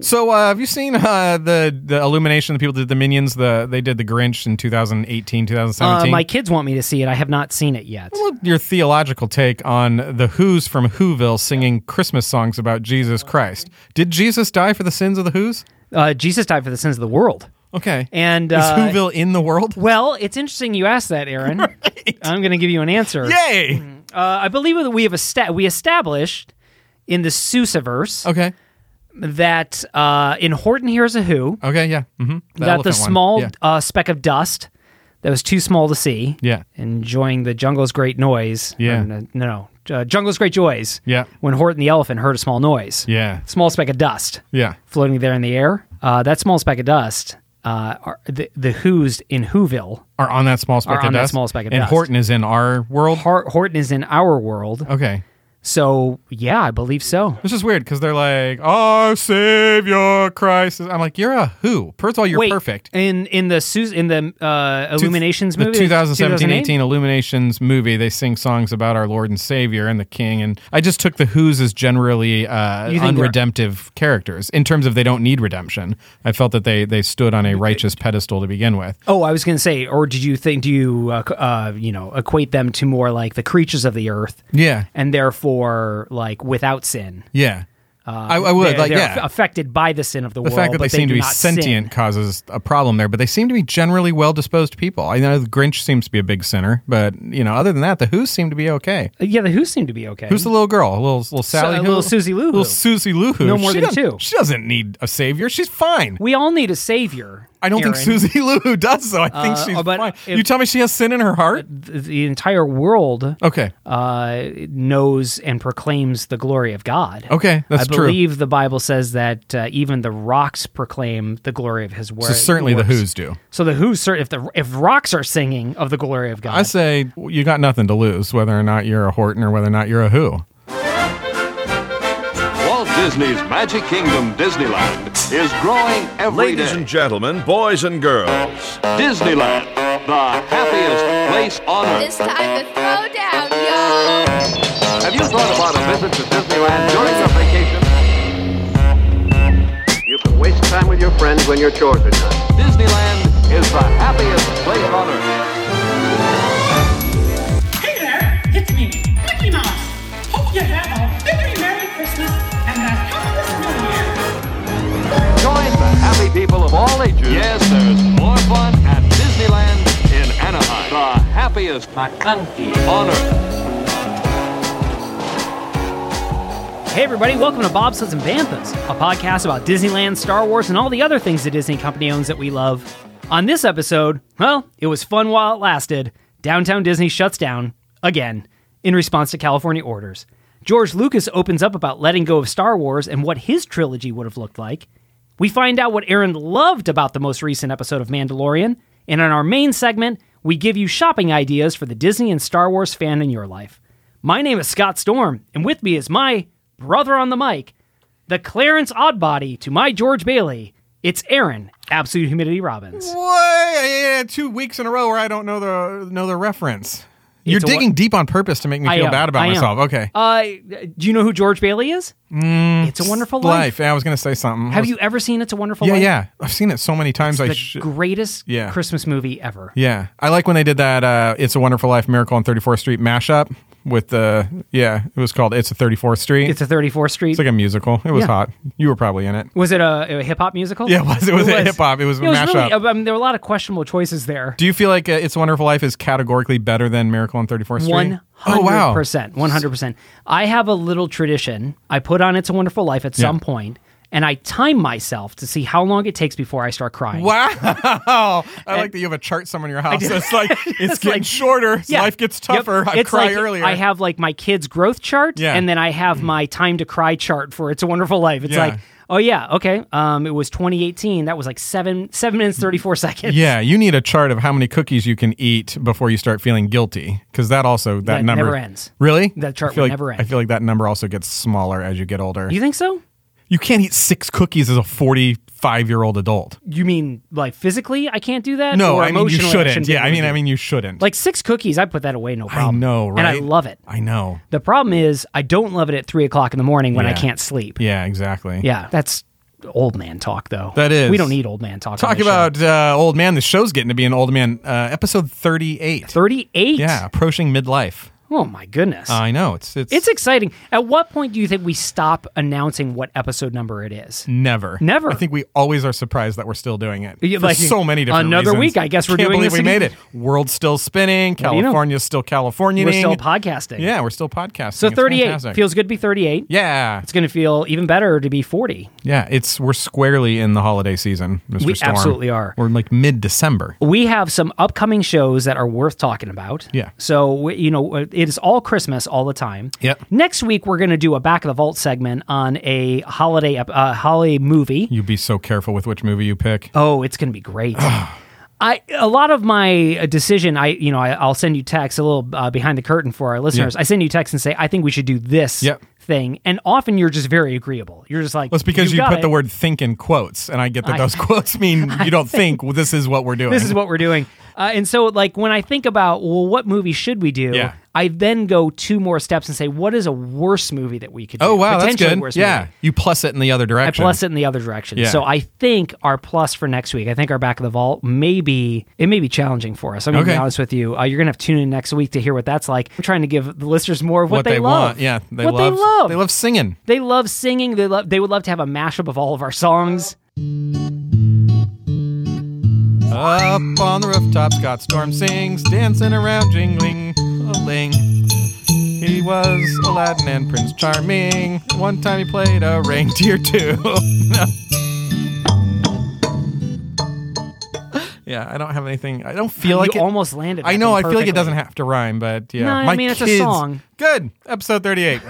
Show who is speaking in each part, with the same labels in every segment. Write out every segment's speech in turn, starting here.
Speaker 1: So uh, have you seen uh, the the Illumination? The people did the Minions. The they did the Grinch in 2018, 2017.
Speaker 2: Uh, my kids want me to see it. I have not seen it yet.
Speaker 1: What your theological take on the Who's from Whoville singing Christmas songs about Jesus Christ? Did Jesus die for the sins of the Who's?
Speaker 2: Uh, Jesus died for the sins of the world.
Speaker 1: Okay.
Speaker 2: And,
Speaker 1: is
Speaker 2: uh,
Speaker 1: Whoville in the world?
Speaker 2: Well, it's interesting you asked that, Aaron. I'm going to give you an answer.
Speaker 1: Yay!
Speaker 2: Uh, I believe that we have esta- we established in the Seussiverse
Speaker 1: Okay.
Speaker 2: that uh, in Horton Hears a Who
Speaker 1: Okay. Yeah. Mm-hmm.
Speaker 2: that the small
Speaker 1: Yeah.
Speaker 2: uh, speck of dust that was too small to see.
Speaker 1: Yeah.
Speaker 2: Enjoying the jungle's great noise.
Speaker 1: Yeah.
Speaker 2: Or, No, no, no, uh, jungle's great joys.
Speaker 1: Yeah.
Speaker 2: When Horton the elephant heard a small noise.
Speaker 1: Yeah.
Speaker 2: Small speck of dust
Speaker 1: Yeah.
Speaker 2: floating there in the air. Uh, that small speck of dust. Uh, are the, the Who's in Whoville.
Speaker 1: Are on that small speck
Speaker 2: Are
Speaker 1: of
Speaker 2: on that
Speaker 1: dust.
Speaker 2: small speck of
Speaker 1: and
Speaker 2: dust.
Speaker 1: Horton is in our world.
Speaker 2: Hor- Horton is in our world.
Speaker 1: Okay.
Speaker 2: So, yeah, I believe so.
Speaker 1: This is weird because they're like, "Our Savior Christ." is-" I'm like, "You're a who?" First of all, you're
Speaker 2: Wait,
Speaker 1: perfect.
Speaker 2: In in the Sus- in the uh, Illuminations
Speaker 1: the
Speaker 2: movie,
Speaker 1: 2017-18
Speaker 2: 2008?
Speaker 1: Illuminations movie, they sing songs about our Lord and Savior and the King, and I just took the Who's as generally uh,
Speaker 2: You think they're-
Speaker 1: unredemptive characters in terms of they don't need redemption. I felt that they they stood on a righteous pedestal to begin with.
Speaker 2: Oh, I was going to say, or did you think? Do you uh, c- uh, you know equate them to more like the creatures of the earth,
Speaker 1: Yeah,
Speaker 2: and therefore like without sin?
Speaker 1: yeah.
Speaker 2: Uh,
Speaker 1: I, I would
Speaker 2: They're-
Speaker 1: like
Speaker 2: they're
Speaker 1: yeah.
Speaker 2: aff- affected by the sin of the,
Speaker 1: the
Speaker 2: world.
Speaker 1: fact that
Speaker 2: but
Speaker 1: they seem to
Speaker 2: do
Speaker 1: be
Speaker 2: not
Speaker 1: sentient
Speaker 2: sin.
Speaker 1: causes a problem there, but they seem to be generally well disposed people. I know the Grinch seems to be a big sinner, but you know, other than that, the Who's seem to be okay.
Speaker 2: Uh, Yeah, the Who seem to be okay.
Speaker 1: Who's the little girl? Little little Sally,
Speaker 2: a
Speaker 1: Who?
Speaker 2: little Susie Lou
Speaker 1: little
Speaker 2: Who.
Speaker 1: Susie Lou Who.
Speaker 2: No more
Speaker 1: She
Speaker 2: than
Speaker 1: doesn't-
Speaker 2: two.
Speaker 1: She doesn't need a savior. She's fine.
Speaker 2: we all need a savior.
Speaker 1: I don't think
Speaker 2: Aaron.
Speaker 1: Susie Lou Who does though. I think
Speaker 2: Uh,
Speaker 1: she's
Speaker 2: but
Speaker 1: fine.
Speaker 2: if-
Speaker 1: you tell me she has sin in her heart?
Speaker 2: Th- the entire world
Speaker 1: Okay,
Speaker 2: uh, knows and proclaims the glory of God.
Speaker 1: okay, that's
Speaker 2: I
Speaker 1: true.
Speaker 2: believe the Bible says that uh, even the rocks proclaim the glory of His word.
Speaker 1: so certainly the Who's do.
Speaker 2: So the Who's cer- if the if rocks are singing of the glory of
Speaker 1: I
Speaker 2: God.
Speaker 1: say you got nothing to lose, whether or not you're a Horton or whether or not you're a Who.
Speaker 3: Walt Disney's Magic Kingdom Disneyland is growing every day.
Speaker 4: Ladies and gentlemen, boys and girls,
Speaker 3: Disneyland, the happiest place on earth.
Speaker 5: It's time to throw down, y'all.
Speaker 3: Have you thought about a visit to Disneyland during your vacation?
Speaker 6: You can waste time with your friends when your chores are done.
Speaker 3: Disneyland is the happiest place on earth.
Speaker 7: Hey there, it's me, Mickey Mouse. Hope you have a very Merry Christmas and a Happy New Year.
Speaker 3: Join the happy people of all ages. Yes, there's more fun at Disneyland in Anaheim. The happiest on earth.
Speaker 2: Hey everybody, welcome to Bobsleds and Banthas, a podcast about Disneyland, Star Wars, and all the other things the Disney company owns that we love. On this episode, well, it was fun while it lasted. Downtown Disney shuts down again in response to California orders. George Lucas opens up about letting go of Star Wars and what his trilogy would have looked like. We find out what Aaron loved about the most recent episode of Mandalorian, and in our main segment, we give you shopping ideas for the Disney and Star Wars fan in your life. My name is Scott Storm, and with me is my brother on the mic, the Clarence Oddbody to my George Bailey. It's Aaron, Absolute Humidity Robbins.
Speaker 1: What? Yeah, two weeks in a row where I don't know the know the reference. You're
Speaker 2: a
Speaker 1: diggking deep on purpose to make me
Speaker 2: I
Speaker 1: feel
Speaker 2: am.
Speaker 1: bad about
Speaker 2: I am.
Speaker 1: myself. Okay.
Speaker 2: Uh, do you know who George Bailey is? it's a Wonderful Life.
Speaker 1: Mm, life. Yeah, I was gonna say something.
Speaker 2: Have you ever seen It's a Wonderful
Speaker 1: Yeah,
Speaker 2: Life?
Speaker 1: yeah. I've seen it so many times. I
Speaker 2: The
Speaker 1: sh-
Speaker 2: greatest
Speaker 1: Yeah.
Speaker 2: Christmas movie ever.
Speaker 1: yeah. I like when they did that. Uh, it's a Wonderful Life, Miracle on 34th Street mashup with the yeah. It was called It's a 34th Street.
Speaker 2: It's
Speaker 1: It's,
Speaker 2: a 34th Street.
Speaker 1: like a musical. It was
Speaker 2: Yeah.
Speaker 1: hot. You were probably in it.
Speaker 2: Was it a, a hip hop musical?
Speaker 1: Yeah, it was. It was a hip-hop. It was a
Speaker 2: really-
Speaker 1: mashup.
Speaker 2: I mean, there were a lot of questionable choices there.
Speaker 1: Do you feel like uh, It's a Wonderful Life is categorically better than Miracle on 34th Street?
Speaker 2: One
Speaker 1: Oh
Speaker 2: hundred
Speaker 1: wow.
Speaker 2: percent. One hundred percent. I have a little tradition. I put on "It's a Wonderful Life" at some
Speaker 1: Yeah.
Speaker 2: point, and I time myself to see how long it takes before I start crying.
Speaker 1: Wow. I like that you have a chart somewhere in your house. It's like it's getting
Speaker 2: like-
Speaker 1: shorter.
Speaker 2: Yeah.
Speaker 1: Life gets
Speaker 2: Yep.
Speaker 1: tougher. I
Speaker 2: It's
Speaker 1: cry
Speaker 2: like
Speaker 1: earlier.
Speaker 2: I have like my kids' growth chart,
Speaker 1: Yeah.
Speaker 2: and then I have my time to cry chart for "It's a Wonderful Life." It's
Speaker 1: Yeah.
Speaker 2: like, oh yeah, okay. Um, it was 2018. That was like seven seven minutes thirty four seconds.
Speaker 1: yeah, you need a chart of how many cookies you can eat before you start feeling guilty, because that also that,
Speaker 2: That
Speaker 1: number
Speaker 2: never ends.
Speaker 1: Really,
Speaker 2: That chart
Speaker 1: I feel
Speaker 2: will
Speaker 1: like,
Speaker 2: never end.
Speaker 1: I feel like that number also gets smaller as you get older.
Speaker 2: You
Speaker 1: You,
Speaker 2: think so?
Speaker 1: can't eat six cookies as a forty-five-year-old adult.
Speaker 2: You mean like physically? I can't do that.
Speaker 1: No,
Speaker 2: or
Speaker 1: I mean you
Speaker 2: emotionally,
Speaker 1: shouldn't.
Speaker 2: shouldn't be
Speaker 1: yeah, I
Speaker 2: able to
Speaker 1: mean,
Speaker 2: do
Speaker 1: I
Speaker 2: that?
Speaker 1: mean you shouldn't.
Speaker 2: Like six cookies, I put that away, no
Speaker 1: I
Speaker 2: problem.
Speaker 1: know, right?
Speaker 2: And I love it.
Speaker 1: I know.
Speaker 2: The problem is, I don't love it at three o'clock in the morning when I
Speaker 1: Yeah.
Speaker 2: can't sleep.
Speaker 1: Yeah, exactly.
Speaker 2: Yeah, that's old man talk, though.
Speaker 1: That is.
Speaker 2: We don't need old man talk. on
Speaker 1: Talk
Speaker 2: this show.
Speaker 1: about uh, old man. The show's getting to be an old man. Uh, episode 38.
Speaker 2: 38.
Speaker 1: Yeah, Uh, approaching midlife.
Speaker 2: Oh my goodness.
Speaker 1: I know. It's it's,
Speaker 2: it's exciting. At what point do you think we stop announcing what episode number it is?
Speaker 1: never.
Speaker 2: Never.
Speaker 1: I think we always are surprised that we're still doing it.
Speaker 2: Yeah,
Speaker 1: for
Speaker 2: like,
Speaker 1: so many different
Speaker 2: another
Speaker 1: reasons.
Speaker 2: week, I guess we're
Speaker 1: Can't
Speaker 2: doing
Speaker 1: believe
Speaker 2: this
Speaker 1: we made it.
Speaker 2: again.
Speaker 1: World's still spinning.
Speaker 2: do you know?
Speaker 1: California's still Californianing.
Speaker 2: We're still podcasting.
Speaker 1: Yeah, we're still podcasting.
Speaker 2: So
Speaker 1: It's
Speaker 2: 38
Speaker 1: fantastic.
Speaker 2: feels good to be 38.
Speaker 1: Yeah,
Speaker 2: It's going to feel even better to be 40.
Speaker 1: yeah. It's we're squarely in the holiday season, Mr.
Speaker 2: We
Speaker 1: Storm.
Speaker 2: absolutely are.
Speaker 1: We're in like mid December.
Speaker 2: We have some upcoming shows that are worth talking about.
Speaker 1: Yeah.
Speaker 2: So, we- you know, it is all Christmas all the time.
Speaker 1: Yep.
Speaker 2: Next week, we're going to do a Back of the Vault segment on a holiday, ep- uh, holiday movie.
Speaker 1: You be so careful with which movie you pick.
Speaker 2: Oh, it's going to be great. I a lot of my uh, decision. I you know I, I'll send you texts a little uh, behind the curtain for our listeners.
Speaker 1: Yeah.
Speaker 2: I send you texts and say I think we should do this
Speaker 1: Yep.
Speaker 2: thing, and often you're just very agreeable. You're just like
Speaker 1: Well, it's because you,
Speaker 2: got
Speaker 1: put
Speaker 2: it.
Speaker 1: the word think in quotes, and I get that those quotes mean you don't think, well, this is what we're doing.
Speaker 2: This is what we're doing. Uh, and so like when I think about well, what movie should we do?
Speaker 1: Yeah.
Speaker 2: I then go two more steps and say what is a worse movie that we could do?
Speaker 1: Oh, wow, that's
Speaker 2: Potentially
Speaker 1: good.
Speaker 2: worse
Speaker 1: Yeah.
Speaker 2: movie.
Speaker 1: You plus it in the other
Speaker 2: I
Speaker 1: direction.
Speaker 2: plus it in the other direction.
Speaker 1: Yeah.
Speaker 2: So I think our plus for next week, I think our back of the vault may be, it may be challenging for us. I'm going to
Speaker 1: Okay.
Speaker 2: be honest with you. Uh, you're going to have to tune in next week to hear what that's like. I'm trying to give the listeners more of what,
Speaker 1: what they,
Speaker 2: love.
Speaker 1: want. Yeah. They
Speaker 2: what
Speaker 1: love,
Speaker 2: they love.
Speaker 1: They love singing.
Speaker 2: They love singing. They love. They would love to have a mashup of all of our songs.
Speaker 1: Up on the rooftop, Scott Storm sings, dancing around, jingling, a ling. He was Aladdin and Prince Charming. One time he played a reindeer too. yeah, I don't have anything. I don't feel like
Speaker 2: you
Speaker 1: it.
Speaker 2: almost landed.
Speaker 1: I
Speaker 2: that
Speaker 1: know. I
Speaker 2: thing
Speaker 1: feel like it
Speaker 2: perfectly.
Speaker 1: doesn't have to rhyme, but yeah.
Speaker 2: No, I mean, it's a song.
Speaker 1: Good. Episode 38.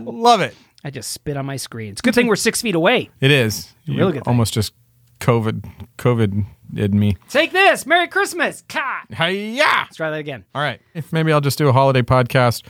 Speaker 1: Love it.
Speaker 2: I just spit on my screen. It's a good thing we're six feet away.
Speaker 1: It is. You
Speaker 2: Really good thing.
Speaker 1: Almost just COVID, COVID did me.
Speaker 2: Take this. Merry Christmas. Ka. Let's
Speaker 1: Hiya!
Speaker 2: try that again.
Speaker 1: All right. If maybe I'll just do a holiday podcast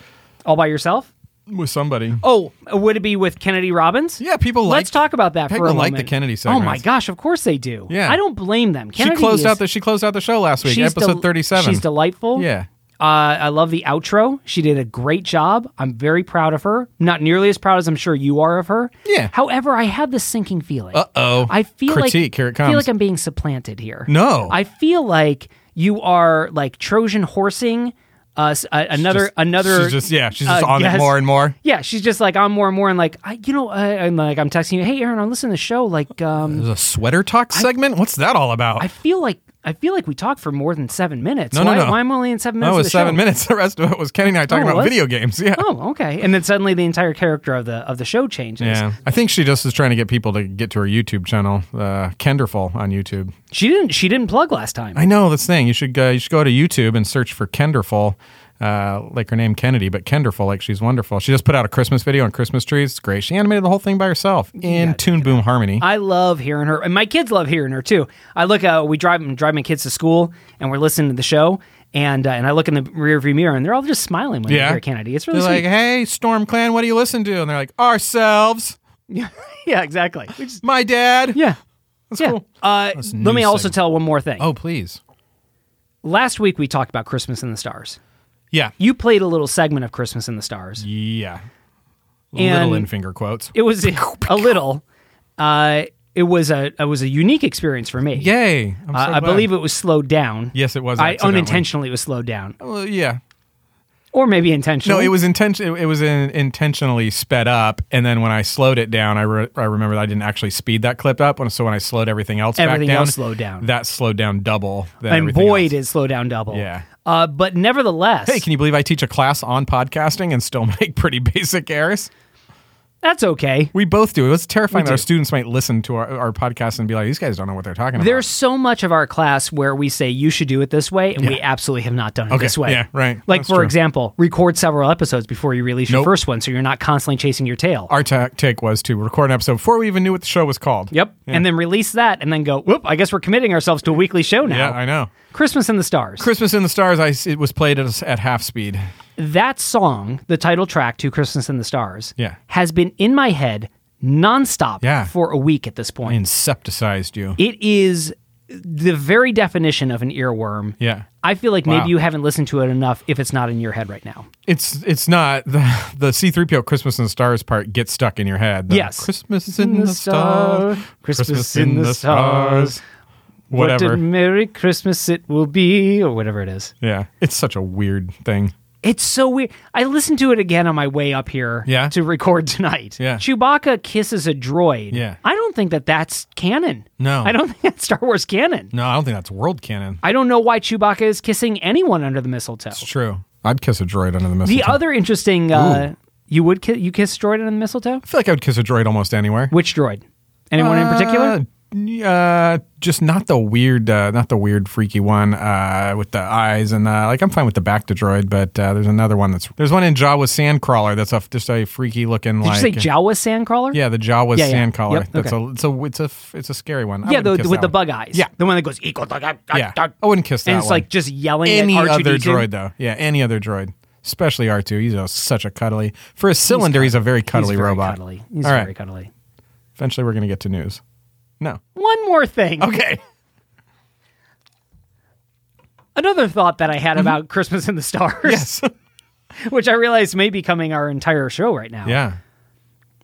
Speaker 2: All by yourself.
Speaker 1: with somebody.
Speaker 2: Oh, would it be with Kennedy Robbins?
Speaker 1: Yeah, people like.
Speaker 2: Let's talk about that for
Speaker 1: people
Speaker 2: a
Speaker 1: like
Speaker 2: moment.
Speaker 1: the Kennedy
Speaker 2: Oh my
Speaker 1: segments.
Speaker 2: gosh, of course they do.
Speaker 1: Yeah.
Speaker 2: I don't blame them.
Speaker 1: She
Speaker 2: Kennedy
Speaker 1: closed
Speaker 2: is,
Speaker 1: out the she closed out the show last week,
Speaker 2: she's
Speaker 1: episode
Speaker 2: del-
Speaker 1: thirty seven.
Speaker 2: She's delightful.
Speaker 1: Yeah.
Speaker 2: Uh, I love the outro. She did a great job. I'm very proud of her. Not nearly as proud as I'm sure you are of her.
Speaker 1: Yeah.
Speaker 2: However, I had this sinking feeling. Uh
Speaker 1: Uh-oh.
Speaker 2: I feel
Speaker 1: Critique,
Speaker 2: like
Speaker 1: here it
Speaker 2: I feel
Speaker 1: comes.
Speaker 2: like I'm being supplanted here.
Speaker 1: No.
Speaker 2: I feel like you are like Trojan horsing us uh, another
Speaker 1: Just-
Speaker 2: another.
Speaker 1: She's just yeah. She's just
Speaker 2: uh,
Speaker 1: on
Speaker 2: guest.
Speaker 1: it more and more.
Speaker 2: Yeah, she's just like on more and more, and like I, you know, I, and like I'm texting you, hey Aaron, I'm listening to the show. Like, um,
Speaker 1: There's a sweater talk segment. What's that all about?
Speaker 2: I feel like I feel like we talked for more than seven minutes.
Speaker 1: No, no,
Speaker 2: why,
Speaker 1: no.
Speaker 2: Why am I only in seven minutes?
Speaker 1: that
Speaker 2: of
Speaker 1: was
Speaker 2: the
Speaker 1: seven
Speaker 2: show?
Speaker 1: minutes. The rest of it was Kenny and I talking
Speaker 2: Oh, it
Speaker 1: about
Speaker 2: was?
Speaker 1: video games. Yeah.
Speaker 2: Oh, okay. And then suddenly the entire character of the of the show changes.
Speaker 1: Yeah, I think she just is trying to get people to get to her YouTube channel, uh, Kenderful on YouTube.
Speaker 2: She didn't. She didn't plug last time.
Speaker 1: I know that's the thing. You should uh, you should go to YouTube and search for Kenderful, uh, like her name Kennedy, but Kenderful, like she's wonderful. She just put out a Christmas video on Christmas trees. It's great. She animated the whole thing by herself in Tune Boom Harmony.
Speaker 2: I love hearing her, and my kids love hearing her too. I look. Uh, we drive drive my kids to school, and we're listening to the show, and uh, and I look in the rearview mirror, and they're all just smiling when they
Speaker 1: yeah,
Speaker 2: hear Kennedy. It's really
Speaker 1: They're
Speaker 2: sweet.
Speaker 1: like, hey, Storm Clan, what do you listen to? And they're like, ourselves,
Speaker 2: yeah, exactly. We just-
Speaker 1: my dad.
Speaker 2: yeah,
Speaker 1: that's
Speaker 2: yeah.
Speaker 1: cool.
Speaker 2: Uh, let me
Speaker 1: news
Speaker 2: also
Speaker 1: segment.
Speaker 2: tell one more thing.
Speaker 1: Oh, please.
Speaker 2: last week we talked about Christmas in the Stars.
Speaker 1: Yeah,
Speaker 2: You played a little segment of Christmas in the Stars.
Speaker 1: yeah.
Speaker 2: And-
Speaker 1: Little in finger quotes.
Speaker 2: It was a little. Uh, it was a it was a unique experience for me.
Speaker 1: Yay! I'm so
Speaker 2: Uh, I
Speaker 1: glad.
Speaker 2: believe it was slowed down.
Speaker 1: Yes, it was
Speaker 2: I
Speaker 1: accidentally.
Speaker 2: unintentionally it was slowed down,
Speaker 1: Well, yeah.
Speaker 2: or maybe
Speaker 1: No,
Speaker 2: intentionally.
Speaker 1: it was intention. It was in, intentionally sped up, and then when I slowed it down, I, re- I remembered I didn't actually speed that clip up. And so when I slowed everything else
Speaker 2: Everything
Speaker 1: back down,
Speaker 2: else slowed down.
Speaker 1: That slowed down double. Than
Speaker 2: and
Speaker 1: everything
Speaker 2: boy
Speaker 1: else.
Speaker 2: did slow down double.
Speaker 1: Yeah.
Speaker 2: Uh, but nevertheless,
Speaker 1: Hey, can you believe I teach a class on podcasting and still make pretty basic errors?
Speaker 2: that's okay.
Speaker 1: We both do. It was terrifying
Speaker 2: We
Speaker 1: that our
Speaker 2: do.
Speaker 1: students might listen to our, our podcast and be like, "These guys don't know what they're talking
Speaker 2: There's so much of our class where we say you should do it this way, and we absolutely have not done it
Speaker 1: Okay,
Speaker 2: this way.
Speaker 1: yeah, right.
Speaker 2: Like
Speaker 1: That's
Speaker 2: for
Speaker 1: true.
Speaker 2: example, record several episodes before you release your
Speaker 1: Nope.
Speaker 2: first one, so you're not constantly chasing your tail.
Speaker 1: about." Our ta- take was to record an episode before we even knew what the show was called.
Speaker 2: Yep. And then release that and then go, whoop, I guess we're committing ourselves to a weekly show now.
Speaker 1: Yeah, I know.
Speaker 2: Christmas in the Stars.
Speaker 1: Christmas in the Stars. I s- it was played at, at half speed.
Speaker 2: that song, the title track to Christmas in the Stars,
Speaker 1: Yeah.
Speaker 2: has been in my head nonstop
Speaker 1: Yeah.
Speaker 2: for a week at this point. E
Speaker 1: Incepticized you.
Speaker 2: It is the very definition of an earworm.
Speaker 1: yeah.
Speaker 2: I feel like
Speaker 1: Wow.
Speaker 2: maybe you haven't listened to it enough if it's not in your head right now.
Speaker 1: It's it's not the the C three PO Christmas in the Stars part gets stuck in your head. The
Speaker 2: Yes.
Speaker 1: Christmas in the, stars,
Speaker 2: Christmas, in the, stars. What
Speaker 1: whatever.
Speaker 2: a Merry Christmas it will be, or whatever it is.
Speaker 1: yeah, it's such a weird thing.
Speaker 2: It's so weird. I listened to it again on my way up here
Speaker 1: Yeah?
Speaker 2: to record tonight.
Speaker 1: Yeah.
Speaker 2: Chewbacca kisses a droid.
Speaker 1: Yeah.
Speaker 2: I don't think that that's canon.
Speaker 1: No.
Speaker 2: I don't think that's Star Wars canon.
Speaker 1: No, I don't think that's world canon.
Speaker 2: I don't know why Chewbacca is kissing anyone under the mistletoe.
Speaker 1: It's true. I'd kiss a droid under the mistletoe.
Speaker 2: The other interesting, uh, you would ki- you kiss droid under the mistletoe?
Speaker 1: I feel like I would kiss a droid almost anywhere.
Speaker 2: Which droid? Anyone in particular?
Speaker 1: Uh, uh, just not the weird, uh, not the weird freaky one uh, with the eyes and uh, like I'm fine with the back to droid, but uh, there's another one that's there's one in Jawa Sandcrawler that's a, just a freaky looking
Speaker 2: Did
Speaker 1: like uh,
Speaker 2: you say Jawa Sandcrawler?
Speaker 1: yeah the Jawa
Speaker 2: Yeah, yeah.
Speaker 1: Sandcrawler.
Speaker 2: Yep,
Speaker 1: That's
Speaker 2: okay.
Speaker 1: a it's a it's a f- it's a scary one. I
Speaker 2: Yeah,
Speaker 1: wouldn't
Speaker 2: the,
Speaker 1: kiss
Speaker 2: with
Speaker 1: that
Speaker 2: the
Speaker 1: one.
Speaker 2: bug eyes.
Speaker 1: Yeah.
Speaker 2: The one that goes, equal. Yeah.
Speaker 1: Yeah, I wouldn't kiss that
Speaker 2: And it's
Speaker 1: one.
Speaker 2: like just yelling
Speaker 1: any
Speaker 2: at r 2
Speaker 1: other droid though. Yeah, any other droid, especially R2. He's a, such a cuddly for a cylinder. He's, a very cuddly
Speaker 2: He's very
Speaker 1: robot.
Speaker 2: Cuddly. He's
Speaker 1: All right. Mm-hmm.
Speaker 2: very cuddly.
Speaker 1: Eventually, we're gonna get to news. No.
Speaker 2: One more thing.
Speaker 1: Okay.
Speaker 2: Another thought that I had
Speaker 1: Mm-hmm.
Speaker 2: about Christmas in the Stars,
Speaker 1: Yes.
Speaker 2: which I realize may be coming our entire show right now.
Speaker 1: yeah.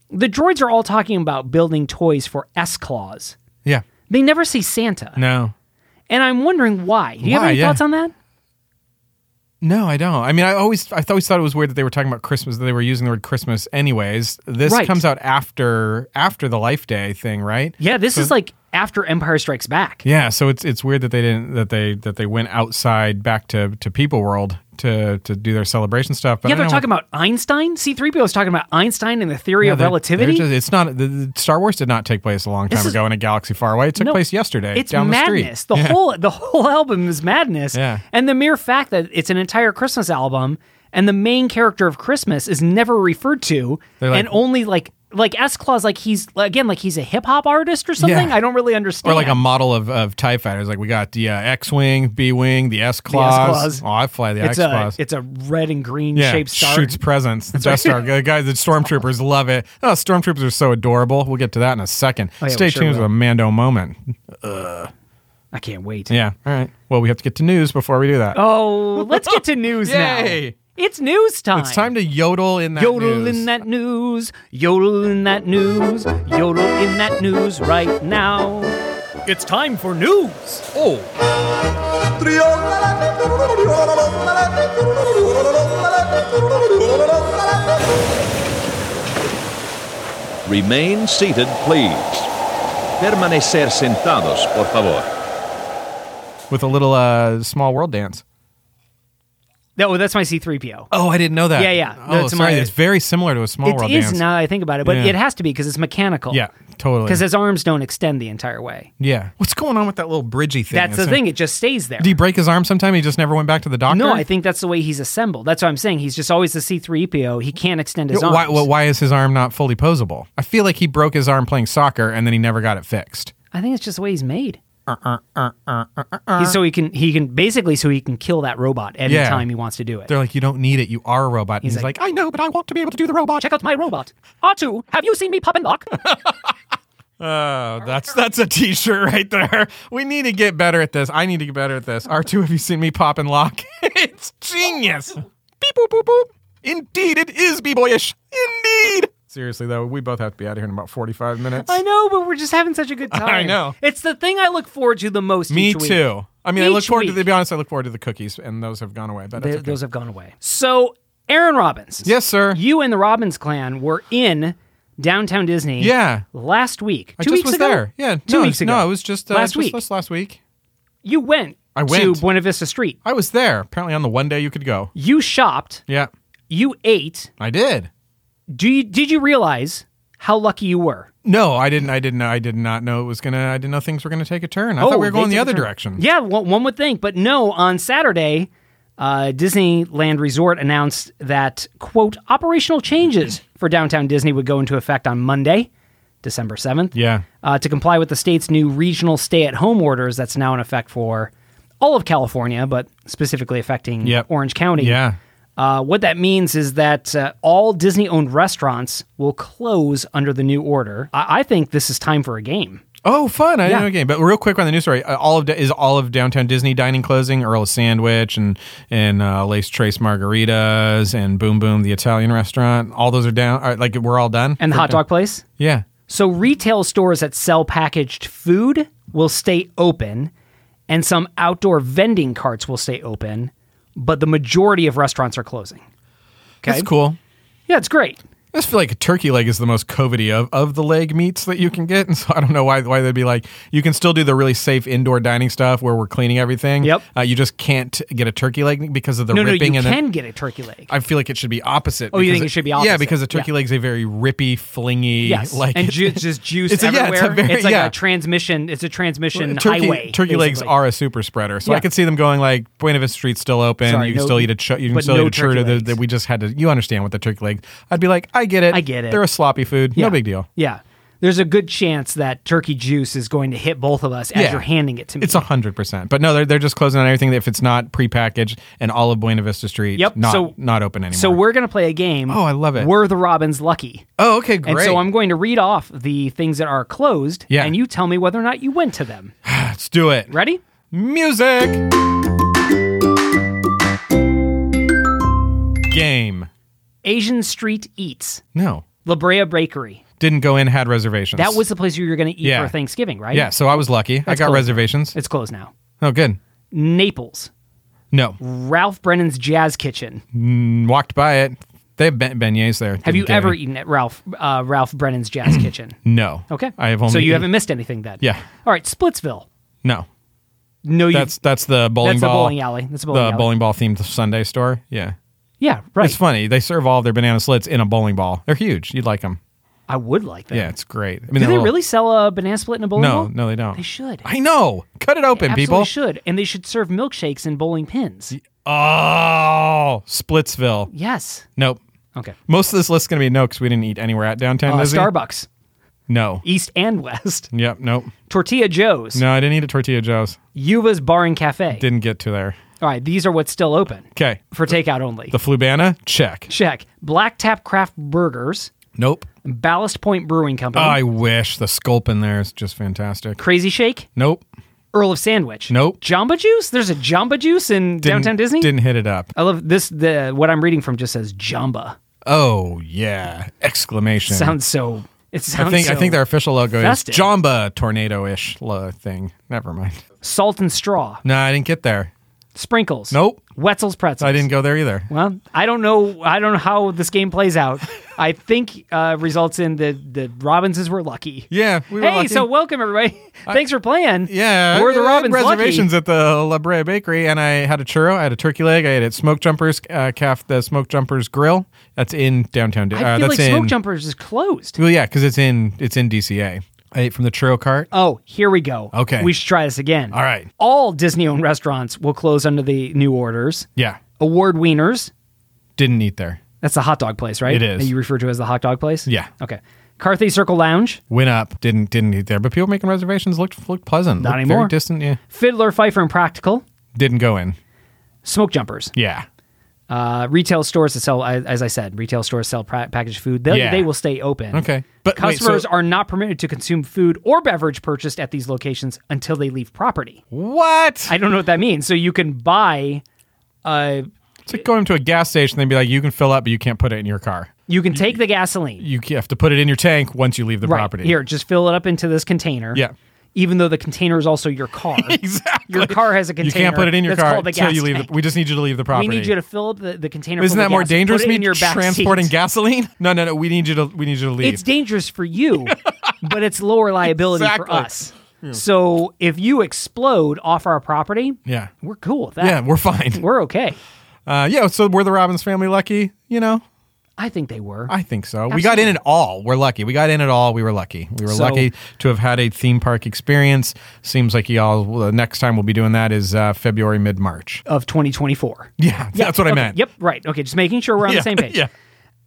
Speaker 2: The droids are all talking about building toys for S Claws.
Speaker 1: Yeah.
Speaker 2: They never say Santa.
Speaker 1: No.
Speaker 2: And I'm wondering why. Do you have
Speaker 1: Why,
Speaker 2: any
Speaker 1: yeah.
Speaker 2: thoughts on that?
Speaker 1: No, I don't. I mean, I always, I always thought it was weird that they were talking about Christmas, that they were using the word Christmas. Anyways, this
Speaker 2: Right.
Speaker 1: comes out after after the Life Day thing, right?
Speaker 2: Yeah, this
Speaker 1: So-
Speaker 2: is like after Empire Strikes Back.
Speaker 1: Yeah, so it's it's weird that they didn't that they that they went outside back to to People World to to do their celebration stuff. But I
Speaker 2: Yeah, they're
Speaker 1: don't know
Speaker 2: talking about Einstein. C3PO is talking about Einstein and the theory
Speaker 1: Yeah,
Speaker 2: of
Speaker 1: they're-
Speaker 2: relativity.
Speaker 1: they're just- it's not the, the- Star Wars did not take place a long time
Speaker 2: This is-
Speaker 1: ago in a galaxy far away. It took
Speaker 2: No,
Speaker 1: place yesterday.
Speaker 2: it's
Speaker 1: down
Speaker 2: madness.
Speaker 1: The,
Speaker 2: The,
Speaker 1: street. Yeah.
Speaker 2: whole the whole album is madness.
Speaker 1: Yeah.
Speaker 2: And the mere fact that it's an entire Christmas album and the main character of Christmas is never referred to
Speaker 1: They're like-
Speaker 2: and only like like S Claus like he's again like he's a hip hop artist or something. I don't really understand.
Speaker 1: Or like a model of, of Tie fighters. Like we got the uh, X wing, B wing, the S
Speaker 2: S-Claws.
Speaker 1: claws. Oh, I fly the X
Speaker 2: it's a,
Speaker 1: claws.
Speaker 2: it's a red and green
Speaker 1: Yeah,
Speaker 2: shaped star.
Speaker 1: shoots presents. The Death Star. The guys, the stormtroopers love it. Oh, stormtroopers are so adorable. We'll get to that in a second.
Speaker 2: Oh, yeah,
Speaker 1: Stay
Speaker 2: we sure
Speaker 1: tuned
Speaker 2: will.
Speaker 1: with a Mando moment.
Speaker 2: I can't wait.
Speaker 1: Yeah. All right. Well, we have to get to news before we do that.
Speaker 2: Oh, let's get to news now.
Speaker 1: Yay.
Speaker 2: It's news time.
Speaker 1: it's time to yodel in that
Speaker 2: Yodel
Speaker 1: news.
Speaker 2: in that news, yodel in that news, yodel in that news right now. It's time for news.
Speaker 4: Remain seated, please. Permanecer sentados, por favor.
Speaker 1: with a little uh, small world dance.
Speaker 2: No, that's my C3PO.
Speaker 1: Oh, I didn't know that.
Speaker 2: Yeah, yeah.
Speaker 1: Oh,
Speaker 2: That's
Speaker 1: sorry.
Speaker 2: my-
Speaker 1: it's very similar to a small
Speaker 2: it
Speaker 1: world
Speaker 2: is
Speaker 1: Oh, dance.
Speaker 2: now that I think about it, but
Speaker 1: Yeah.
Speaker 2: it has to be because it's mechanical.
Speaker 1: Yeah, totally.
Speaker 2: Because his arms don't extend the entire way.
Speaker 1: yeah. What's going on with that little bridgy thing?
Speaker 2: That's the
Speaker 1: It's-
Speaker 2: thing, it just stays there.
Speaker 1: Did he break his arm sometime? He just never went back to the doctor.
Speaker 2: no, I think that's the way he's assembled. That's what I'm saying. He's just always the C3PO. He can't extend his arms.
Speaker 1: Why, well, why is his arm not fully posable? I feel like he broke his arm playing soccer and then he never got it fixed.
Speaker 2: I think it's just the way he's made.
Speaker 1: Uh,
Speaker 2: He's- so he can he can basically so he can kill that robot any
Speaker 1: Yeah.
Speaker 2: time he wants to do it.
Speaker 1: They're like, you don't need it. You are a robot. And he's,
Speaker 2: like-
Speaker 1: like, I know, but I want to be able to do the robot.
Speaker 2: Check out my robot. R2, have you seen me pop and lock?
Speaker 1: Oh, that's that's a T-shirt right there. We need to get better at this. I need to get better at this. R two, have you seen me pop and lock? it's genius. Beep boop boop boop. Indeed, it is b boyish. Indeed. Seriously though, we both have to be out of here in about forty five minutes.
Speaker 2: I know, but we're just having such a good time.
Speaker 1: I know.
Speaker 2: It's the thing I look forward to the most.
Speaker 1: Me
Speaker 2: each week.
Speaker 1: too. I mean, I look
Speaker 2: Each
Speaker 1: forward
Speaker 2: week.
Speaker 1: to. To be honest, I look forward to the cookies, and those have gone away. But
Speaker 2: Th-
Speaker 1: that's okay.
Speaker 2: Those have gone away. So, Aaron Robbins.
Speaker 1: yes, sir.
Speaker 2: You and the Robbins clan were in downtown Disney.
Speaker 1: Yeah.
Speaker 2: Last week.
Speaker 1: I
Speaker 2: two
Speaker 1: just
Speaker 2: weeks
Speaker 1: was
Speaker 2: ago.
Speaker 1: there. Yeah,
Speaker 2: Two
Speaker 1: no,
Speaker 2: weeks ago.
Speaker 1: No, it was just uh,
Speaker 2: Last
Speaker 1: just
Speaker 2: week.
Speaker 1: Last, last week.
Speaker 2: You went.
Speaker 1: I
Speaker 2: to
Speaker 1: went.
Speaker 2: Buena Vista Street.
Speaker 1: I was there. Apparently, on the one day you could go.
Speaker 2: You shopped.
Speaker 1: Yeah,
Speaker 2: You ate.
Speaker 1: I did.
Speaker 2: Do you, did you realize how lucky you were?
Speaker 1: No, I didn't. I didn't. I did not know it was gonna. I didn't know things were gonna take a turn. I thought we were
Speaker 2: Oh, they
Speaker 1: going the
Speaker 2: took a
Speaker 1: other
Speaker 2: turn.
Speaker 1: direction.
Speaker 2: Yeah, one, one would think, but no. On Saturday, uh, Disneyland Resort announced that quote operational changes for downtown Disney would go into effect on Monday, December seventh.
Speaker 1: Yeah.
Speaker 2: uh, to comply with the state's new regional stay-at-home orders that's now in effect for all of California, but specifically affecting
Speaker 1: Yep.
Speaker 2: Orange County.
Speaker 1: Yeah.
Speaker 2: Uh, what that means is that uh, all Disney owned restaurants will close under the new order. I-, I think this is time for a game.
Speaker 1: Oh, fun! I
Speaker 2: Yeah.
Speaker 1: didn't know a game. But real quick on the news story, uh, all of is all of downtown Disney dining closing. Earl of Sandwich and and uh, Lace Trace Margaritas and Boom Boom the Italian restaurant. All those are down. Are, like we're all done.
Speaker 2: and the
Speaker 1: We're
Speaker 2: hot
Speaker 1: done.
Speaker 2: dog place.
Speaker 1: Yeah.
Speaker 2: So retail stores that sell packaged food will stay open, and some outdoor vending carts will stay open, but the majority of restaurants are closing. Okay,
Speaker 1: That's cool.
Speaker 2: Yeah, it's great.
Speaker 1: I just feel like a turkey leg is the most coveted of, of the leg meats that you can get, and so I don't know why why they'd be like you can still do the really safe indoor dining stuff where we're cleaning everything.
Speaker 2: Yep.
Speaker 1: Uh, you just can't get a turkey leg because of the
Speaker 2: No, no,
Speaker 1: ripping
Speaker 2: you
Speaker 1: and the-
Speaker 2: can get a turkey leg.
Speaker 1: I feel like it should be opposite.
Speaker 2: Oh, you
Speaker 1: because
Speaker 2: think it should be opposite?
Speaker 1: Yeah, because a turkey
Speaker 2: Yeah.
Speaker 1: leg's a very rippy, flingy,
Speaker 2: Yes,
Speaker 1: like
Speaker 2: and ju- just juice
Speaker 1: It's a- yeah,
Speaker 2: everywhere.
Speaker 1: it's a
Speaker 2: it's,
Speaker 1: very-
Speaker 2: like
Speaker 1: yeah.
Speaker 2: a transmission. It's a transmission
Speaker 1: turkey,
Speaker 2: highway.
Speaker 1: turkey legs
Speaker 2: basically.
Speaker 1: are a super spreader, so I
Speaker 2: Yeah.
Speaker 1: could see them going like Buena Vista Street's still open.
Speaker 2: Sorry,
Speaker 1: you can
Speaker 2: no-
Speaker 1: still eat a ch- you can
Speaker 2: but
Speaker 1: still
Speaker 2: no
Speaker 1: eat a
Speaker 2: turkey
Speaker 1: churro
Speaker 2: legs.
Speaker 1: that, that we just had to. You understand what the turkey legs? I'd be like, I get it.
Speaker 2: I get it.
Speaker 1: They're a sloppy food.
Speaker 2: Yeah.
Speaker 1: No big deal.
Speaker 2: Yeah, there's a good chance that turkey juice is going to hit both of us as
Speaker 1: Yeah.
Speaker 2: you're handing it to me.
Speaker 1: It's hundred percent. But no, they're they're just closing on everything. If it's not prepackaged and all of Buena Vista Street,
Speaker 2: Yep,
Speaker 1: not
Speaker 2: so-
Speaker 1: not open anymore.
Speaker 2: so we're gonna play a game.
Speaker 1: Oh, I love it.
Speaker 2: We're the Robins lucky.
Speaker 1: oh okay great.
Speaker 2: And so I'm going to read off the things that are closed,
Speaker 1: Yeah.
Speaker 2: and you tell me whether or not you went to them.
Speaker 1: let's do it.
Speaker 2: Ready?
Speaker 1: Music. Game.
Speaker 2: Asian Street Eats,
Speaker 1: No.
Speaker 2: La Brea Bakery.
Speaker 1: Didn't go in, had reservations.
Speaker 2: That was the place you were going to eat
Speaker 1: Yeah.
Speaker 2: for Thanksgiving, right?
Speaker 1: Yeah, so I was lucky. I got
Speaker 2: cool.
Speaker 1: reservations.
Speaker 2: It's closed now.
Speaker 1: oh, good.
Speaker 2: Naples,
Speaker 1: No.
Speaker 2: Ralph Brennan's Jazz Kitchen.
Speaker 1: Walked by it. They have ben- beignets there.
Speaker 2: Have
Speaker 1: Didn't
Speaker 2: you
Speaker 1: get
Speaker 2: ever
Speaker 1: any.
Speaker 2: eaten at Ralph uh, Ralph Brennan's Jazz Kitchen?
Speaker 1: No.
Speaker 2: Okay.
Speaker 1: I have only.
Speaker 2: so you
Speaker 1: eaten-
Speaker 2: haven't missed anything then.
Speaker 1: Yeah.
Speaker 2: All right, Splitsville.
Speaker 1: No.
Speaker 2: No, you.
Speaker 1: That's that's the bowling
Speaker 2: That's the
Speaker 1: ball.
Speaker 2: bowling alley. That's the bowling
Speaker 1: the
Speaker 2: alley.
Speaker 1: bowling ball themed Sunday store. Yeah.
Speaker 2: yeah, right.
Speaker 1: It's funny. They serve all their banana slits in a bowling ball. They're huge. You'd like them.
Speaker 2: I would like that.
Speaker 1: Yeah, it's great. I mean,
Speaker 2: Do
Speaker 1: they're
Speaker 2: they
Speaker 1: little-
Speaker 2: really sell a banana split in a bowling
Speaker 1: No,
Speaker 2: ball?
Speaker 1: no, they don't.
Speaker 2: They should.
Speaker 1: I know. Cut it open,
Speaker 2: Absolutely
Speaker 1: people.
Speaker 2: should, and they should serve milkshakes in bowling pins.
Speaker 1: Oh, Splitsville.
Speaker 2: Yes.
Speaker 1: Nope.
Speaker 2: Okay.
Speaker 1: Most of this list's gonna be no because we didn't eat anywhere at downtown.
Speaker 2: Uh,
Speaker 1: Disney.
Speaker 2: Starbucks,
Speaker 1: No.
Speaker 2: East and West.
Speaker 1: Yep. Nope.
Speaker 2: Tortilla Joe's.
Speaker 1: No, I didn't eat at Tortilla Joe's.
Speaker 2: Yuva's Bar and Cafe.
Speaker 1: Didn't get to there.
Speaker 2: All right, these are what's still open
Speaker 1: Okay.
Speaker 2: for takeout only.
Speaker 1: The Flubana? Check.
Speaker 2: Check. Black Tap Craft Burgers,
Speaker 1: Nope.
Speaker 2: Ballast Point Brewing Company,
Speaker 1: I wish. The sculp in there is just fantastic.
Speaker 2: Crazy Shake,
Speaker 1: Nope.
Speaker 2: Earl of Sandwich.
Speaker 1: Nope.
Speaker 2: Jamba Juice? There's a Jamba Juice in
Speaker 1: Didn't-
Speaker 2: downtown Disney?
Speaker 1: Didn't hit it up.
Speaker 2: I love this the what I'm reading from just says Jamba.
Speaker 1: Oh, yeah. Exclamation.
Speaker 2: Sounds so it sounds
Speaker 1: I think,
Speaker 2: so
Speaker 1: I think their official logo
Speaker 2: festive.
Speaker 1: is Jamba tornado ish thing. Never mind.
Speaker 2: Salt and Straw,
Speaker 1: No, I didn't get there.
Speaker 2: Sprinkles.
Speaker 1: Nope.
Speaker 2: Wetzel's Pretzels.
Speaker 1: I didn't go there either.
Speaker 2: Well, I don't know. I don't know how this game plays out. I think uh, results in the the Robinses were lucky.
Speaker 1: Yeah. We were
Speaker 2: hey,
Speaker 1: lucky.
Speaker 2: so welcome everybody. Thanks for playing.
Speaker 1: Yeah,
Speaker 2: we're the
Speaker 1: I had
Speaker 2: Robins.
Speaker 1: Reservations
Speaker 2: Lucky.
Speaker 1: at the La Brea Bakery, and I had a churro. I had a turkey leg. I ate at Smoke Jumpers, uh, calf the Smoke Jumpers Grill. That's in downtown. Di-
Speaker 2: I
Speaker 1: uh,
Speaker 2: feel
Speaker 1: that's
Speaker 2: like Smoke
Speaker 1: in-
Speaker 2: Jumpers is closed.
Speaker 1: Well, yeah, because it's in it's in DCA. I ate from the churro cart.
Speaker 2: Oh, here we go.
Speaker 1: Okay.
Speaker 2: we should try this again.
Speaker 1: All right.
Speaker 2: All Disney-owned restaurants will close under the new orders.
Speaker 1: Yeah,
Speaker 2: Award Wieners.
Speaker 1: didn't eat there.
Speaker 2: That's the hot dog place, right?
Speaker 1: It is.
Speaker 2: That you refer to as the hot dog place.
Speaker 1: Yeah.
Speaker 2: Okay. Carthay Circle Lounge,
Speaker 1: Went up, didn't didn't eat there. But people making reservations looked looked pleasant.
Speaker 2: Not
Speaker 1: Looked
Speaker 2: anymore.
Speaker 1: Very distant. Yeah,
Speaker 2: Fiddler, Pfeiffer, and Practical.
Speaker 1: didn't go in.
Speaker 2: Smoke Jumpers.
Speaker 1: Yeah,
Speaker 2: Uh, retail stores that sell, as as I said, retail stores sell pra- packaged food. They,
Speaker 1: Yeah.
Speaker 2: they will stay open.
Speaker 1: Okay. But wait,
Speaker 2: customers
Speaker 1: so-
Speaker 2: are not permitted to consume food or beverage purchased at these locations until they leave property.
Speaker 1: what?
Speaker 2: I don't know what that means. So you can buy, uh,
Speaker 1: it's like going to a gas station. They'd be like, you can fill up, but you can't put it in your car.
Speaker 2: you can take the gasoline.
Speaker 1: You have to put it in your tank once you leave the
Speaker 2: Right
Speaker 1: property.
Speaker 2: here, just fill it up into this container.
Speaker 1: Yeah.
Speaker 2: Even though the container is also your car.
Speaker 1: Exactly.
Speaker 2: Your car has a
Speaker 1: You
Speaker 2: container.
Speaker 1: can't put it in your
Speaker 2: that's
Speaker 1: car
Speaker 2: called the
Speaker 1: until
Speaker 2: gas
Speaker 1: you leave.
Speaker 2: tank.
Speaker 1: The, we just need you to leave the property.
Speaker 2: We need you to fill up the, the container.
Speaker 1: Isn't
Speaker 2: full of
Speaker 1: that more
Speaker 2: gas,
Speaker 1: dangerous?
Speaker 2: Put it
Speaker 1: Me
Speaker 2: in your back
Speaker 1: transporting
Speaker 2: seat.
Speaker 1: gasoline? No, no, no. We need you to. We need you to leave.
Speaker 2: It's dangerous for you, but it's lower liability for
Speaker 1: Exactly.
Speaker 2: us. So if you explode off our property,
Speaker 1: yeah.
Speaker 2: we're cool with that.
Speaker 1: Yeah, we're fine.
Speaker 2: we're okay.
Speaker 1: Uh, yeah, so we're the Robbins family lucky, you know?
Speaker 2: I think they were.
Speaker 1: I think so. We got in at all. We're lucky. We got in at all. We were lucky. We were
Speaker 2: So-
Speaker 1: lucky to have had a theme park experience. Seems like y'all, well, the next time we'll be doing that is uh, February, mid March.
Speaker 2: of 2024.
Speaker 1: Yeah, that's what I
Speaker 2: okay,
Speaker 1: meant.
Speaker 2: Yep, right. Okay, just making sure we're on
Speaker 1: Yeah,
Speaker 2: the same page.
Speaker 1: Yeah.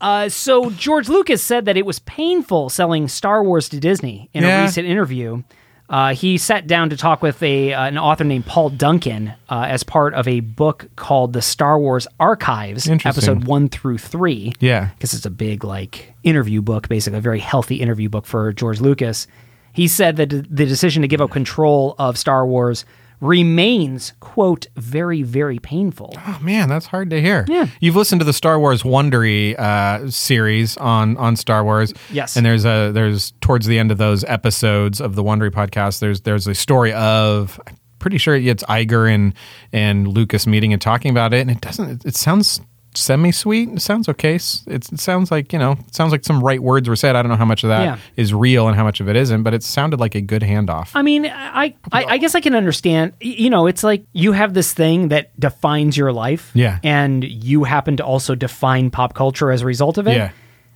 Speaker 2: Uh, so George Lucas said that it was painful selling Star Wars to Disney in a
Speaker 1: Yeah.
Speaker 2: recent interview. Uh, he sat down to talk with a uh, an author named Paul Duncan uh, as part of a book called The Star Wars Archives,
Speaker 1: Interesting.
Speaker 2: episode one through three.
Speaker 1: Yeah.
Speaker 2: because it's a big like interview book, basically a very healthy interview book for George Lucas. He said that the decision to give up control of Star Wars remains, quote, very, very painful.
Speaker 1: Oh, man, that's hard to hear.
Speaker 2: Yeah.
Speaker 1: You've listened to the Star Wars Wondery uh, series on on Star Wars.
Speaker 2: Yes.
Speaker 1: And there's a there's towards the end of those episodes of the Wondery podcast, there's there's a story of I'm pretty sure it's Iger and and Lucas meeting and talking about it, and it doesn't it, it sounds semi sweet. It sounds okay. It's, it sounds like, you know, it sounds like some right words were said. I don't know how much of that is
Speaker 2: Yeah.
Speaker 1: real and how much of it isn't, but it sounded like a good handoff.
Speaker 2: I mean, I, I, I guess I can understand. Y- You know, it's like you have this thing that defines your life.
Speaker 1: Yeah.
Speaker 2: And you happen to also define pop culture as a result of it.
Speaker 1: Yeah.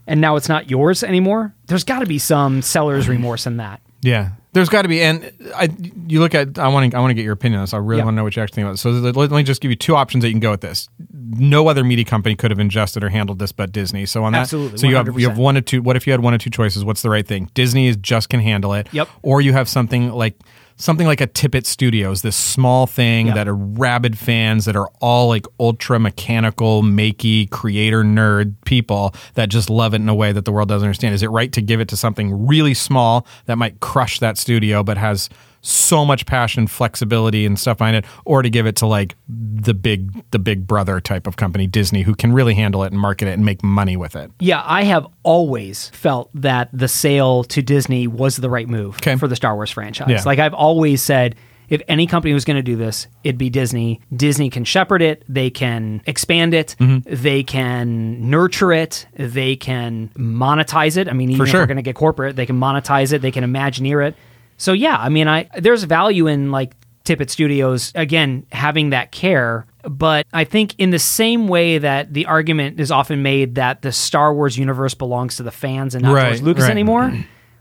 Speaker 2: And now it's not yours anymore. There's got to be some seller's
Speaker 1: Mm-hmm.
Speaker 2: remorse in that.
Speaker 1: Yeah, there's got to be, and I you look at I want to I want to get your opinion on this. I really
Speaker 2: Yeah.
Speaker 1: want to know what you actually think about. This. So let, let me just give you two options that you can go with this. No other media company could have ingested or handled this but Disney. So on that,
Speaker 2: Absolutely,
Speaker 1: so you have you
Speaker 2: 100%.
Speaker 1: have one or two. What if you had one or two choices? What's the right thing? Disney is just can handle it.
Speaker 2: Yep.
Speaker 1: Or you have something like. Something like a Tippett Studios, this small thing
Speaker 2: Yeah.
Speaker 1: that are rabid fans that are all like ultra mechanical, makey, creator nerd people that just love it in a way that the world doesn't understand. Is it right to give it to something really small that might crush that studio but has so much passion, flexibility, and stuff behind it, or to give it to like the big the big brother type of company, Disney, who can really handle it and market it and make money with it?
Speaker 2: Yeah, I have always felt that the sale to Disney was the right move
Speaker 1: Okay.
Speaker 2: for the Star Wars franchise.
Speaker 1: Yeah.
Speaker 2: Like I've always said, if any company was going to do this, it'd be Disney. Disney can shepherd it, they can expand it,
Speaker 1: Mm-hmm.
Speaker 2: they can nurture it, they can monetize it. I mean, even
Speaker 1: For
Speaker 2: if
Speaker 1: sure.
Speaker 2: we're going to get corporate, they can monetize it, they can imagineer it. So yeah, I mean, I there's value in like Tippett Studios again having that care, but I think in the same way that the argument is often made that the Star Wars universe belongs to the fans and not
Speaker 1: Right,
Speaker 2: George Lucas
Speaker 1: right.
Speaker 2: anymore,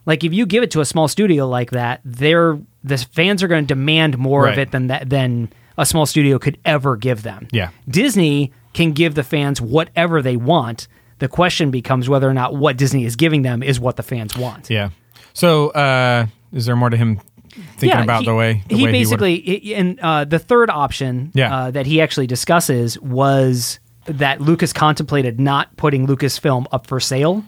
Speaker 2: like if you give it to a small studio like that, they're the fans are going to demand more
Speaker 1: Right.
Speaker 2: of it than that than a small studio could ever give them.
Speaker 1: Yeah.
Speaker 2: Disney can give the fans whatever they want. The question becomes whether or not what Disney is giving them is what the fans want.
Speaker 1: Yeah. So uh, is there more to him thinking about
Speaker 2: he-
Speaker 1: the way the
Speaker 2: he
Speaker 1: way would've-
Speaker 2: basically he- and uh, the third option
Speaker 1: Yeah.
Speaker 2: uh, that he actually discusses was that Lucas contemplated not putting Lucasfilm up for sale,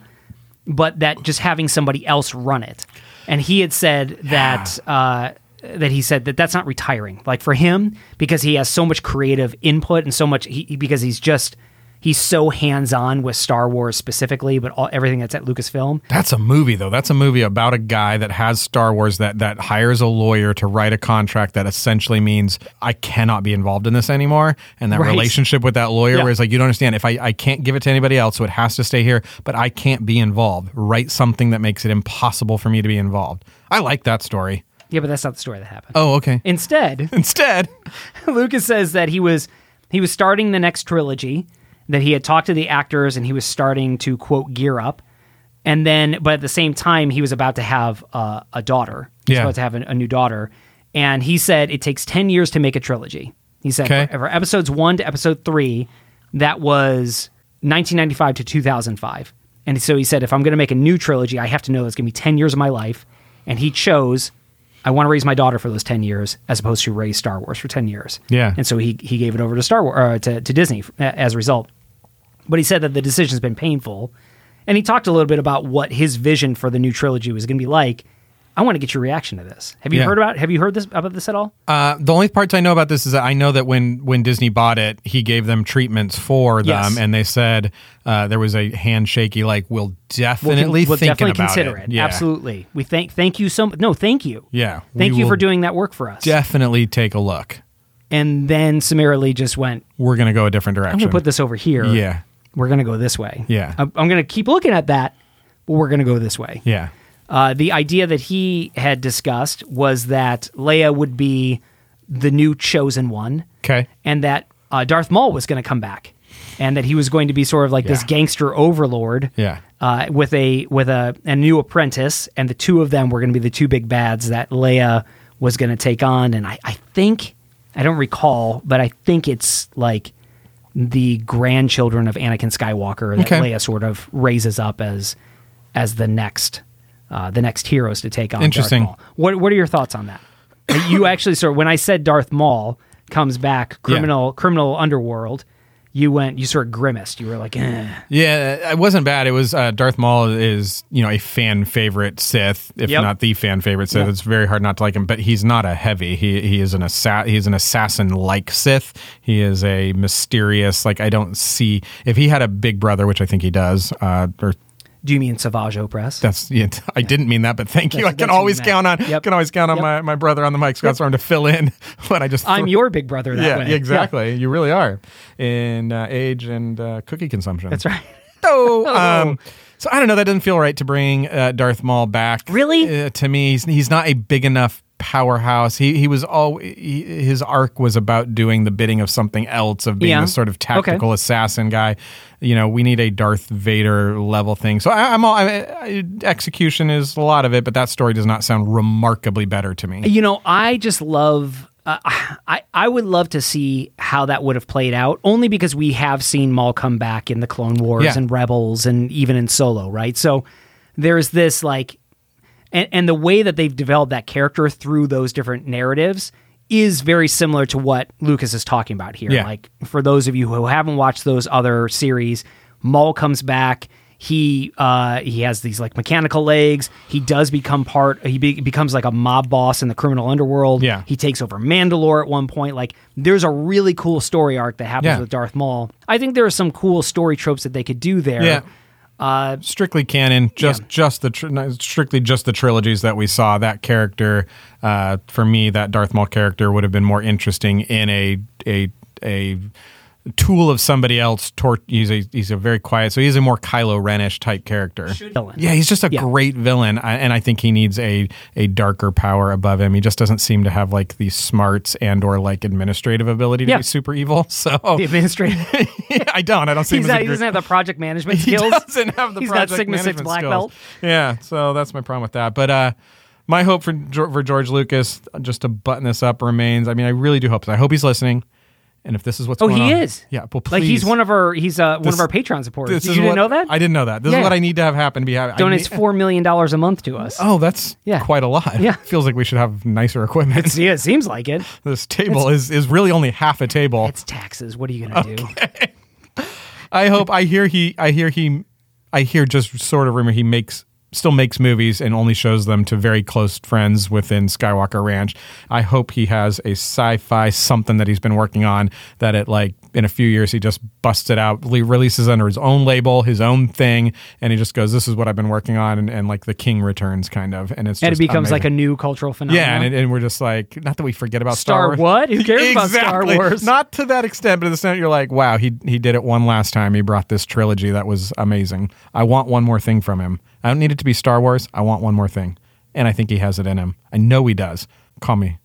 Speaker 2: but that just having somebody else run it. And he had said that uh, that he said that that's not retiring, like for him, because he has so much creative input and so much he, because he's just. He's so hands-on with Star Wars specifically, but all, everything that's at Lucasfilm.
Speaker 1: That's a movie though. That's a movie about a guy that has Star Wars that that hires a lawyer to write a contract that essentially means I cannot be involved in this anymore. And that
Speaker 2: Right.
Speaker 1: relationship with that lawyer
Speaker 2: Yeah.
Speaker 1: where it's like you don't understand if I, I can't give it to anybody else, so it has to stay here, but I can't be involved. Write something that makes it impossible for me to be involved. I like that story.
Speaker 2: Yeah, but that's not the story that happened.
Speaker 1: Oh, okay.
Speaker 2: Instead,
Speaker 1: Instead,
Speaker 2: Lucas says that he was he was starting the next trilogy, that he had talked to the actors and he was starting to quote gear up, and then but at the same time he was about to have uh, a daughter. He was
Speaker 1: Yeah.
Speaker 2: about to have a, a new daughter, and he said it takes ten years to make a trilogy. He said
Speaker 1: Okay.
Speaker 2: for, for episodes one to episode three, that was 1995 to 2005, and so he said if I'm going to make a new trilogy, I have to know that's going to be ten years of my life, and he chose I want to raise my daughter for those 10 years as opposed to raise Star Wars for 10 years.
Speaker 1: Yeah.
Speaker 2: And so he, he gave it over to Star Wars, uh, to, to Disney uh, as a result. But he said that the decision's been painful. And he talked a little bit about what his vision for the new trilogy was going to be like. I want to get your reaction to this. Have you
Speaker 1: Yeah.
Speaker 2: heard about have you heard this about this at all?
Speaker 1: Uh, the only parts I know about this is that I know that when when Disney bought it, he gave them treatments for them,
Speaker 2: Yes.
Speaker 1: and they said uh, there was a handshaky like we'll
Speaker 2: We'll con-
Speaker 1: definitely
Speaker 2: we'll
Speaker 1: thinking
Speaker 2: definitely
Speaker 1: about
Speaker 2: consider it.
Speaker 1: Yeah.
Speaker 2: Absolutely. We thank thank you so much. No, thank you.
Speaker 1: Yeah, we
Speaker 2: Thank you
Speaker 1: will
Speaker 2: for doing that work for us.
Speaker 1: Definitely take a look.
Speaker 2: and then summarily just went,
Speaker 1: We're gonna go a different direction.
Speaker 2: I'm going to put this over here.
Speaker 1: Yeah,
Speaker 2: we're going to go this way.
Speaker 1: Yeah.
Speaker 2: I'm, I'm going to keep looking at that, but we're going to go this way.
Speaker 1: yeah,
Speaker 2: Uh, the idea that he had discussed was that Leia would be the new chosen one,
Speaker 1: okay,
Speaker 2: and that uh, Darth Maul was going to come back, and that he was going to be sort of like this
Speaker 1: Yeah.
Speaker 2: gangster overlord.
Speaker 1: Yeah.
Speaker 2: Uh, with a with a, a new apprentice, and the two of them were going to be the two big bads that Leia was going to take on. And I, I think I don't recall, but I think it's like the grandchildren of Anakin Skywalker that
Speaker 1: Okay.
Speaker 2: Leia sort of raises up as as the next uh, the next heroes to take on. Darth
Speaker 1: Interesting.
Speaker 2: Maul. What what are your thoughts on that? you actually sort of, when I said Darth Maul comes back, criminal criminal underworld. you went, you sort of grimaced. You were like, eh.
Speaker 1: Yeah, it wasn't bad. It was uh, Darth Maul is you know a fan favorite Sith, if
Speaker 2: Yep.
Speaker 1: not the fan favorite Sith. It's very hard not to like him, but he's not a heavy. He he is an assa- he's an assassin like Sith. He is a mysterious like I don't see if he had a big brother, which I think he does. Uh, or
Speaker 2: Do you mean Savage Opress?
Speaker 1: that's yeah, I didn't mean that, but thank you. I
Speaker 2: That's-
Speaker 1: can
Speaker 2: that's what
Speaker 1: always
Speaker 2: you
Speaker 1: count on
Speaker 2: meant. Yep.
Speaker 1: can always count on
Speaker 2: Yep.
Speaker 1: my, my brother on the mic, Scott Storm, to fill in what I just
Speaker 2: I'm
Speaker 1: threw-
Speaker 2: your big brother that
Speaker 1: yeah,
Speaker 2: way.
Speaker 1: exactly. You really are in uh, age and uh, cookie consumption.
Speaker 2: That's right.
Speaker 1: Oh, um, so I don't know. That doesn't feel right to bring uh, Darth Maul back.
Speaker 2: Really?
Speaker 1: Uh, to me, he's, he's not a big enough powerhouse. He he was all he, his arc was about doing the bidding of something else, of being
Speaker 2: Yeah.
Speaker 1: this sort of
Speaker 2: Okay.
Speaker 1: tactical assassin guy. You know, we need a Darth Vader level thing. So I, I'm all I, I, execution is a lot of it, but that story does not sound remarkably better to me.
Speaker 2: You know, I just love. Uh, I I would love to see how that would have played out, only because we have seen Maul come back in the Clone Wars
Speaker 1: Yeah.
Speaker 2: and Rebels, and even in Solo, right? So there's this like, and and the way that they've developed that character through those different narratives is very similar to what Lucas is talking about here.
Speaker 1: Yeah.
Speaker 2: Like for those of you who haven't watched those other series, Maul comes back. He uh, he has these like mechanical legs. He does become part. He be- becomes like a mob boss in the criminal underworld.
Speaker 1: Yeah.
Speaker 2: He takes over Mandalore at one point. Like there's a really cool story arc that happens
Speaker 1: Yeah.
Speaker 2: with Darth Maul. I think there are some cool story tropes that they could do there.
Speaker 1: Yeah.
Speaker 2: Uh,
Speaker 1: strictly canon, just just the tr- no, strictly just the trilogies that we saw. That character, uh, for me, that Darth Maul character would have been more interesting in a a a tool of somebody else. Tor- he's a he's a very quiet, so he's a more Kylo Renish type character.
Speaker 2: Villain.
Speaker 1: Yeah, he's just a
Speaker 2: Yeah.
Speaker 1: great villain, I- and I think he needs a a darker power above him. He just doesn't seem to have like the smarts and or like administrative ability to
Speaker 2: Yeah.
Speaker 1: be super evil. So
Speaker 2: The administrator.
Speaker 1: I don't. I don't see
Speaker 2: He's
Speaker 1: him as
Speaker 2: not,
Speaker 1: a
Speaker 2: he
Speaker 1: great-
Speaker 2: doesn't have the project management
Speaker 1: he
Speaker 2: skills.
Speaker 1: doesn't have the
Speaker 2: He's
Speaker 1: project
Speaker 2: not Sigma Six
Speaker 1: management
Speaker 2: black
Speaker 1: skills.
Speaker 2: belt.
Speaker 1: Yeah, so that's my problem with that. But uh, my hope for Geo- for George Lucas, just to button this up, remains. I mean, I really do hope. so. I hope he's listening. And if this is what's
Speaker 2: Oh,
Speaker 1: going
Speaker 2: he
Speaker 1: on-
Speaker 2: is.
Speaker 1: Yeah, well, please.
Speaker 2: Like he's one of our he's uh, one
Speaker 1: This-
Speaker 2: of our Patreon supporters.
Speaker 1: This
Speaker 2: Did
Speaker 1: is
Speaker 2: you
Speaker 1: what-
Speaker 2: didn't know that?
Speaker 1: I didn't know that. This
Speaker 2: Yeah.
Speaker 1: is what I need to have happen to be happy. I
Speaker 2: donates
Speaker 1: need-
Speaker 2: four million dollars a month to us.
Speaker 1: Oh, that's
Speaker 2: Yeah.
Speaker 1: quite a lot.
Speaker 2: Yeah.
Speaker 1: feels like we should have nicer equipment.
Speaker 2: yeah, it seems like it.
Speaker 1: this table is is really only half a table.
Speaker 2: It's taxes. What are you gonna do?
Speaker 1: I hope I hear he I hear he I hear just sort of rumor he makes still makes movies and only shows them to very close friends within Skywalker Ranch. I hope he has a sci-fi something that he's been working on that it like in a few years he just busts it out, le- releases under his own label, his own thing, and he just goes, "This is what I've been working on," and, and like the King returns kind of, and it's
Speaker 2: And it
Speaker 1: just
Speaker 2: becomes like a
Speaker 1: amazing.
Speaker 2: new cultural phenomenon.
Speaker 1: Yeah, and, it- and we're just like, not that we forget about Star,
Speaker 2: Uh-huh. Star what? Who cares about Star Wars?
Speaker 1: Not to that extent, but to the extent you're like, wow, he he did it one last time. He brought this trilogy that was amazing. I want one more thing from him. I don't need it to be Star Wars. I want one more thing, and I think he has it in him. I know he does. Call me.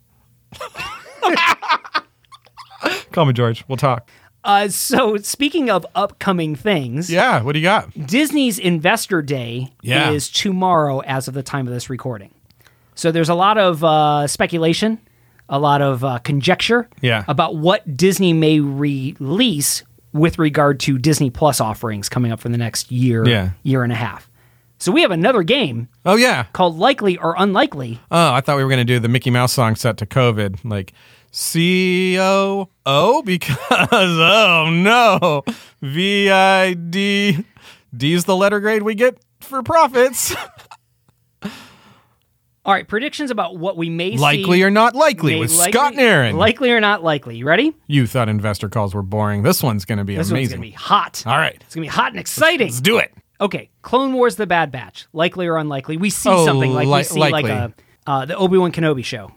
Speaker 1: Call me, George. We'll talk.
Speaker 2: uh, so speaking of upcoming things,
Speaker 1: Yeah. What do you got?
Speaker 2: Disney's Investor Day
Speaker 1: Yeah.
Speaker 2: is tomorrow as of the time of this recording. So there's a lot of uh, speculation, a lot of uh, conjecture
Speaker 1: Yeah.
Speaker 2: about what Disney may release with regard to Disney Plus offerings coming up for the next year,
Speaker 1: Yeah.
Speaker 2: year and a half. So we have another game
Speaker 1: Oh yeah.
Speaker 2: called Likely or Unlikely.
Speaker 1: Oh, I thought we were going to do the Mickey Mouse song set to COVID, like C O O because oh no, V I D D's the letter grade we get for profits.
Speaker 2: All right, predictions about what we may
Speaker 1: likely
Speaker 2: see.
Speaker 1: or not likely
Speaker 2: may
Speaker 1: with
Speaker 2: likely-
Speaker 1: Scott and Aaron.
Speaker 2: Likely or not likely. You ready?
Speaker 1: you thought investor calls were boring. This one's going to be
Speaker 2: This one's
Speaker 1: amazing.
Speaker 2: gonna be hot.
Speaker 1: All right,
Speaker 2: It's gonna be hot and exciting.
Speaker 1: let's do it.
Speaker 2: Okay, Clone Wars: The Bad Batch, likely or unlikely? We see
Speaker 1: Oh,
Speaker 2: something like
Speaker 1: li-
Speaker 2: we see like
Speaker 1: likely.
Speaker 2: a uh, the Obi Wan Kenobi show,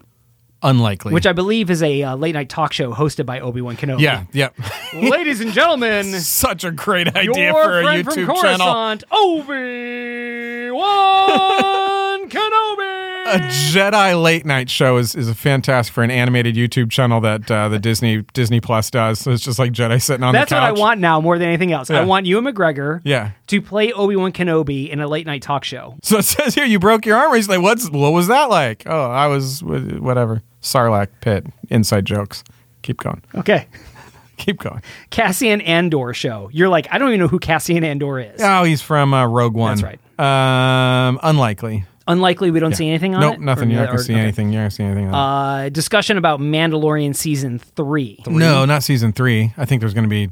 Speaker 1: Unlikely.
Speaker 2: which I believe is a uh, late night talk show hosted by Obi Wan Kenobi.
Speaker 1: yeah, yeah.
Speaker 2: ladies and gentlemen,
Speaker 1: Such a great idea
Speaker 2: your
Speaker 1: for a
Speaker 2: friend from
Speaker 1: YouTube channel.
Speaker 2: Coruscant, Obi Wan Kenobi.
Speaker 1: a Jedi late night show is, is a fantastic for an animated YouTube channel that uh, the Disney Disney Plus does. So it's just like Jedi sitting on
Speaker 2: That's
Speaker 1: the
Speaker 2: what
Speaker 1: couch.
Speaker 2: I want now more than anything else. I
Speaker 1: Yeah.
Speaker 2: want you and McGregor
Speaker 1: Yeah.
Speaker 2: to play Obi Wan Kenobi in a late night talk show.
Speaker 1: So it says here you broke your arm recently. What's what was that like? Oh, I was wh- whatever Sarlacc pit inside jokes. Keep going.
Speaker 2: Okay.
Speaker 1: Keep going.
Speaker 2: Cassian Andor show. You're like, I don't even know who Cassian Andor is.
Speaker 1: Oh, he's from uh, Rogue One. right.
Speaker 2: That's
Speaker 1: Um, unlikely.
Speaker 2: Unlikely we don't see anything on
Speaker 1: nope,
Speaker 2: it.
Speaker 1: nothing.
Speaker 2: Or-
Speaker 1: You're not gonna
Speaker 2: or-
Speaker 1: see
Speaker 2: okay.
Speaker 1: anything. You're not gonna see anything. on it.
Speaker 2: Uh, discussion about Mandalorian season three.
Speaker 1: no, not season three. I think there's gonna be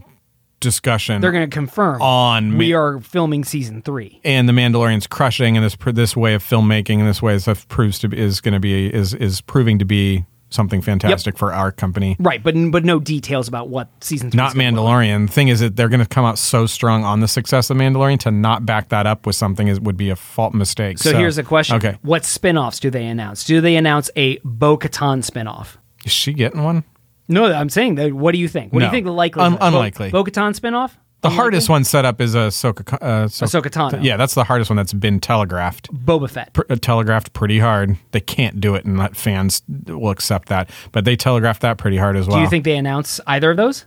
Speaker 1: discussion
Speaker 2: They're going to confirm
Speaker 1: on
Speaker 2: we
Speaker 1: Ma-
Speaker 2: are filming season three.
Speaker 1: and the Mandalorian's crushing and this pr- this way of filmmaking and this way of stuff proves to be, is going to be is is proving to be something fantastic for our company.
Speaker 2: Right, but but no details about what season three.
Speaker 1: Not Mandalorian. The thing is that they're going to come out so strong on the success of Mandalorian to not back that up with something is would be a fault mistake.
Speaker 2: So, here's a question:
Speaker 1: Okay,
Speaker 2: What spin-offs do they announce? Do they announce a Bo-Katan spin-off?
Speaker 1: is she getting one?
Speaker 2: No, I'm saying that. What do you think? What do you
Speaker 1: No.
Speaker 2: think the likely
Speaker 1: Un- unlikely.
Speaker 2: Bo- Bo-Katan spinoff?
Speaker 1: The hardest one set up is a Soka, uh, Soka,
Speaker 2: Ahsoka Tano.
Speaker 1: Yeah, that's the hardest one that's been telegraphed.
Speaker 2: Boba Fett.
Speaker 1: pr- uh, telegraphed pretty hard. They can't do it, and that fans will accept that. But they telegraphed that pretty hard as well.
Speaker 2: Do you think they announce either of those?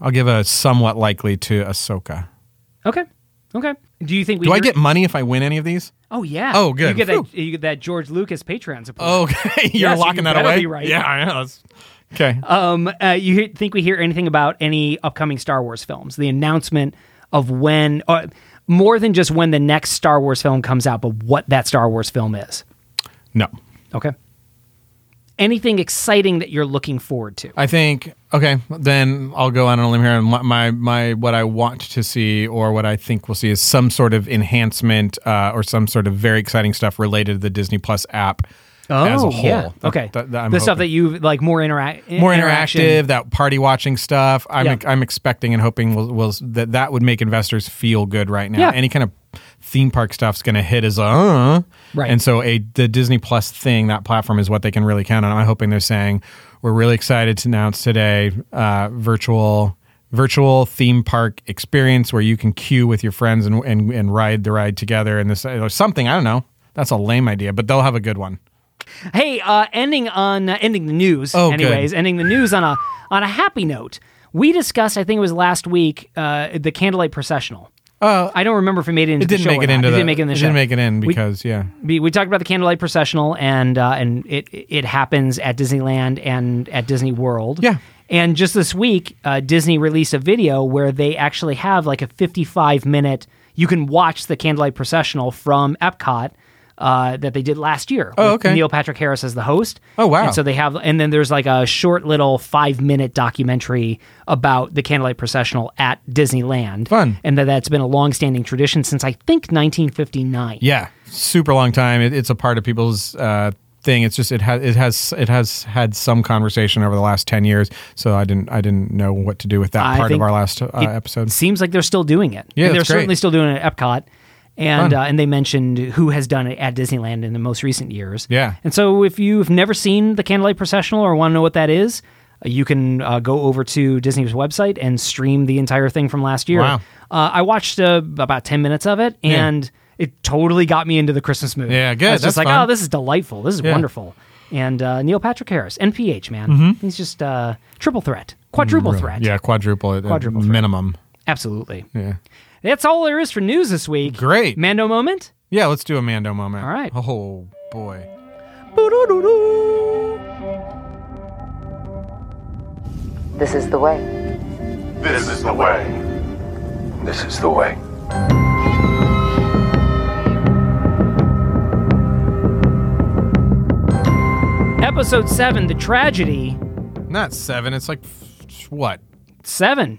Speaker 1: I'll give a somewhat likely to Ahsoka.
Speaker 2: Okay. Okay. Do you think we
Speaker 1: Do I
Speaker 2: hear-
Speaker 1: get money if I win any of these?
Speaker 2: Oh yeah.
Speaker 1: Oh, good.
Speaker 2: You get that. You get that George Lucas Patreon support.
Speaker 1: Okay, you're
Speaker 2: Yes, you
Speaker 1: locking that
Speaker 2: better
Speaker 1: away.
Speaker 2: be right.
Speaker 1: Yeah, I know. That's, okay.
Speaker 2: Um, uh, you he- think we hear anything about any upcoming Star Wars films? The announcement of when, uh, more than just when the next Star Wars film comes out, but what that Star Wars film is.
Speaker 1: no,
Speaker 2: Okay. Anything exciting that you're looking forward to?
Speaker 1: I think okay. Then I'll go out on a limb here, and my, my my what I want to see or what I think we'll see is some sort of enhancement uh, or some sort of very exciting stuff related to the Disney Plus app. as a whole. That-
Speaker 2: Oh, okay.
Speaker 1: that-
Speaker 2: the
Speaker 1: that I'm
Speaker 2: stuff
Speaker 1: hoping.
Speaker 2: that you like more interact,
Speaker 1: more
Speaker 2: interaction.
Speaker 1: interactive, that party watching stuff. I'm
Speaker 2: Yeah.
Speaker 1: I'm expecting and hoping will will that that would make investors feel good right now.
Speaker 2: Yeah.
Speaker 1: Any kind of theme park stuff's going to hit as a uh,
Speaker 2: Right.
Speaker 1: And so a the Disney Plus thing, that platform is what they can really count on. I'm hoping they're saying we're really excited to announce today uh, virtual virtual theme park experience where you can queue with your friends and and, and ride the ride together and this or something. I don't know. That's a lame idea, but they'll have a good one.
Speaker 2: Hey, uh, ending on uh, ending the news.
Speaker 1: Oh, good.
Speaker 2: anyways, ending the news on a on a happy note. We discussed, I think it was last week, uh, the candlelight processional.
Speaker 1: Uh,
Speaker 2: I don't remember if we made it into
Speaker 1: it
Speaker 2: the
Speaker 1: didn't
Speaker 2: show
Speaker 1: make
Speaker 2: or
Speaker 1: it
Speaker 2: not.
Speaker 1: into
Speaker 2: it
Speaker 1: the,
Speaker 2: didn't make it in the
Speaker 1: it
Speaker 2: show.
Speaker 1: didn't make it in
Speaker 2: We-
Speaker 1: because yeah.
Speaker 2: we, we talked about the candlelight processional and uh, and it it happens at Disneyland and at Disney World.
Speaker 1: Yeah.
Speaker 2: And just this week, uh, Disney released a video where they actually have like a 55 minute. You can watch the candlelight processional from Epcot. Uh, that they did last year.
Speaker 1: Oh,
Speaker 2: with
Speaker 1: okay.
Speaker 2: Neil Patrick Harris as the host.
Speaker 1: Oh, wow.
Speaker 2: And so they have, and then there's like a short little five minute documentary about the candlelight processional at Disneyland.
Speaker 1: Fun.
Speaker 2: And that that's been a long standing tradition since I think 1959.
Speaker 1: Yeah, super long time. It, it's a part of people's uh, thing. It's just it has it has it has had some conversation over the last ten years. So I didn't I didn't know what to do with that
Speaker 2: I
Speaker 1: part of
Speaker 2: think
Speaker 1: our last uh,
Speaker 2: it
Speaker 1: episode.
Speaker 2: Seems like they're still doing it.
Speaker 1: Yeah,
Speaker 2: And they're
Speaker 1: that's great.
Speaker 2: certainly still doing it at Epcot, and
Speaker 1: Fun.
Speaker 2: uh, and they mentioned who has done it at Disneyland in the most recent years.
Speaker 1: Yeah.
Speaker 2: and so if you've never seen the Candlelight Processional or want to know what that is, uh, you can uh, go over to Disney's website and stream the entire thing from last year.
Speaker 1: Wow.
Speaker 2: Uh, I watched uh, about ten minutes of it,
Speaker 1: Yeah.
Speaker 2: and it totally got me into the Christmas mood.
Speaker 1: Yeah, good.
Speaker 2: I was just
Speaker 1: That's
Speaker 2: like,
Speaker 1: fun.
Speaker 2: oh, this is delightful. This is
Speaker 1: Yeah. Mm-hmm.
Speaker 2: wonderful. And uh, Neil Patrick Harris, NPH man, he's just uh, triple threat, quadruple threat.
Speaker 1: Yeah, quadruple, at- at
Speaker 2: Quadruple threat.
Speaker 1: minimum.
Speaker 2: Absolutely.
Speaker 1: Yeah.
Speaker 2: That's all there is for news this week.
Speaker 1: Great.
Speaker 2: Mando moment.
Speaker 1: Yeah, let's do a Mando moment.
Speaker 2: All right.
Speaker 1: Oh boy.
Speaker 8: This is the way.
Speaker 9: This is the way. This is the way.
Speaker 2: Episode 7, The Tragedy.
Speaker 1: Not seven. It's like f- what
Speaker 2: 7.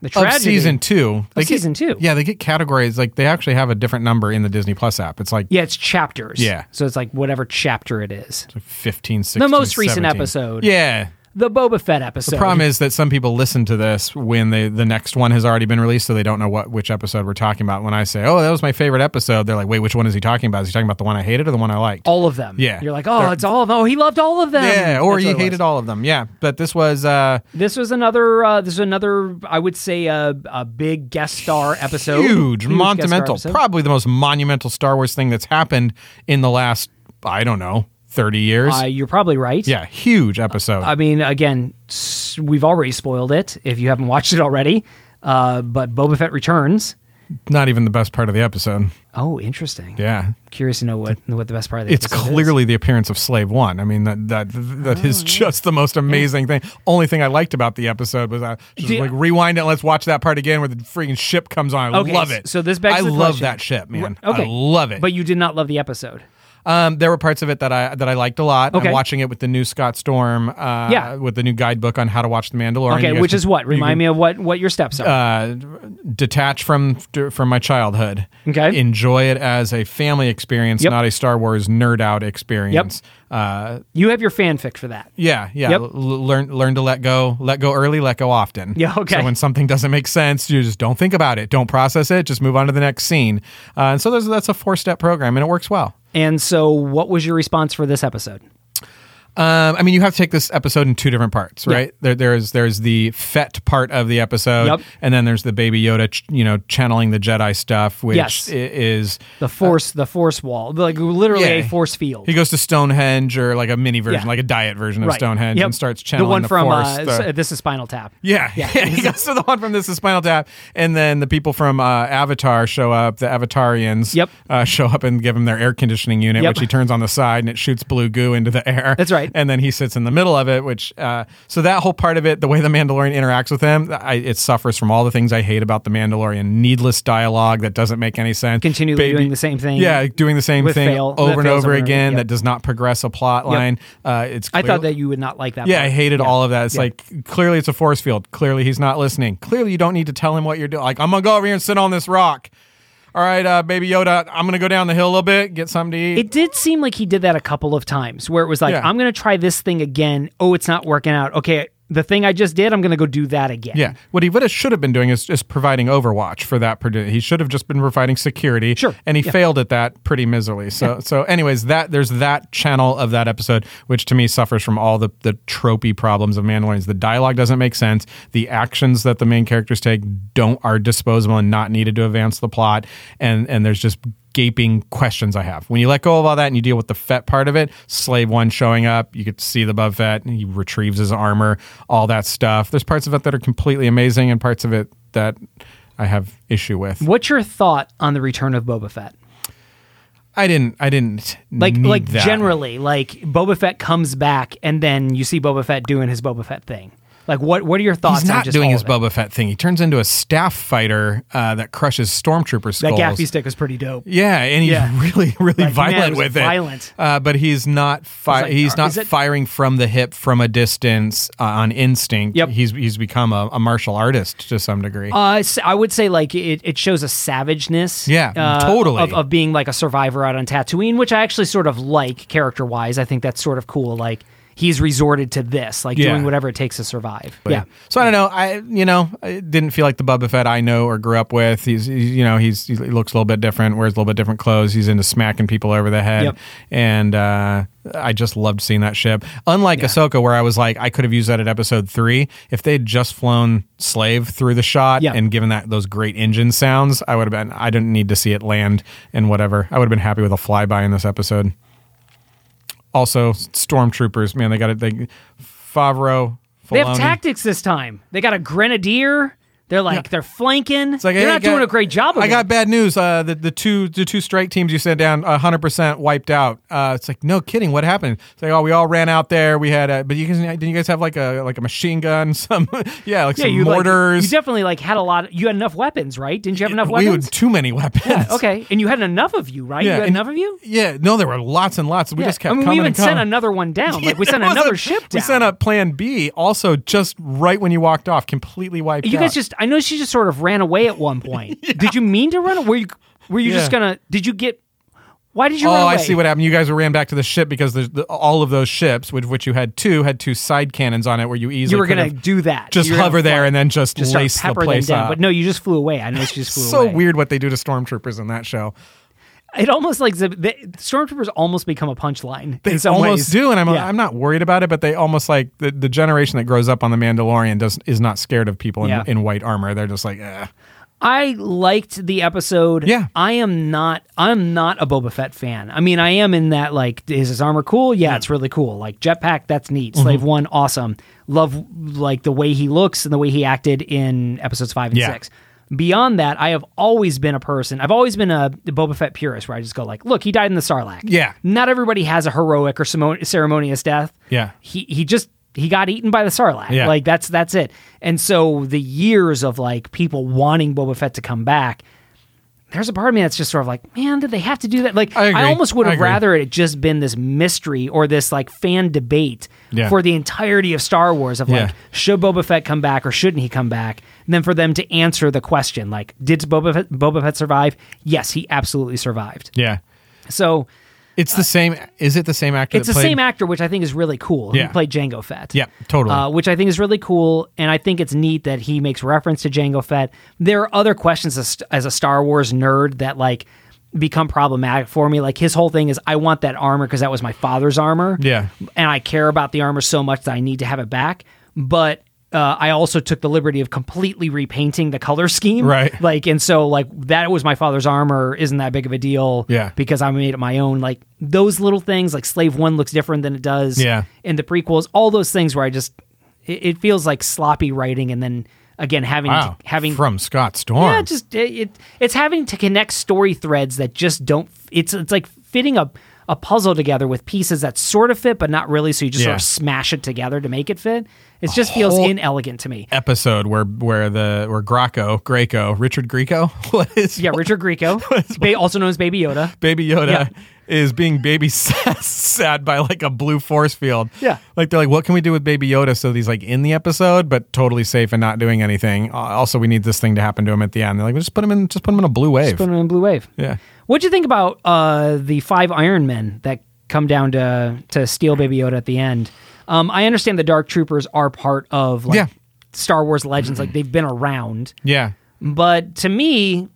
Speaker 2: The
Speaker 1: of
Speaker 2: Tragedy.
Speaker 1: season two? They get-
Speaker 2: season two.
Speaker 1: Yeah, they get categories like they actually have a different number in the Disney Plus app. It's like
Speaker 2: Yeah, it's chapters.
Speaker 1: Yeah.
Speaker 2: So it's like whatever chapter it is.
Speaker 1: 15, 16,
Speaker 2: most recent
Speaker 1: 17.
Speaker 2: episode.
Speaker 1: Yeah.
Speaker 2: The Boba Fett episode.
Speaker 1: The problem is that some people listen to this when they, the next one has already been released, so they don't know what which episode we're talking about. When I say, "Oh, that was my favorite episode," they're like, "Wait, which one is he talking about? Is he talking about the one I hated or the one I liked?"
Speaker 2: all of them.
Speaker 1: Yeah.
Speaker 2: You're like, oh, it's all of them. Oh, he loved all of them.
Speaker 1: yeah, or
Speaker 2: That's
Speaker 1: he
Speaker 2: what it
Speaker 1: hated
Speaker 2: was.
Speaker 1: all of them. Yeah, but this was uh,
Speaker 2: This was another, uh, this was another, I would say, uh, a big guest star episode.
Speaker 1: huge,
Speaker 2: guest star
Speaker 1: monumental,
Speaker 2: episode.
Speaker 1: probably the most monumental Star Wars thing that's happened in the last I don't know thirty years.
Speaker 2: Uh, you're probably right.
Speaker 1: yeah, huge episode.
Speaker 2: I mean, again, s- we've already spoiled it if you haven't watched it already. Uh, but Boba Fett returns.
Speaker 1: Not even the best part of the episode.
Speaker 2: Oh, interesting.
Speaker 1: Yeah,
Speaker 2: Curious to know what what the best part of the
Speaker 1: it's
Speaker 2: episode is. Oh.
Speaker 1: clearly the appearance of Slave One. I mean, that that that is just the most amazing thing. Only thing I liked about the episode was I just
Speaker 2: Do-
Speaker 1: like rewind it. and Let's watch that part again where the freaking ship comes on. I
Speaker 2: Okay,
Speaker 1: love
Speaker 2: s-
Speaker 1: it.
Speaker 2: so this begs
Speaker 1: I
Speaker 2: the
Speaker 1: love
Speaker 2: question.
Speaker 1: that ship, man.
Speaker 2: Okay,
Speaker 1: I love it.
Speaker 2: But you did not love the episode.
Speaker 1: Um, there were parts of it that I that I liked a lot.
Speaker 2: Okay.
Speaker 1: I'm watching it with the new Scott Storm. Uh,
Speaker 2: Yeah.
Speaker 1: With the new guidebook on how to watch The Mandalorian.
Speaker 2: Okay,
Speaker 1: You guys
Speaker 2: which
Speaker 1: can-
Speaker 2: is what?
Speaker 1: you
Speaker 2: Remind
Speaker 1: can Uh,
Speaker 2: me of what what your steps are.
Speaker 1: Detach from from my childhood.
Speaker 2: Okay.
Speaker 1: Enjoy it as a family experience,
Speaker 2: Yep.
Speaker 1: not a Star Wars nerd out experience. Yep. Uh,
Speaker 2: you have your fanfic for that.
Speaker 1: yeah, yeah.
Speaker 2: Yep.
Speaker 1: L- learn learn to let go. Let go early. Let go often.
Speaker 2: Yeah, okay.
Speaker 1: So when something doesn't make sense, you just don't think about it. Don't process it. Just move on to the next scene. Uh, and so there's, that's a four step program, and it works well.
Speaker 2: And so, what was your response for this episode?
Speaker 1: Um, I mean, you have to take this episode in two different parts, right? There, there's there's the fet part of the episode,
Speaker 2: Yep.
Speaker 1: and then there's the Baby Yoda, ch- you know, channeling the Jedi stuff, which
Speaker 2: Yes.
Speaker 1: i- is
Speaker 2: The force, the force wall, like literally a
Speaker 1: Uh, Yeah.
Speaker 2: force field.
Speaker 1: He goes to Stonehenge or like a mini version,
Speaker 2: Yeah.
Speaker 1: like a diet version of
Speaker 2: Right.
Speaker 1: Stonehenge,
Speaker 2: Yep.
Speaker 1: and starts channeling
Speaker 2: the one from
Speaker 1: Force,
Speaker 2: uh,
Speaker 1: the-
Speaker 2: s- this is Spinal Tap.
Speaker 1: yeah, yeah. he goes to the one from This Is Spinal Tap, and then the people from uh, Avatar show up. The Avatarians,
Speaker 2: Yep.
Speaker 1: uh, show up and give him their air conditioning unit,
Speaker 2: Yep.
Speaker 1: which he turns on the side and it shoots blue goo into the air.
Speaker 2: That's right.
Speaker 1: And then he sits in the middle of it, which uh, so that whole part of it, the way the Mandalorian interacts with him, I, it suffers from all the things I hate about the Mandalorian: needless dialogue that doesn't make any sense,
Speaker 2: Continually doing the same thing.
Speaker 1: yeah, doing the same
Speaker 2: With
Speaker 1: thing
Speaker 2: fail- that
Speaker 1: over and
Speaker 2: fails
Speaker 1: over
Speaker 2: over and over,
Speaker 1: again
Speaker 2: yep.
Speaker 1: that does not progress a plot line. Uh, it's
Speaker 2: I
Speaker 1: clearly-
Speaker 2: thought that you would not like that.
Speaker 1: yeah,
Speaker 2: part.
Speaker 1: I hated all of that. It's
Speaker 2: Yeah.
Speaker 1: like clearly it's a force field. Clearly he's not listening. Clearly you don't need to tell him what you're doing. Like I'm gonna go over here and sit on this rock. All right, uh, baby Yoda, I'm gonna go down the hill a little bit, get something to eat.
Speaker 2: It did seem like he did that a couple of times where it was like,
Speaker 1: Yeah.
Speaker 2: I'm going to try this thing again. Oh, it's not working out. Okay, the thing I just did, I'm going to go do that again.
Speaker 1: yeah, what he would have should have been doing is just providing Overwatch for that. produ- He should have just been providing security.
Speaker 2: Sure.
Speaker 1: and he failed at that pretty miserably. So, so anyways, that there's that channel of that episode, which to me suffers from all the the tropey problems of Mandalorians. The dialogue doesn't make sense. The actions that the main characters take don't are disposable and not needed to advance the plot. And and there's just gaping questions I have. When you let go of all that and you deal with the Fett part of it, Slave One showing up, you get to see the Bub Fett, and he retrieves his armor, all that stuff. There's parts of it that are completely amazing and parts of it that I have issue with.
Speaker 2: What's your thought on the return of Boba Fett?
Speaker 1: I didn't. I didn't
Speaker 2: Like,
Speaker 1: need
Speaker 2: like
Speaker 1: that.
Speaker 2: generally, like Boba Fett comes back and then you see Boba Fett doing his Boba Fett thing. Like, what what are your thoughts?
Speaker 1: He's
Speaker 2: on
Speaker 1: not
Speaker 2: just
Speaker 1: doing
Speaker 2: all
Speaker 1: his
Speaker 2: of it?
Speaker 1: Boba Fett thing. He turns into a staff fighter uh, that crushes stormtrooper
Speaker 2: That
Speaker 1: skulls.
Speaker 2: gaffy stick was pretty dope.
Speaker 1: yeah, and he's
Speaker 2: Yeah.
Speaker 1: really, really
Speaker 2: Like, man, it
Speaker 1: violent
Speaker 2: was
Speaker 1: with it.
Speaker 2: violent.
Speaker 1: uh, but he's not. Fi-
Speaker 2: It's like,
Speaker 1: he's
Speaker 2: are-
Speaker 1: not
Speaker 2: is it-
Speaker 1: firing from the hip from a distance uh, on instinct.
Speaker 2: Yep.
Speaker 1: he's he's become a, a martial artist to some degree.
Speaker 2: Uh, s- I would say like it, it shows a savageness.
Speaker 1: Yeah,
Speaker 2: uh,
Speaker 1: totally.
Speaker 2: Of, of being like a survivor out on Tatooine, which I actually sort of like character wise. I think that's sort of cool. Like he's resorted to this, like
Speaker 1: Yeah.
Speaker 2: doing whatever it takes to survive. Yeah.
Speaker 1: So I don't know. I you know I didn't feel like the Bubba Fett I know or grew up with. He's, he's you know he's he looks a little bit different, wears a little bit different clothes. He's into smacking people over the head,
Speaker 2: Yep.
Speaker 1: and uh, I just loved seeing that ship. Unlike Ahsoka, where I was like, I could have used that at Episode Three if they had just flown Slave through the shot
Speaker 2: Yeah.
Speaker 1: and given that those great engine sounds. I would have been. I didn't need to see it land and whatever. I would have been happy with a flyby in this episode. Also, stormtroopers, man, they got it. They Favreau.
Speaker 2: They have
Speaker 1: Filoni.
Speaker 2: tactics this time. They got a grenadier. They're like they're flanking.
Speaker 1: It's like,
Speaker 2: they're
Speaker 1: hey,
Speaker 2: not
Speaker 1: I got-
Speaker 2: doing a great job. Of
Speaker 1: I
Speaker 2: it.
Speaker 1: got bad news. Uh, the, the two the two strike teams you sent down, hundred percent wiped out. Uh, it's like no kidding. What happened? It's like oh, we all ran out there. We had, a, but you guys didn't you guys have like a like a machine gun? Some yeah, like
Speaker 2: yeah,
Speaker 1: some
Speaker 2: you like-
Speaker 1: mortars.
Speaker 2: you definitely like had a lot. You had enough weapons, right? Didn't you have enough
Speaker 1: we
Speaker 2: weapons?
Speaker 1: had too many weapons.
Speaker 2: okay, and you had enough of you, right? you had
Speaker 1: and-
Speaker 2: enough of you.
Speaker 1: Yeah, no, there were lots and lots. We
Speaker 2: Yeah.
Speaker 1: just kept
Speaker 2: I mean,
Speaker 1: coming
Speaker 2: we even
Speaker 1: and coming.
Speaker 2: sent another one down. Like we sent
Speaker 1: There was
Speaker 2: another
Speaker 1: a-
Speaker 2: ship down.
Speaker 1: We sent a plan B, also just right when you walked off, completely wiped
Speaker 2: You
Speaker 1: out.
Speaker 2: guys just I know she just sort of ran away at one point. Did you mean to run away? Were you were you just
Speaker 1: Yeah.
Speaker 2: gonna did you get why did you
Speaker 1: oh,
Speaker 2: run away?
Speaker 1: I see what happened. You guys were ran back to the ship because there's the, all of those ships, which which you had two, had two side cannons on it, where you easily
Speaker 2: you were
Speaker 1: could
Speaker 2: gonna
Speaker 1: have
Speaker 2: do that.
Speaker 1: just
Speaker 2: You were gonna
Speaker 1: hover there
Speaker 2: fly-
Speaker 1: and then just,
Speaker 2: just start
Speaker 1: lace the
Speaker 2: pepper them
Speaker 1: place
Speaker 2: down.
Speaker 1: up.
Speaker 2: But no, you just flew away. I know she just flew
Speaker 1: so
Speaker 2: away.
Speaker 1: weird what they do to stormtroopers in that show.
Speaker 2: It almost like the, the stormtroopers almost become a punchline.
Speaker 1: They
Speaker 2: in some
Speaker 1: almost
Speaker 2: ways.
Speaker 1: do, and I'm
Speaker 2: Yeah.
Speaker 1: I'm not worried about it. But they almost like the, the generation that grows up on the Mandalorian does is not scared of people in,
Speaker 2: Yeah.
Speaker 1: in white armor. They're just like, eh.
Speaker 2: I liked the episode.
Speaker 1: Yeah.
Speaker 2: I am not I'm not a Boba Fett fan. I mean, I am in that like is his armor cool? Yeah, it's really cool. Like jetpack, that's neat.
Speaker 1: Mm-hmm.
Speaker 2: Slave 1 awesome. Love like the way he looks and the way he acted in episodes 5 and
Speaker 1: Yeah.
Speaker 2: 6. Beyond that, I have always been a person. I've always been a Boba Fett purist where I just go like, look, he died in the Sarlacc.
Speaker 1: Yeah.
Speaker 2: Not everybody has a heroic or ceremo- ceremonious death
Speaker 1: Yeah.
Speaker 2: he he just he got eaten by the sarlacc.
Speaker 1: Yeah.
Speaker 2: Like that's that's it. And so the years of like people wanting Boba Fett to come back, there's a part of me that's just sort of like, man, did they have to do that? Like,
Speaker 1: I agree.
Speaker 2: almost would
Speaker 1: I
Speaker 2: have
Speaker 1: agree.
Speaker 2: rather it had just been this mystery or this like fan debate
Speaker 1: Yeah.
Speaker 2: for the entirety of Star Wars of
Speaker 1: Yeah.
Speaker 2: like, should Boba Fett come back or shouldn't he come back? And then for them to answer the question, like, did Boba Fett, Boba Fett survive? Yes, he absolutely survived.
Speaker 1: Yeah.
Speaker 2: So
Speaker 1: It's the same. Is it the same actor?
Speaker 2: Uh, it's
Speaker 1: that
Speaker 2: the
Speaker 1: played-
Speaker 2: same actor, which I think is really cool.
Speaker 1: Yeah.
Speaker 2: He played Django Fett.
Speaker 1: Yeah, totally.
Speaker 2: Uh, which I think is really cool, and I think it's neat that he makes reference to Django Fett. There are other questions as, as a Star Wars nerd that like become problematic for me. Like his whole thing is, I want that armor because that was my father's armor.
Speaker 1: Yeah.
Speaker 2: and I care about the armor so much that I need to have it back. But uh, I also took the liberty of completely repainting the color scheme.
Speaker 1: Right.
Speaker 2: Like, and so like that was my father's armor. Isn't that big of a deal?
Speaker 1: Yeah.
Speaker 2: Because I made it my own. Like those little things, like Slave One looks different than it does.
Speaker 1: Yeah.
Speaker 2: In the prequels, all those things where I just it, it feels like sloppy writing, and then again having
Speaker 1: Wow.
Speaker 2: to, having
Speaker 1: from Scott Storm.
Speaker 2: yeah, just it, it it's having to connect story threads that just don't. It's it's like fitting a a puzzle together with pieces that sort of fit but not really. So you just sort
Speaker 1: Yeah.
Speaker 2: of smash it together to make it fit. It just feels
Speaker 1: whole-
Speaker 2: inelegant to me.
Speaker 1: episode where where the where Graco Greco Richard Greco what is
Speaker 2: Yeah, Richard Grieco, ba- also known as Baby Yoda.
Speaker 1: Baby Yoda
Speaker 2: Yeah.
Speaker 1: is being babysat by like a blue force field.
Speaker 2: Yeah.
Speaker 1: Like they're like, what can we do with Baby Yoda so that he's like in the episode but totally safe and not doing anything? Uh, also, we need this thing to happen to him at the end. They're like, well, just put him in, just put him in a blue wave.
Speaker 2: Put him in Blue Wave.
Speaker 1: yeah.
Speaker 2: What'd you think about uh, the five Iron Men that come down to to steal Baby Yoda at the end? Um, I understand the Dark Troopers are part of like
Speaker 1: Yeah.
Speaker 2: Star Wars legends, like they've been around.
Speaker 1: Yeah.
Speaker 2: But to me,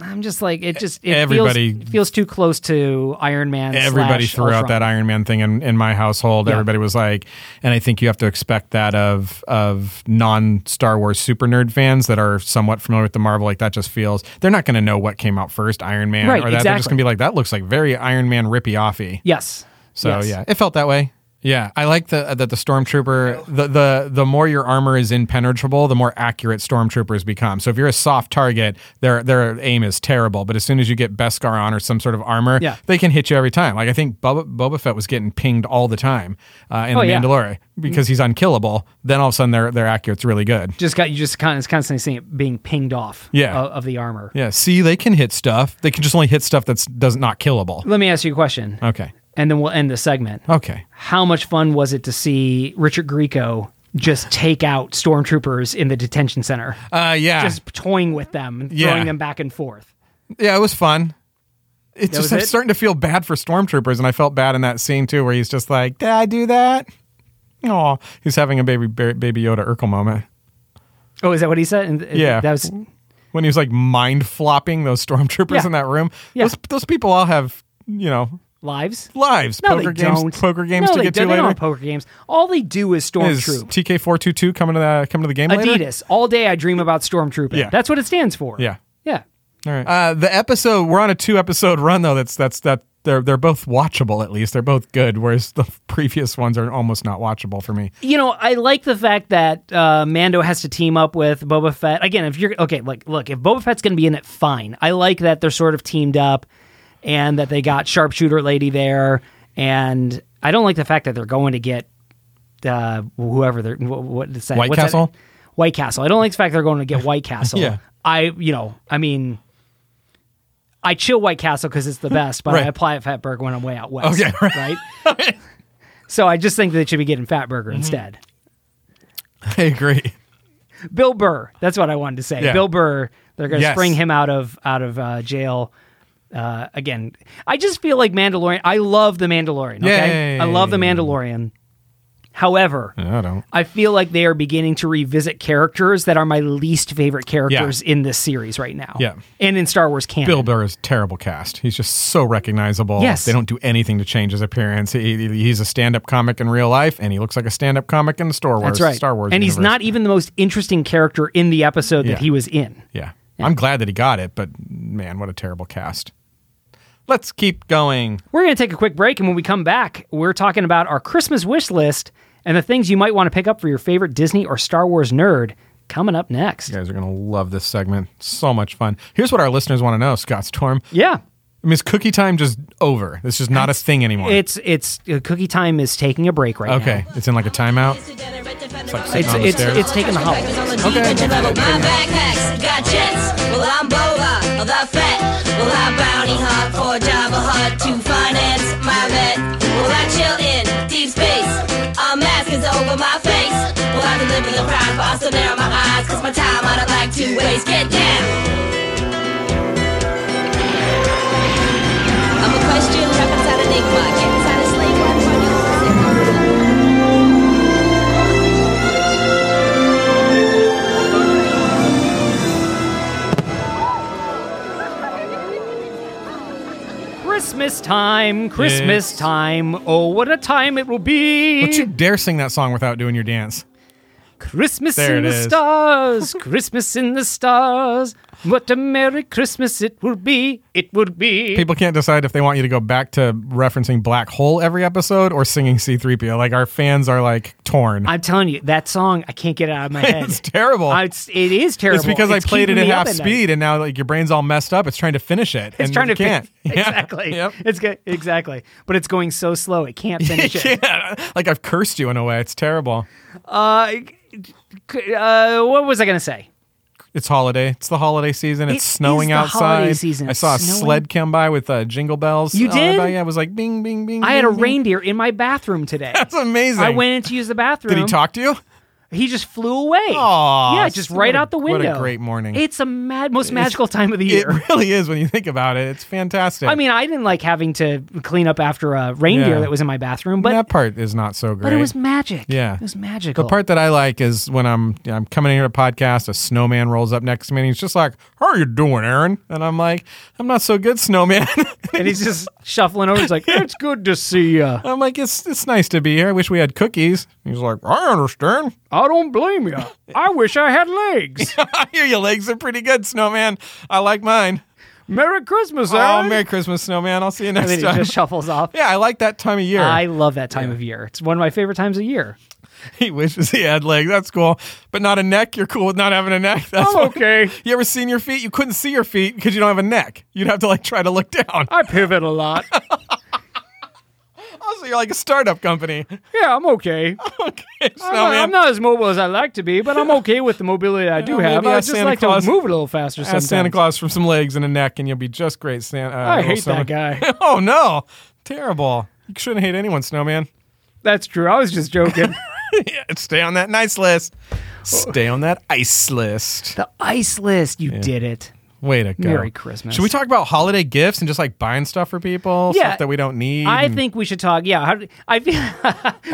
Speaker 2: I'm just like it. Just it
Speaker 1: Everybody-
Speaker 2: feels, it feels too close to Iron Man.
Speaker 1: Everybody
Speaker 2: slash
Speaker 1: threw out
Speaker 2: Ultron.
Speaker 1: that Iron Man thing in, in my household.
Speaker 2: Yeah.
Speaker 1: Everybody was like, and I think you have to expect that of of non Star Wars super nerd fans that are somewhat familiar with the Marvel. Like that just feels they're not going to know what came out first, Iron Man or that.
Speaker 2: Right,
Speaker 1: They're just
Speaker 2: exactly.
Speaker 1: going to be like, that looks like very Iron Man rippy offy.
Speaker 2: Yes.
Speaker 1: So
Speaker 2: Yes.
Speaker 1: yeah, it felt that way. Yeah, I like the that the stormtrooper the, the the more your armor is impenetrable, the more accurate stormtroopers become. So if you're a soft target, their their aim is terrible. But as soon as you get Beskar on or some sort of armor,
Speaker 2: Yeah.
Speaker 1: they can hit you every time. Like I think Boba, Boba Fett was getting pinged all the time uh, in
Speaker 2: Oh,
Speaker 1: the
Speaker 2: yeah.
Speaker 1: Mandalorian because he's unkillable. Then all of a sudden their their accurate's really good.
Speaker 2: Just got you. Just kind of constantly seeing it being pinged off.
Speaker 1: Yeah.
Speaker 2: Of, of the armor.
Speaker 1: Yeah, see, they can hit stuff. They can just only hit stuff that's does not killable.
Speaker 2: Let me ask you a question,
Speaker 1: Okay,
Speaker 2: and then we'll end the segment.
Speaker 1: okay.
Speaker 2: How much fun was it to see Richard Grieco just take out stormtroopers in the detention center,
Speaker 1: Uh, yeah,
Speaker 2: just toying with them, and
Speaker 1: Yeah.
Speaker 2: throwing them back and forth?
Speaker 1: Yeah, it was fun. It's just
Speaker 2: was
Speaker 1: I'm
Speaker 2: it?
Speaker 1: starting to feel bad for stormtroopers, and I felt bad in that scene too, where he's just like, "Did I do that?" Oh, he's having a baby ba- baby Yoda Urkel moment
Speaker 2: Oh, is that what he said? And- and
Speaker 1: Yeah.
Speaker 2: That was.
Speaker 1: when he was like mind flopping those stormtroopers
Speaker 2: Yeah.
Speaker 1: in that room.
Speaker 2: Yeah.
Speaker 1: Those those people all have you know
Speaker 2: Lives?
Speaker 1: lives,
Speaker 2: No,
Speaker 1: poker
Speaker 2: they
Speaker 1: games,
Speaker 2: don't.
Speaker 1: poker games
Speaker 2: no,
Speaker 1: to
Speaker 2: they
Speaker 1: get
Speaker 2: don't.
Speaker 1: to
Speaker 2: They don't
Speaker 1: later.
Speaker 2: have poker games. All they do is
Speaker 1: Is
Speaker 2: stormtroop.
Speaker 1: TK four two two coming to the coming to the game later?
Speaker 2: Adidas. All day I dream about stormtrooping.
Speaker 1: Yeah.
Speaker 2: That's what it stands for.
Speaker 1: Yeah.
Speaker 2: Yeah.
Speaker 1: All right. Uh, the episode we're on a two episode run though. That's that's that they're they're both watchable at least. They're both good, whereas the previous ones are almost not watchable for me.
Speaker 2: You know, I like the fact that uh, Mando has to team up with Boba Fett. Again, if you're okay, like look, if Boba Fett's gonna be in it, fine. I like that they're sort of teamed up and that they got sharpshooter lady there. And I don't like the fact that they're going to get uh, whoever they're what, what is that?
Speaker 1: White
Speaker 2: What's that?
Speaker 1: Castle?
Speaker 2: White Castle. I don't like the fact they're going to get White Castle.
Speaker 1: Yeah.
Speaker 2: I you know, I mean I chill White Castle because it's the best, but
Speaker 1: Hmm. Right.
Speaker 2: I apply it Fatburger when I'm way out west.
Speaker 1: Okay,
Speaker 2: right? So I just think that they should be getting Fatburger
Speaker 1: Mm-hmm.
Speaker 2: instead.
Speaker 1: I agree.
Speaker 2: Bill Burr. That's what I wanted to say.
Speaker 1: Yeah.
Speaker 2: Bill Burr. They're going to
Speaker 1: Yes.
Speaker 2: spring him out of out of uh, jail. Uh, again, I just feel like Mandalorian. I love the Mandalorian. Okay,
Speaker 1: Yay.
Speaker 2: I love the Mandalorian. However,
Speaker 1: I don't.
Speaker 2: I feel like they are beginning to revisit characters that are my least favorite characters in this series right now.
Speaker 1: Yeah.
Speaker 2: and in Star Wars canon.
Speaker 1: Bill Burr is terrible cast. He's just so recognizable.
Speaker 2: Yes.
Speaker 1: They don't do anything to change his appearance. He, he- he's a stand up comic in real life, and he looks like a stand up comic in the Star Wars.
Speaker 2: That's right.
Speaker 1: Star Wars.
Speaker 2: and he's
Speaker 1: universe.
Speaker 2: not even the most interesting character in the episode
Speaker 1: Yeah.
Speaker 2: that he was in.
Speaker 1: Yeah. I'm glad that he got it, but man, what a terrible cast. Let's keep going.
Speaker 2: We're going to take a quick break, and when we come back, we're talking about our Christmas wish list and the things you might want to pick up for your favorite Disney or Star Wars nerd coming up next.
Speaker 1: You guys are going to love this segment. So much fun. Here's what our listeners want to know, Scott Storm.
Speaker 2: Yeah.
Speaker 1: I mean, is cookie time just over? This is not a thing anymore.
Speaker 2: It's it's uh, cookie time is taking a break right now.
Speaker 1: okay. It's in like a timeout.
Speaker 5: Degenerate and
Speaker 1: It's like sitting
Speaker 2: It's
Speaker 1: on the
Speaker 2: it's
Speaker 1: stairs.
Speaker 2: it's taking the holidays.
Speaker 1: okay.
Speaker 10: My backpacks got jets. Well, I'm Boba, the fat. Well, I bounty hunt for a job hard to finance my vet. Well, I chill in deep space. A mask is over my face. Well, I deliver the pride, but I still narrow my eyes. Cause my time I don't like to waste. Get down. I'm a question, rap inside enigma. Get inside a slave, why do I do this?
Speaker 2: Christmas time, Christmas
Speaker 1: Yes.
Speaker 2: time. Oh, what a time it will be!
Speaker 1: Don't you dare sing that song without doing your dance.
Speaker 2: Christmas
Speaker 1: There
Speaker 2: in
Speaker 1: it
Speaker 2: the
Speaker 1: is.
Speaker 2: stars, Christmas in the stars. What a merry Christmas it will be! It will be.
Speaker 1: People can't decide if they want you to go back to referencing Black Hole every episode or singing C3PO. Like, our fans are like torn.
Speaker 2: I'm telling you, that song I can't get it out of my head.
Speaker 1: it's terrible.
Speaker 2: I- it's, it is terrible.
Speaker 1: It's because I played it
Speaker 2: keeping
Speaker 1: at
Speaker 2: me up
Speaker 1: half
Speaker 2: night.
Speaker 1: speed, and now like your brain's all messed up. It's trying to finish it.
Speaker 2: It's
Speaker 1: and
Speaker 2: trying
Speaker 1: you
Speaker 2: to fin-
Speaker 1: can't. Yeah.
Speaker 2: exactly.
Speaker 1: Yep.
Speaker 2: It's good. Exactly. But it's going so slow. It can't
Speaker 1: You
Speaker 2: finish it.
Speaker 1: can't. Like I've cursed you in a way. It's terrible.
Speaker 2: Uh, c- uh, what was I going to say?
Speaker 1: It's holiday. It's the holiday season. It's
Speaker 2: It
Speaker 1: snowing
Speaker 2: is the
Speaker 1: outside.
Speaker 2: holiday season.
Speaker 1: I
Speaker 2: It's
Speaker 1: saw a
Speaker 2: snowing.
Speaker 1: sled come by with uh, jingle bells.
Speaker 2: You
Speaker 1: on
Speaker 2: did?
Speaker 1: it. yeah, it was like bing, bing, bing.
Speaker 2: I had a
Speaker 1: bing, bing.
Speaker 2: reindeer in my bathroom today.
Speaker 1: Mm-hmm. That's amazing.
Speaker 2: I went in to use the bathroom.
Speaker 1: Did he talk to you?
Speaker 2: He just flew away.
Speaker 1: Aw,
Speaker 2: yeah, just
Speaker 1: what
Speaker 2: right
Speaker 1: a-
Speaker 2: out the
Speaker 1: what a
Speaker 2: window.
Speaker 1: great morning.
Speaker 2: It's a mad, most magical time of the year.
Speaker 1: It really is when you think about it. It's fantastic.
Speaker 2: I mean, I didn't like having to clean up after a reindeer
Speaker 1: Yeah.
Speaker 2: that was in my bathroom, but
Speaker 1: that part is not so great.
Speaker 2: but it was magic.
Speaker 1: Yeah.
Speaker 2: it was magical.
Speaker 1: The part that I like is when I'm I'm coming in here to podcast, a snowman rolls up next to me and he's just like, "How are you doing, Aaron?" And I'm like, "I'm not so good, snowman."
Speaker 2: and he's just shuffling over. He's like, "It's good to see you.
Speaker 1: I'm like, "It's it's nice to be here. I wish we had cookies." He's like, "I understand.
Speaker 2: I don't blame you. I wish I had legs.
Speaker 1: I hear your legs are pretty good, snowman. I like mine."
Speaker 2: Merry Christmas,
Speaker 1: Oh,
Speaker 2: Aaron."
Speaker 1: Merry Christmas, snowman. I'll see you
Speaker 2: And
Speaker 1: next
Speaker 2: then he
Speaker 1: time.
Speaker 2: just shuffles off.
Speaker 1: yeah, I like that time of year.
Speaker 2: I love that time of year. It's one of my favorite times of year.
Speaker 1: he wishes he had legs. That's cool, but not a neck. You're cool with not having a neck. That's
Speaker 2: I'm
Speaker 1: what-
Speaker 2: okay.
Speaker 1: You ever seen your feet? You couldn't see your feet because you don't have a neck. You'd have to like try to look down.
Speaker 2: I pivot a lot.
Speaker 1: Also, Oh, you're like a startup company.
Speaker 2: Yeah, I'm okay. I'm, not,
Speaker 1: Snowman.
Speaker 2: I'm not as mobile as I like to be, but I'm okay with the mobility I do
Speaker 1: Yeah,
Speaker 2: have.
Speaker 1: maybe
Speaker 2: I
Speaker 1: ask
Speaker 2: just
Speaker 1: Santa
Speaker 2: like
Speaker 1: Claus-
Speaker 2: to move a little faster
Speaker 1: Ask
Speaker 2: sometimes.
Speaker 1: Santa Claus for some legs and a neck, and you'll be just great. Santa. Uh,
Speaker 2: I
Speaker 1: little
Speaker 2: hate that
Speaker 1: snowman.
Speaker 2: guy.
Speaker 1: oh no, terrible! You shouldn't hate anyone, Snowman.
Speaker 2: That's true. I was just joking.
Speaker 1: yeah, stay on that nice list. Stay on that ice list.
Speaker 2: the ice list. You did it.
Speaker 1: Way to go!
Speaker 2: Merry Christmas.
Speaker 1: Should we talk about holiday gifts and just like buying stuff for people,
Speaker 2: Yeah.
Speaker 1: stuff that we don't need?
Speaker 2: I
Speaker 1: and-
Speaker 2: think we should talk. Yeah, how, I feel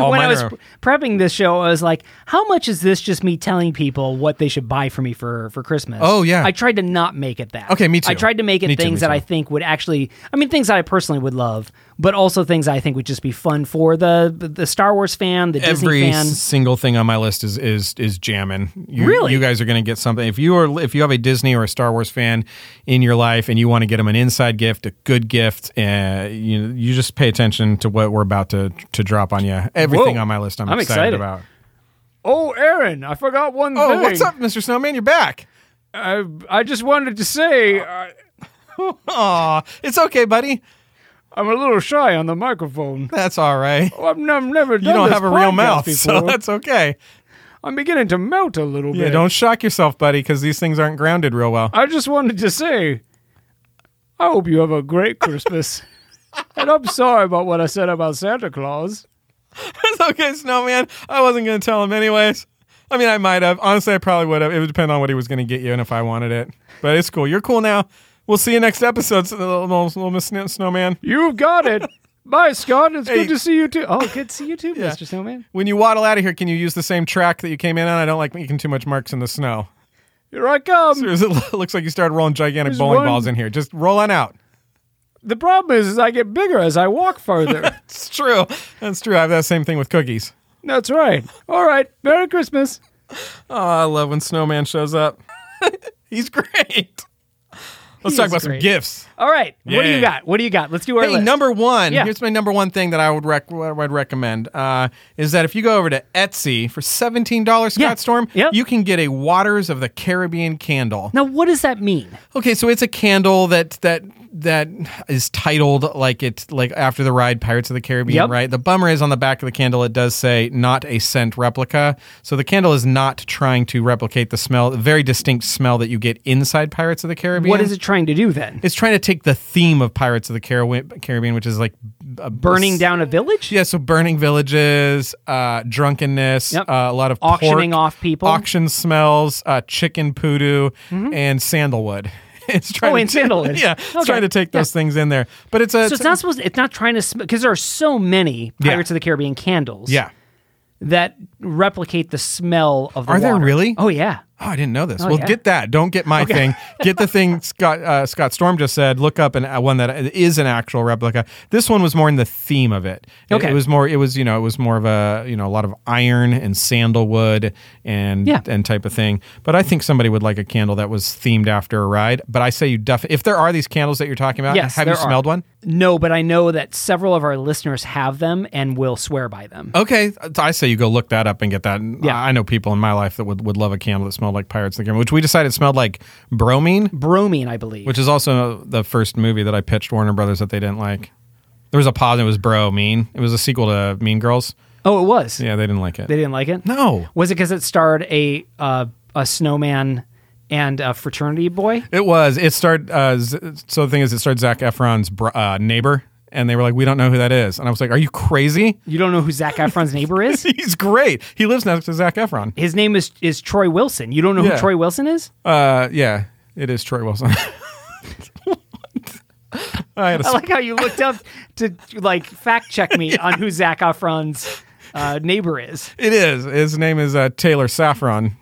Speaker 1: Oh,
Speaker 2: when I
Speaker 1: mine
Speaker 2: was
Speaker 1: are-
Speaker 2: prepping this show, I was like, "How much is this just me telling people what they should buy for me for for Christmas?"
Speaker 1: Oh, yeah.
Speaker 2: I tried to not make it that.
Speaker 1: Okay, me too.
Speaker 2: I tried to make it
Speaker 1: Me too,
Speaker 2: things
Speaker 1: me
Speaker 2: that I
Speaker 1: too.
Speaker 2: think would actually, I mean, things that I personally would love, but also things I think would just be fun for the the Star Wars fan, the
Speaker 1: every
Speaker 2: Disney fan.
Speaker 1: single thing on my list is is is jamming. You,
Speaker 2: Really?
Speaker 1: you guys are going to get something. If you are if you have a Disney or a Star Wars fan in your life and you want to get them an inside gift, a good gift, uh, you you just pay attention to what we're about to to drop on you. Everything
Speaker 2: Whoa.
Speaker 1: on my list, I'm,
Speaker 2: I'm
Speaker 1: excited,
Speaker 2: excited.
Speaker 1: about.
Speaker 2: oh, Aaron, I forgot one
Speaker 1: Oh, what's up, Mr. Snowman? You're back.
Speaker 2: I, I just wanted to say I,
Speaker 1: Aw, it's okay, buddy.
Speaker 2: I'm a little shy on the microphone.
Speaker 1: That's all right.
Speaker 2: Oh, I've, I've never done
Speaker 1: You don't have a real mouth, so that's okay.
Speaker 2: I'm beginning to melt a little
Speaker 1: Yeah, don't shock yourself, buddy, because these things aren't grounded real well.
Speaker 2: I just wanted to say, I hope you have a great Christmas. and I'm sorry about what I said about Santa Claus.
Speaker 1: It's okay, Snowman. I wasn't going to tell him anyways. I mean, I might have. Honestly, I probably would have. It would depend on what he was going to get you and if I wanted it. But it's cool. You're cool now. We'll see you next episode, s- little, little, little Miss Sn- Snowman.
Speaker 2: You've got it. Bye, Scott. It's
Speaker 1: Hey.
Speaker 2: good to see you too. Oh, good to see you too, Mr. Snowman.
Speaker 1: When you waddle out of here, can you use the same track that you came in on? I don't like making too much marks in the snow.
Speaker 2: Here I come.
Speaker 1: There's- It looks like you started rolling gigantic
Speaker 2: There's
Speaker 1: bowling
Speaker 2: one-
Speaker 1: balls in here. Just roll on out.
Speaker 2: The problem is, is I get bigger as I walk further.
Speaker 1: It's true. That's true. I have that same thing with cookies.
Speaker 2: That's right. All right. Merry Christmas.
Speaker 1: Oh, I love when Snowman shows up. He's great. Let's
Speaker 2: He
Speaker 1: talk
Speaker 2: is
Speaker 1: about some
Speaker 2: great.
Speaker 1: gifts.
Speaker 2: All right. What do you
Speaker 1: Yeah.
Speaker 2: got? What do you got? Let's do our
Speaker 1: Hey,
Speaker 2: list.
Speaker 1: number one.
Speaker 2: Yeah.
Speaker 1: Here's my number one thing that I would rec- what I would recommend uh, is that if you go over to Etsy for seventeen dollars, Scott
Speaker 2: Yeah.
Speaker 1: Storm,
Speaker 2: Yep.
Speaker 1: you can get a Waters of the Caribbean candle.
Speaker 2: now, what does that mean?
Speaker 1: Okay, so it's a candle that that that is titled like it's like after the ride Pirates of the Caribbean,
Speaker 2: Yep.
Speaker 1: right? The bummer is on the back of the candle it does say not a scent replica. So the candle is not trying to replicate the smell, the very distinct smell that you get inside Pirates of the Caribbean.
Speaker 2: What is it trying to do then?
Speaker 1: It's trying to take the theme of Pirates of the Carawi- Caribbean, which is like a
Speaker 2: Burning down a village?
Speaker 1: Yeah, so burning villages, uh, drunkenness,
Speaker 2: Yep.
Speaker 1: uh, a lot of
Speaker 2: Auctioning
Speaker 1: pork,
Speaker 2: off people. Mm-hmm.
Speaker 1: auction smells, uh, chicken poodoo, and sandalwood. It's trying
Speaker 2: Oh,
Speaker 1: to
Speaker 2: and sandalwood.
Speaker 1: yeah, it's
Speaker 2: Okay.
Speaker 1: trying to take those things in there. But it's a
Speaker 2: So it's not supposed. It's not trying to because there are so many
Speaker 1: Yeah.
Speaker 2: Pirates of the Caribbean candles.
Speaker 1: yeah.
Speaker 2: that replicate the smell of the
Speaker 1: Are there
Speaker 2: water.
Speaker 1: really?
Speaker 2: Oh yeah.
Speaker 1: Oh, I didn't know this. well,
Speaker 2: yeah.
Speaker 1: get that. Don't get my thing. Get the thing Scott uh, Scott Storm just said. Look up an, uh, one that is an actual replica. This one was more in the theme of it. It-
Speaker 2: Okay.
Speaker 1: It, was more. It was you know it was more of a you know a lot of iron and sandalwood and
Speaker 2: Yeah.
Speaker 1: and type of thing. But I think somebody would like a candle that was themed after a ride. But I say you definitely if there are these candles that you're talking about.
Speaker 2: Yes,
Speaker 1: Uh, Have you
Speaker 2: there are.
Speaker 1: smelled one?
Speaker 2: No, but I know that several of our listeners have them and will swear by them.
Speaker 1: Okay, I say you go look that up and get that. And
Speaker 2: Yeah.
Speaker 1: I I know people in my life that would, would love a candle that smelled like Pirates of the Caribbean, which we decided smelled like bromine.
Speaker 2: Bromine, I believe.
Speaker 1: which is also the first movie that I pitched Warner Brothers that they didn't like. There was a pause and it was Bro Mean. It was a sequel to Mean Girls.
Speaker 2: oh, it was.
Speaker 1: Yeah, they didn't like it.
Speaker 2: They didn't like it.
Speaker 1: no.
Speaker 2: Was it because it starred a uh, a snowman and a fraternity boy?
Speaker 1: It was. It started. Uh, Z- so the thing is, it started Zach Efron's br- uh, neighbor, and they were like, "We don't know who that is." And I was like, "Are you crazy?
Speaker 2: You don't know who Zach Efron's neighbor is?
Speaker 1: He's great. He lives next to Zach Efron."
Speaker 2: His name is is Troy Wilson. You don't know
Speaker 1: Yeah.
Speaker 2: who Troy Wilson is?
Speaker 1: Uh, yeah, it is Troy Wilson. What? I had a
Speaker 2: I like how you looked up to like fact check me on who Zach Efron's uh, neighbor is.
Speaker 1: it is. His name is uh, Taylor Saffron.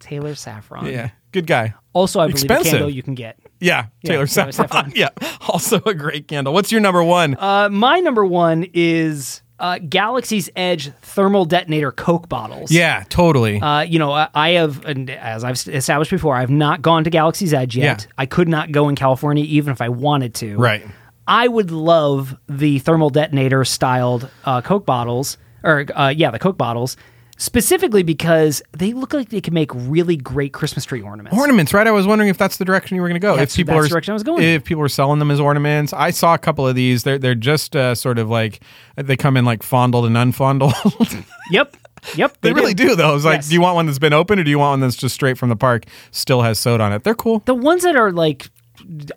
Speaker 2: Taylor Saffron.
Speaker 1: Yeah, good guy.
Speaker 2: Also, I believe
Speaker 1: Expensive.
Speaker 2: a candle you can get.
Speaker 1: Yeah, Taylor
Speaker 2: Taylor
Speaker 1: Saffron.
Speaker 2: Saffron.
Speaker 1: yeah, also a great candle. What's your number one?
Speaker 2: Uh, my number one is uh, Galaxy's Edge thermal detonator Coke bottles.
Speaker 1: yeah, totally.
Speaker 2: Uh, you know, I, I have, and as I've established before, I've not gone to Galaxy's Edge yet.
Speaker 1: Yeah.
Speaker 2: I could not go in California, even if I wanted to.
Speaker 1: right.
Speaker 2: I would love the thermal detonator styled uh, Coke bottles, or uh, yeah, the Coke bottles, specifically because they look like they can make really great Christmas tree ornaments.
Speaker 1: Ornaments, right? I was wondering if that's the direction you were going to go.
Speaker 2: That's-
Speaker 1: if people are
Speaker 2: that's the direction I was going.
Speaker 1: If people are selling them as ornaments, I saw a couple of these. They're they're just uh, sort of like they come in like fondled and unfondled.
Speaker 2: Yep. Yep.
Speaker 1: they really do though. It's like,
Speaker 2: Yes.
Speaker 1: do you want one that's been opened or do you want one that's just straight from the park, still has soda on it? They're cool.
Speaker 2: The ones that are like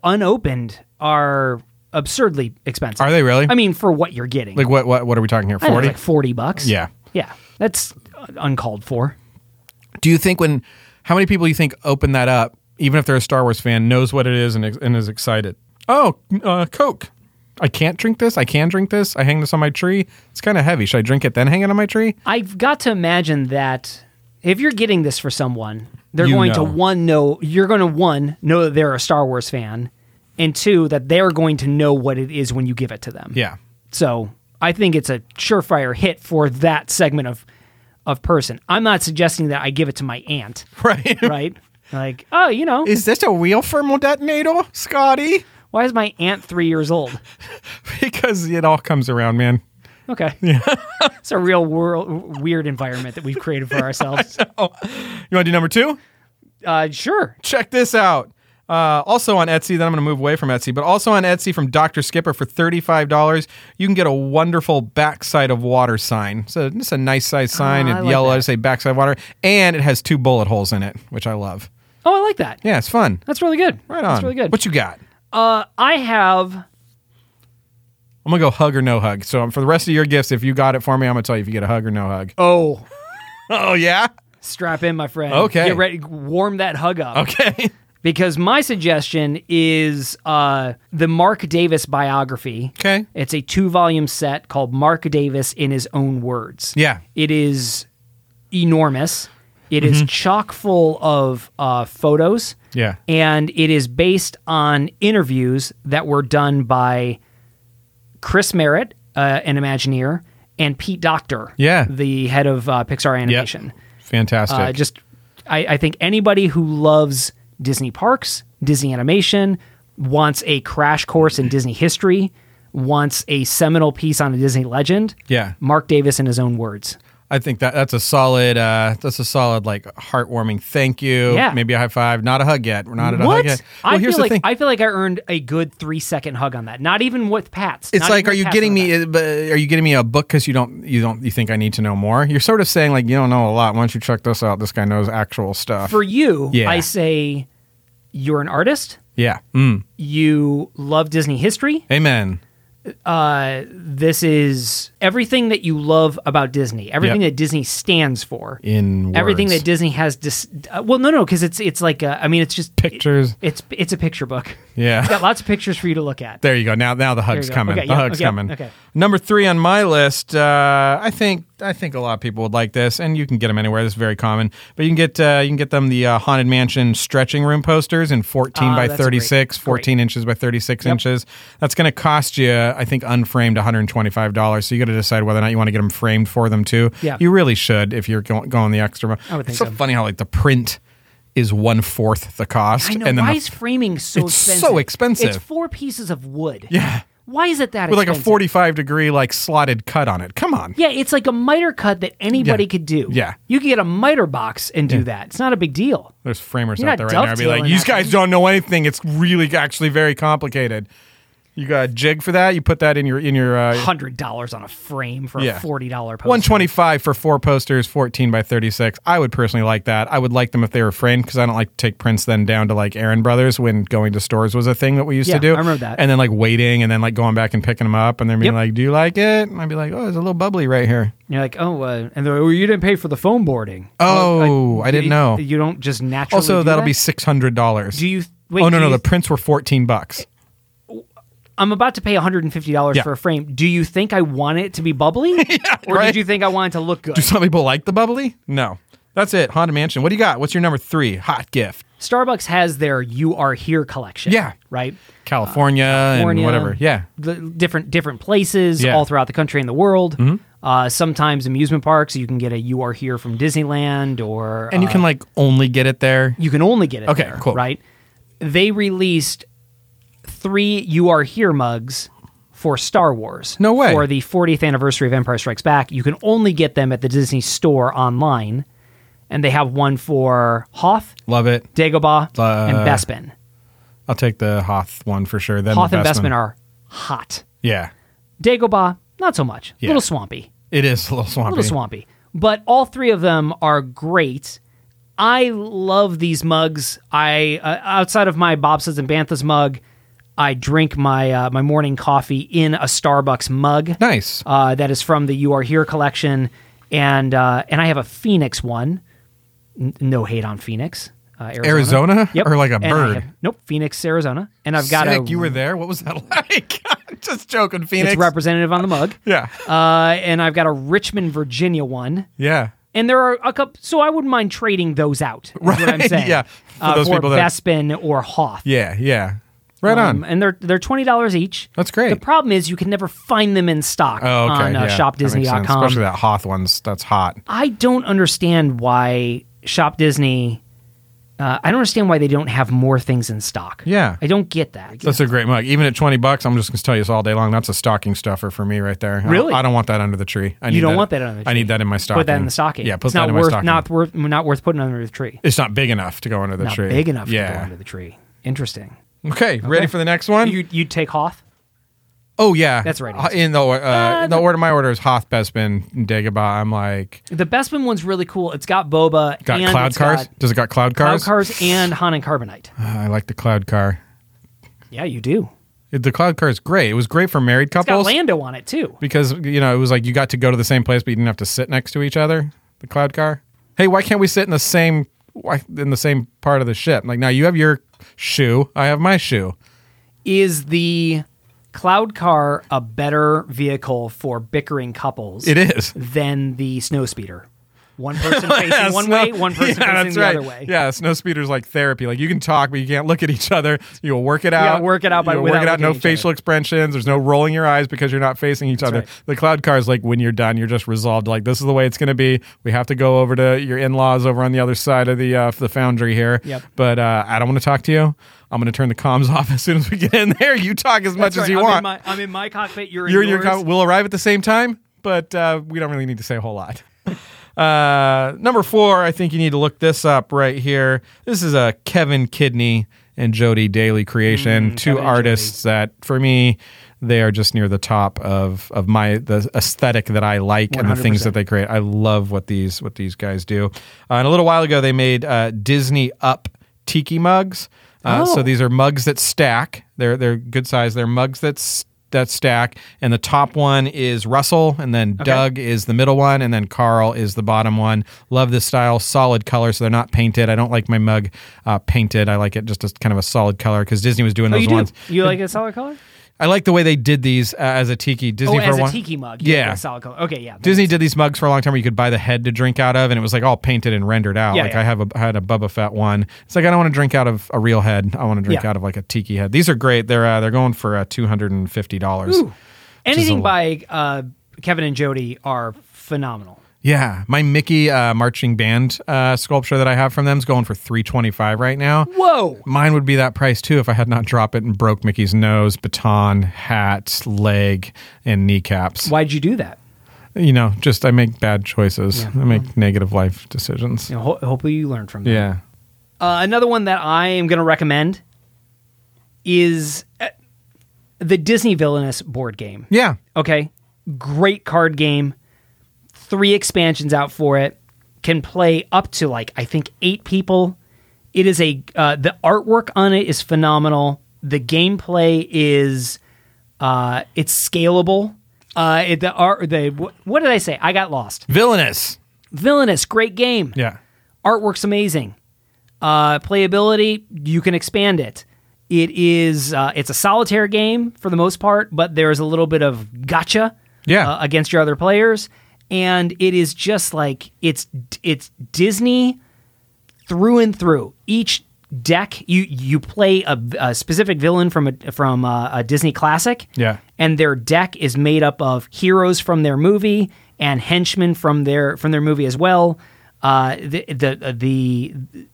Speaker 2: unopened are absurdly expensive.
Speaker 1: Are they really?
Speaker 2: I mean, for what you're getting,
Speaker 1: like what what what are we talking here?
Speaker 2: I don't know,
Speaker 1: Forty.
Speaker 2: like forty bucks.
Speaker 1: Yeah.
Speaker 2: yeah, that's uncalled for.
Speaker 1: Do you think when how many people you think open that up, even if they're a Star Wars fan, knows what it is and, ex- and is excited? Oh, uh, Coke. I can't drink this. I can drink this. I hang this on my tree. It's kind of heavy. Should I drink it then hang it on my tree?
Speaker 2: I've got to imagine that if you're getting this for someone, they're
Speaker 1: You
Speaker 2: going to
Speaker 1: know.
Speaker 2: one know you're going to one know that they're a Star Wars fan, and two that they're going to know what it is when you give it to them.
Speaker 1: Yeah.
Speaker 2: So I think it's a surefire hit for that segment of of person. I'm not suggesting that I give it to my aunt,
Speaker 1: Right.
Speaker 2: right? like, oh, you know,
Speaker 1: Is this a real thermal detonator, Scotty?
Speaker 2: why is my aunt three years old?
Speaker 1: Because it all comes around, man.
Speaker 2: Okay. Yeah. it's a real world weird environment that we've created for ourselves.
Speaker 1: You want to do number two?
Speaker 2: Uh, sure.
Speaker 1: check this out. Uh, also on Etsy, then I'm going to move away from Etsy, but also on Etsy from Dr. Skipper for $35. You can get a wonderful backside of water sign. So it's a nice size sign.
Speaker 2: Ah, I
Speaker 1: in
Speaker 2: like
Speaker 1: yellow,
Speaker 2: that.
Speaker 1: I say backside water. And it has two bullet holes in it, which I love.
Speaker 2: Oh, I like that.
Speaker 1: Yeah, it's fun.
Speaker 2: That's really good.
Speaker 1: Right on.
Speaker 2: Oh, That's really good.
Speaker 1: What you got?
Speaker 2: uh, I have.
Speaker 1: I'm going to go hug or no hug. So um, for the rest of your gifts, if you got it for me, I'm going to tell you if you get a hug or no hug.
Speaker 2: Oh,
Speaker 1: Oh, yeah?
Speaker 2: strap in, my friend.
Speaker 1: Okay.
Speaker 2: Get ready. Warm that hug up.
Speaker 1: Okay.
Speaker 2: Because my suggestion is uh, the Mark Davis biography.
Speaker 1: Okay.
Speaker 2: It's a two volume set called Mark Davis in His Own Words.
Speaker 1: Yeah.
Speaker 2: It is enormous. It is chock full of uh, photos.
Speaker 1: Mm-hmm. Yeah.
Speaker 2: And it is based on interviews that were done by Chris Merritt, uh, an Imagineer, and Pete Doctor,
Speaker 1: Yeah.
Speaker 2: the head of uh, Pixar Animation.
Speaker 1: Fantastic.
Speaker 2: Uh, just, I, I think anybody who loves Disney parks, Disney animation, wants a crash course in Disney history, wants a seminal piece on a Disney legend.
Speaker 1: Yeah.
Speaker 2: Mark Davis in his own words.
Speaker 1: I think that that's a solid uh, that's a solid like heartwarming thank you.
Speaker 2: Yeah.
Speaker 1: Maybe a high five. Not a hug yet. We're not at a
Speaker 2: What?
Speaker 1: hug yet.
Speaker 2: I
Speaker 1: Well, here's
Speaker 2: feel
Speaker 1: the
Speaker 2: like
Speaker 1: thing.
Speaker 2: I feel like I earned a good three second hug on that. Not even with Pat's.
Speaker 1: it's
Speaker 2: Not
Speaker 1: like,
Speaker 2: even
Speaker 1: are
Speaker 2: with
Speaker 1: you
Speaker 2: Pat's
Speaker 1: getting
Speaker 2: on
Speaker 1: me?
Speaker 2: that.
Speaker 1: uh, But are you getting me a book because you don't you don't you think I need to know more? You're sort of saying like you don't know a lot. Why don't you check this out? This guy knows actual stuff.
Speaker 2: For you,
Speaker 1: Yeah.
Speaker 2: I say you're an artist.
Speaker 1: yeah. Mm.
Speaker 2: You love Disney history.
Speaker 1: Amen.
Speaker 2: Uh, this is everything that you love about Disney. Everything
Speaker 1: Yep.
Speaker 2: that Disney stands for.
Speaker 1: In words.
Speaker 2: Everything that Disney has. Dis- uh, well, no, no, because it's it's like uh, I mean, it's just
Speaker 1: Pictures.
Speaker 2: It's it's a picture book.
Speaker 1: yeah.
Speaker 2: Got lots of pictures for you to look at.
Speaker 1: There you go. Now, now the hug's
Speaker 2: you go.
Speaker 1: coming.
Speaker 2: Okay,
Speaker 1: the
Speaker 2: yeah,
Speaker 1: hug's
Speaker 2: okay,
Speaker 1: coming.
Speaker 2: okay.
Speaker 1: Number three on my list. Uh, I think I think a lot of people would like this, and you can get them anywhere. This is very common, but you can get uh, you can get them the uh, haunted mansion stretching room posters in 14
Speaker 2: Ah,
Speaker 1: by
Speaker 2: that's great.
Speaker 1: 36,
Speaker 2: Great.
Speaker 1: 14 inches by 36 inches. That's going to cost you, I think, unframed 125 dollars. So you got to decide whether or not you want to get them framed for them too.
Speaker 2: Yeah.
Speaker 1: you really should if you're go- going the extra mile.
Speaker 2: would think
Speaker 1: it's so,
Speaker 2: so.
Speaker 1: funny how like the print is one fourth the cost,
Speaker 2: I know.
Speaker 1: and then
Speaker 2: why
Speaker 1: the
Speaker 2: is framing so
Speaker 1: It's so
Speaker 2: expensive?
Speaker 1: expensive.
Speaker 2: It's four pieces of wood.
Speaker 1: Yeah.
Speaker 2: Why is it that
Speaker 1: with like a
Speaker 2: expensive?
Speaker 1: 45 degree like slotted cut on it. Come on.
Speaker 2: Yeah, it's like a miter cut that anybody
Speaker 1: Yeah.
Speaker 2: could do.
Speaker 1: Yeah.
Speaker 2: You could get a miter box and do that. It's not a big deal.
Speaker 1: There's framers
Speaker 2: You're
Speaker 1: out there
Speaker 2: not
Speaker 1: right now. Be like,
Speaker 2: dovetailing
Speaker 1: you
Speaker 2: that
Speaker 1: guys
Speaker 2: thing."
Speaker 1: don't know anything. It's really actually very complicated. You got a jig for that. You put that in your in your uh,
Speaker 2: Hundred dollars on a frame for
Speaker 1: Yeah.
Speaker 2: a forty dollar poster.
Speaker 1: one twenty five for four posters, fourteen by thirty six. I would personally like that. I would like them if they were framed because I don't like to take prints then down to like Aaron Brothers when going to stores was a thing that we used
Speaker 2: Yeah,
Speaker 1: to do.
Speaker 2: I remember that.
Speaker 1: And then like waiting and then like going back and picking them up and then being
Speaker 2: Yep.
Speaker 1: like, "Do you like it?" And I'd be like, "Oh, there's a little bubbly right here."
Speaker 2: And you're like, oh, uh, and they're like, well, you didn't pay for the foam boarding.
Speaker 1: Oh, I didn't
Speaker 2: you-
Speaker 1: know.
Speaker 2: You don't just naturally.
Speaker 1: Also,
Speaker 2: do
Speaker 1: that'll
Speaker 2: that?
Speaker 1: be six hundred dollars.
Speaker 2: Do you? Wait,
Speaker 1: oh no
Speaker 2: do
Speaker 1: no
Speaker 2: you-
Speaker 1: the prints were 14 bucks
Speaker 2: I'm about to pay 150 dollars
Speaker 1: Yeah.
Speaker 2: for a frame. Do you think I want it to be bubbly, or
Speaker 1: right.
Speaker 2: did you think I want it to look good?
Speaker 1: do some people like the bubbly no that's it haunted mansion what do you got what's your number three hot gift
Speaker 2: Starbucks has their "You Are Here" collection.
Speaker 1: Yeah.
Speaker 2: right.
Speaker 1: california,
Speaker 2: California,
Speaker 1: and whatever yeah
Speaker 2: the different different places
Speaker 1: Yeah. Mm-hmm.
Speaker 2: all throughout the country and the world. Uh, sometimes amusement parks, you can get a "You Are Here" from Disneyland, or
Speaker 1: and you
Speaker 2: uh,
Speaker 1: can like only get it there
Speaker 2: you can only get it.
Speaker 1: Okay,
Speaker 2: there,
Speaker 1: cool.
Speaker 2: Right? They released three "You Are Here" mugs for Star Wars.
Speaker 1: No way.
Speaker 2: For the 40th anniversary of Empire Strikes Back, you can only get them at the Disney Store online, and they have one for Hoth,
Speaker 1: love it
Speaker 2: Dagobah, and
Speaker 1: Uh,
Speaker 2: Bespin.
Speaker 1: i'll take the hoth one for sure then
Speaker 2: Hoth
Speaker 1: the
Speaker 2: and
Speaker 1: best
Speaker 2: Bespin
Speaker 1: one.
Speaker 2: are hot.
Speaker 1: yeah
Speaker 2: Dagobah, not so much. A
Speaker 1: Yeah.
Speaker 2: little swampy.
Speaker 1: it is a little
Speaker 2: A
Speaker 1: swampy
Speaker 2: little swampy. But all three of them are great. I love these mugs. I uh, outside of my Bob's and Bantha's mug, I drink my uh, my morning coffee in a Starbucks mug.
Speaker 1: nice
Speaker 2: Uh, that is from the You Are Here collection, and uh, and I have a Phoenix one. N- no hate on Phoenix, uh, Arizona.
Speaker 1: Arizona?
Speaker 2: Yep.
Speaker 1: Or like a
Speaker 2: And I
Speaker 1: bird?
Speaker 2: have- nope, Phoenix, Arizona. And I've got
Speaker 1: Sick,
Speaker 2: a
Speaker 1: you were there what was that like just joking phoenix
Speaker 2: it's representative on the mug.
Speaker 1: yeah
Speaker 2: Uh, and I've got a Richmond, Virginia one.
Speaker 1: yeah
Speaker 2: And there are a couple, so I wouldn't mind trading those out. Is what I'm
Speaker 1: Right,
Speaker 2: saying.
Speaker 1: yeah. For
Speaker 2: for
Speaker 1: those
Speaker 2: for
Speaker 1: people that-
Speaker 2: Bespin or Hoth.
Speaker 1: yeah yeah right
Speaker 2: Um,
Speaker 1: on
Speaker 2: and they're they're twenty dollars each.
Speaker 1: That's great.
Speaker 2: The problem is you can never find them in stock
Speaker 1: Oh, okay.
Speaker 2: on uh,
Speaker 1: yeah, that makes sense.
Speaker 2: ShopDisney.com.
Speaker 1: Especially that Hoth one's. That's hot.
Speaker 2: I don't understand why Shop Disney. Uh, I don't understand why they don't have more things in stock.
Speaker 1: Yeah.
Speaker 2: I don't get that.
Speaker 1: That's a great mug. Even at twenty bucks, I'm just going to tell you this all day long. That's a stocking stuffer for me right there. I don't-
Speaker 2: Really?
Speaker 1: I don't want that under the tree. I
Speaker 2: you
Speaker 1: need
Speaker 2: don't
Speaker 1: that-
Speaker 2: want that on the. Tree.
Speaker 1: I need that in my stocking.
Speaker 2: Put that in the stocking.
Speaker 1: Yeah, put
Speaker 2: it's
Speaker 1: that
Speaker 2: not
Speaker 1: in my
Speaker 2: worth
Speaker 1: stocking.
Speaker 2: not worth not worth putting under the tree.
Speaker 1: it's not big enough to go under the
Speaker 2: not
Speaker 1: tree.
Speaker 2: big enough to go
Speaker 1: Yeah.
Speaker 2: under the tree. Interesting.
Speaker 1: okay, ready for the next one?
Speaker 2: You you'd take Hoth.
Speaker 1: oh yeah,
Speaker 2: That's right. Ah,
Speaker 1: Uh, In the uh, in the order, my order is Hoth, Bespin, and Dagobah. I'm like
Speaker 2: The Bespin one's really cool. It's got boba.
Speaker 1: got
Speaker 2: and
Speaker 1: cloud
Speaker 2: it's
Speaker 1: cars.
Speaker 2: got
Speaker 1: Does it got cloud
Speaker 2: Cloud
Speaker 1: cars?
Speaker 2: cars and Han and Carbonite.
Speaker 1: Uh, I like the cloud car.
Speaker 2: Yeah, you do.
Speaker 1: It- the cloud car is great. It was great for married
Speaker 2: It's got
Speaker 1: couples
Speaker 2: Lando on it too.
Speaker 1: because you know it was like you got to go to the same place, but you didn't have to sit next to each other. The cloud car. Hey, why can't we sit in the same why, in the same part of the ship? Like now you have your shoe, I have my shoe.
Speaker 2: Is the Cloud Car a better vehicle for bickering couples
Speaker 1: It is.
Speaker 2: than the Snowspeeder? One person facing
Speaker 1: Yeah,
Speaker 2: one
Speaker 1: snow-
Speaker 2: way, one person
Speaker 1: yeah,
Speaker 2: facing
Speaker 1: that's
Speaker 2: the
Speaker 1: right.
Speaker 2: other way.
Speaker 1: Yeah, snow speeders like therapy. Like you can talk, but you can't look at each other. You'll work it
Speaker 2: gotta
Speaker 1: out.
Speaker 2: work it out by-
Speaker 1: You'll
Speaker 2: without
Speaker 1: work it out.
Speaker 2: looking
Speaker 1: No
Speaker 2: at each other.
Speaker 1: facial expressions. There's no rolling your eyes because you're not facing each other.
Speaker 2: right.
Speaker 1: The cloud car is like when you're done, you're just resolved. Like this is the way it's going to be. We have to go over to your in laws over on the other side of the uh, the foundry here.
Speaker 2: Yep.
Speaker 1: But uh, I don't want to talk to you. I'm going to turn the comms off as soon as we get in there. You talk as much
Speaker 2: That's
Speaker 1: as
Speaker 2: right.
Speaker 1: you
Speaker 2: I'm
Speaker 1: want.
Speaker 2: In my, I'm in my cockpit. You're in
Speaker 1: You're-
Speaker 2: yours.
Speaker 1: you're com- we'll arrive at the same time, but uh, we don't really need to say a whole lot. Uh, number four, I think you need to look this up right here. This is a Kevin Kidney and Jody Daly creation. two
Speaker 2: Mm, Kevin and
Speaker 1: artists that, for me, they are just near the top of of my the aesthetic that I like and the things
Speaker 2: 100%.
Speaker 1: that they create. I love what these what these guys do. Uh, and a little while ago, they made uh, Disney Up tiki mugs. Uh,
Speaker 2: Oh.
Speaker 1: So these are mugs that stack. They're they're good size. They're mugs that s- that stack, and the top one is Russell, and then Doug is the middle one, and then Carl is the bottom one. Love this style, solid color. So they're not painted. I don't like my mug uh, painted. I like it just as kind of a solid color because Disney was doing
Speaker 2: Oh,
Speaker 1: those
Speaker 2: you do.
Speaker 1: ones.
Speaker 2: You like a solid color?
Speaker 1: I like the way they did these uh, as a tiki Disney
Speaker 2: oh,
Speaker 1: for
Speaker 2: as
Speaker 1: one.
Speaker 2: a tiki mug. you
Speaker 1: Yeah.
Speaker 2: like a solid color. Okay, yeah.
Speaker 1: Disney did these mugs for a long time where you could buy the head to drink out of, and it was like all painted and rendered out.
Speaker 2: Yeah,
Speaker 1: like
Speaker 2: yeah.
Speaker 1: I have a I had a Bubba Fett one. It's like I don't want to drink out of a real head. I want to drink
Speaker 2: Yeah.
Speaker 1: out of like a tiki head. These are great. They're uh, they're going for uh, two hundred and fifty dollars.
Speaker 2: Anything by uh, Kevin and Jody are phenomenal.
Speaker 1: Yeah, my Mickey uh, marching band uh, sculpture that I have from them is going for three twenty five right now.
Speaker 2: Whoa.
Speaker 1: Mine would be that price too if I had not dropped it and broke Mickey's nose, baton, hat, leg, and kneecaps.
Speaker 2: Why'd you do that?
Speaker 1: You know, just I make bad choices. I make negative life decisions.
Speaker 2: You know, ho- hopefully you learned from that.
Speaker 1: Yeah.
Speaker 2: Uh, another one that I am going to recommend is uh, the Disney Villainous board game.
Speaker 1: Yeah.
Speaker 2: Okay. Great card game. Three expansions out for it. Can play up to like I think eight people. It is a uh, the artwork on it is phenomenal. The gameplay is uh, it's scalable. Uh, it, the art the wh- what did I say? I got lost.
Speaker 1: Villainous.
Speaker 2: Villainous, great game.
Speaker 1: Yeah.
Speaker 2: Artwork's amazing. Uh, playability, you can expand it. It is uh, it's a solitaire game for the most part, but there is a little bit of gotcha
Speaker 1: Yeah.
Speaker 2: uh, against your other players, and it is just like it's it's Disney through and through. Each deck you you play a, a specific villain from a from a, a Disney classic,
Speaker 1: Yeah.
Speaker 2: and their deck is made up of heroes from their movie and henchmen from their from their movie as well. Uh, the the the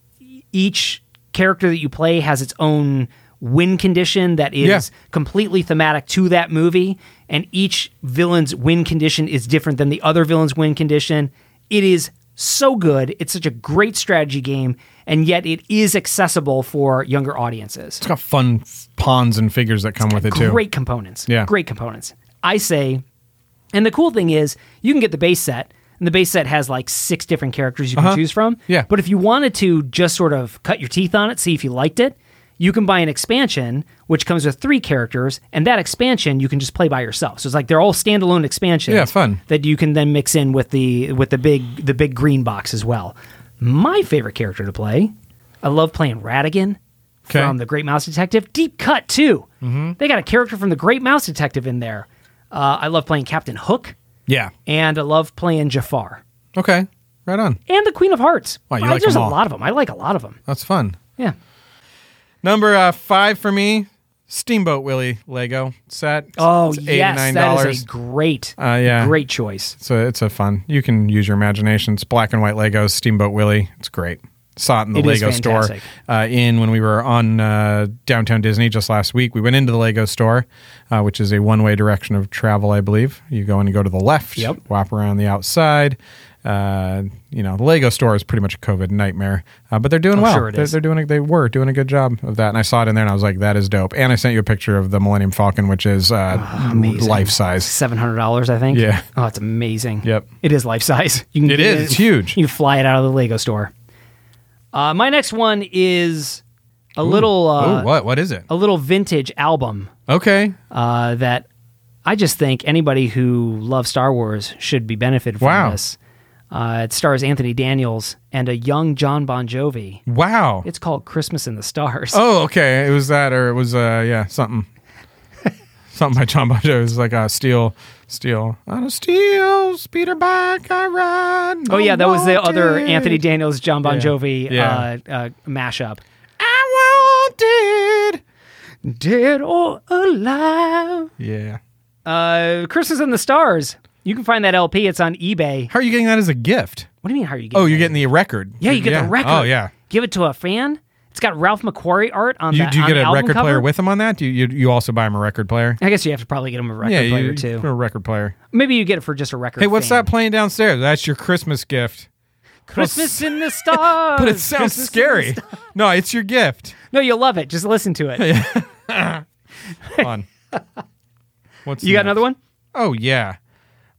Speaker 2: each character that you play has its own win condition that is
Speaker 1: Yeah.
Speaker 2: completely thematic to that movie, and each villain's win condition is different than the other villain's win condition. It is so good. It's such a great strategy game, and yet it is accessible for younger audiences.
Speaker 1: It's got fun f- pawns and figures that come with it too.
Speaker 2: Great components.
Speaker 1: Yeah.
Speaker 2: Great components. I say, and the cool thing is you can get the base set, and the base set has like six different characters you can choose from.
Speaker 1: Uh-huh. Yeah.
Speaker 2: But if you wanted to just sort of cut your teeth on it, see if you liked it, you can buy an expansion, which comes with three characters, and that expansion you can just play by yourself. So it's like they're all standalone expansions.
Speaker 1: Yeah, fun.
Speaker 2: That you can then mix in with the with the big the big green box as well. My favorite character to play. I love playing Radigan
Speaker 1: Okay. Mm-hmm.
Speaker 2: from the Great Mouse Detective. Deep cut too. They got a character from the Great Mouse Detective in there. Uh, I love playing Captain Hook,
Speaker 1: Yeah.
Speaker 2: and I love playing Jafar
Speaker 1: Okay. Right on.
Speaker 2: and the Queen of Hearts.
Speaker 1: Wow, you
Speaker 2: I-
Speaker 1: like
Speaker 2: there's
Speaker 1: them
Speaker 2: a
Speaker 1: all.
Speaker 2: lot of them. I like a lot of them.
Speaker 1: That's fun.
Speaker 2: Yeah.
Speaker 1: Number uh, five for me, Steamboat Willie Lego set.
Speaker 2: Oh
Speaker 1: It's
Speaker 2: yes, that is
Speaker 1: $89.
Speaker 2: a great,
Speaker 1: Uh, yeah.
Speaker 2: great choice.
Speaker 1: It's a, it's a fun. You can use your imagination. It's black and white Legos, Steamboat Willie. It's great. Saw it in the
Speaker 2: It is
Speaker 1: Lego store
Speaker 2: fantastic.
Speaker 1: uh, in when we were on uh, downtown Disney just last week. We went into the Lego store, uh, which is a one way direction of travel, I believe. You go in and go to the left,
Speaker 2: Yep.
Speaker 1: whop around the outside. Uh, you know, the Lego store is pretty much a COVID nightmare, uh, but they're doing well.
Speaker 2: sure it
Speaker 1: they're,
Speaker 2: is.
Speaker 1: they're doing a, they were doing a good job of that, and I saw it in there, and I was like, "That is dope." And I sent you a picture of the Millennium Falcon, which is
Speaker 2: Ah,
Speaker 1: uh, life size.
Speaker 2: Seven hundred dollars, I think.
Speaker 1: Yeah.
Speaker 2: Oh, it's amazing.
Speaker 1: Yep.
Speaker 2: It is life size. You can.
Speaker 1: It
Speaker 2: you
Speaker 1: is.
Speaker 2: can-
Speaker 1: It's huge.
Speaker 2: You fly it out of the Lego store. Uh, my next one is a little uh,
Speaker 1: oh, what what is it?
Speaker 2: a little vintage album
Speaker 1: Okay,
Speaker 2: uh, that I just think anybody who loves Star Wars should be benefited from
Speaker 1: Wow.
Speaker 2: this. Uh, it stars Anthony Daniels and a young John Bon Jovi.
Speaker 1: Wow.
Speaker 2: It's called Christmas in the Stars.
Speaker 1: oh, okay. It was that, or it was uh, yeah, something, something by John Bon Jovi. It was like uh, steel, steel on a steel speeder bike I ride.
Speaker 2: Oh, yeah, that was the
Speaker 1: Wanted.
Speaker 2: other Anthony Daniels John Bon
Speaker 1: Yeah.
Speaker 2: Jovi
Speaker 1: Yeah.
Speaker 2: Uh, uh, mashup.
Speaker 1: I wanted.
Speaker 2: Dead or alive,
Speaker 1: Yeah.
Speaker 2: uh, Christmas in the Stars. You can find that LP. It's on eBay.
Speaker 1: How are you getting that as a gift?
Speaker 2: What do you mean? How are you? Getting
Speaker 1: Oh, you're
Speaker 2: that?
Speaker 1: getting the record.
Speaker 2: Yeah, you get the record.
Speaker 1: Oh yeah.
Speaker 2: Give it to a fan. It's got Ralph McQuarrie art on
Speaker 1: You,
Speaker 2: the
Speaker 1: do you
Speaker 2: on
Speaker 1: get
Speaker 2: the
Speaker 1: a
Speaker 2: album
Speaker 1: record
Speaker 2: cover.
Speaker 1: player with them on that? Do you, you you also buy them a record player?
Speaker 2: I guess you have to probably get him a record
Speaker 1: yeah,
Speaker 2: player
Speaker 1: you,
Speaker 2: too.
Speaker 1: for a record player.
Speaker 2: Maybe you get it for just a record.
Speaker 1: Hey, what's
Speaker 2: fan.
Speaker 1: that playing downstairs? That's your Christmas gift.
Speaker 2: Christmas in the stars.
Speaker 1: But it sounds
Speaker 2: Christmas in the
Speaker 1: scary. No, it's your gift.
Speaker 2: No, you'll love it. Just listen to it.
Speaker 1: Fun. What's
Speaker 2: You got
Speaker 1: next?
Speaker 2: another one?
Speaker 1: Oh yeah.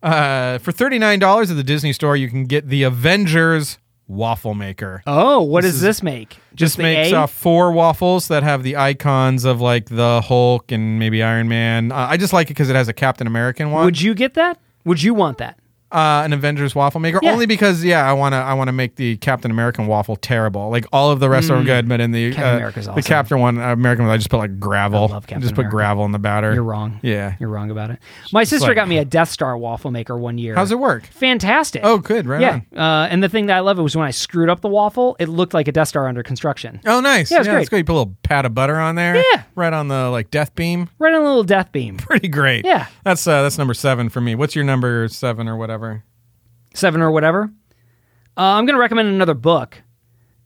Speaker 1: Uh, for thirty nine dollars at the Disney store, you can get the Avengers waffle maker.
Speaker 2: Oh, what does this make?
Speaker 1: Just
Speaker 2: the
Speaker 1: makes
Speaker 2: A?
Speaker 1: uh, four waffles that have the icons of like the Hulk and maybe Iron Man. Uh, I just like it because it has a Captain American one.
Speaker 2: Would you get that? Would you want that?
Speaker 1: uh, an Avengers waffle maker
Speaker 2: Yeah.
Speaker 1: only because yeah, I wanna I wanna make the Captain American waffle terrible. Like all of the rest are good, but in the
Speaker 2: Mm. Captain
Speaker 1: uh,
Speaker 2: America's
Speaker 1: the
Speaker 2: awesome.
Speaker 1: Captain one uh, American one, I just put like gravel.
Speaker 2: I love Captain
Speaker 1: just put
Speaker 2: America.
Speaker 1: gravel in the batter.
Speaker 2: You're wrong.
Speaker 1: Yeah.
Speaker 2: You're wrong about it. My sister
Speaker 1: like-
Speaker 2: got me a Death Star waffle maker one year.
Speaker 1: How's it work?
Speaker 2: Fantastic.
Speaker 1: Oh, good. Right
Speaker 2: yeah. Uh, and the thing that I love was when I screwed up the waffle, it looked like a Death Star under construction.
Speaker 1: Oh, nice.
Speaker 2: Yeah, it's
Speaker 1: it's good. You put a little pat of butter on there.
Speaker 2: Yeah.
Speaker 1: Right on the like death beam.
Speaker 2: Right on a little death beam.
Speaker 1: Pretty great.
Speaker 2: Yeah.
Speaker 1: That's uh that's number seven for me. What's your number seven or whatever?
Speaker 2: seven or whatever. Uh, I'm going to recommend another book,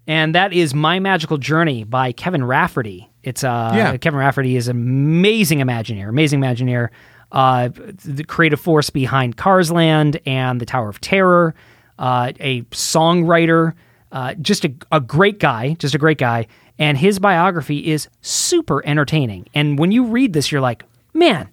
Speaker 2: and that is My Magical Journey by Kevin Rafferty. It's uh,
Speaker 1: Yeah.
Speaker 2: Kevin Rafferty is an amazing Imagineer, amazing Imagineer, uh, the creative force behind Cars Land and the Tower of Terror, uh, a songwriter, uh, just a, a great guy, just a great guy. And his biography is super entertaining. And when you read this, you're like, man,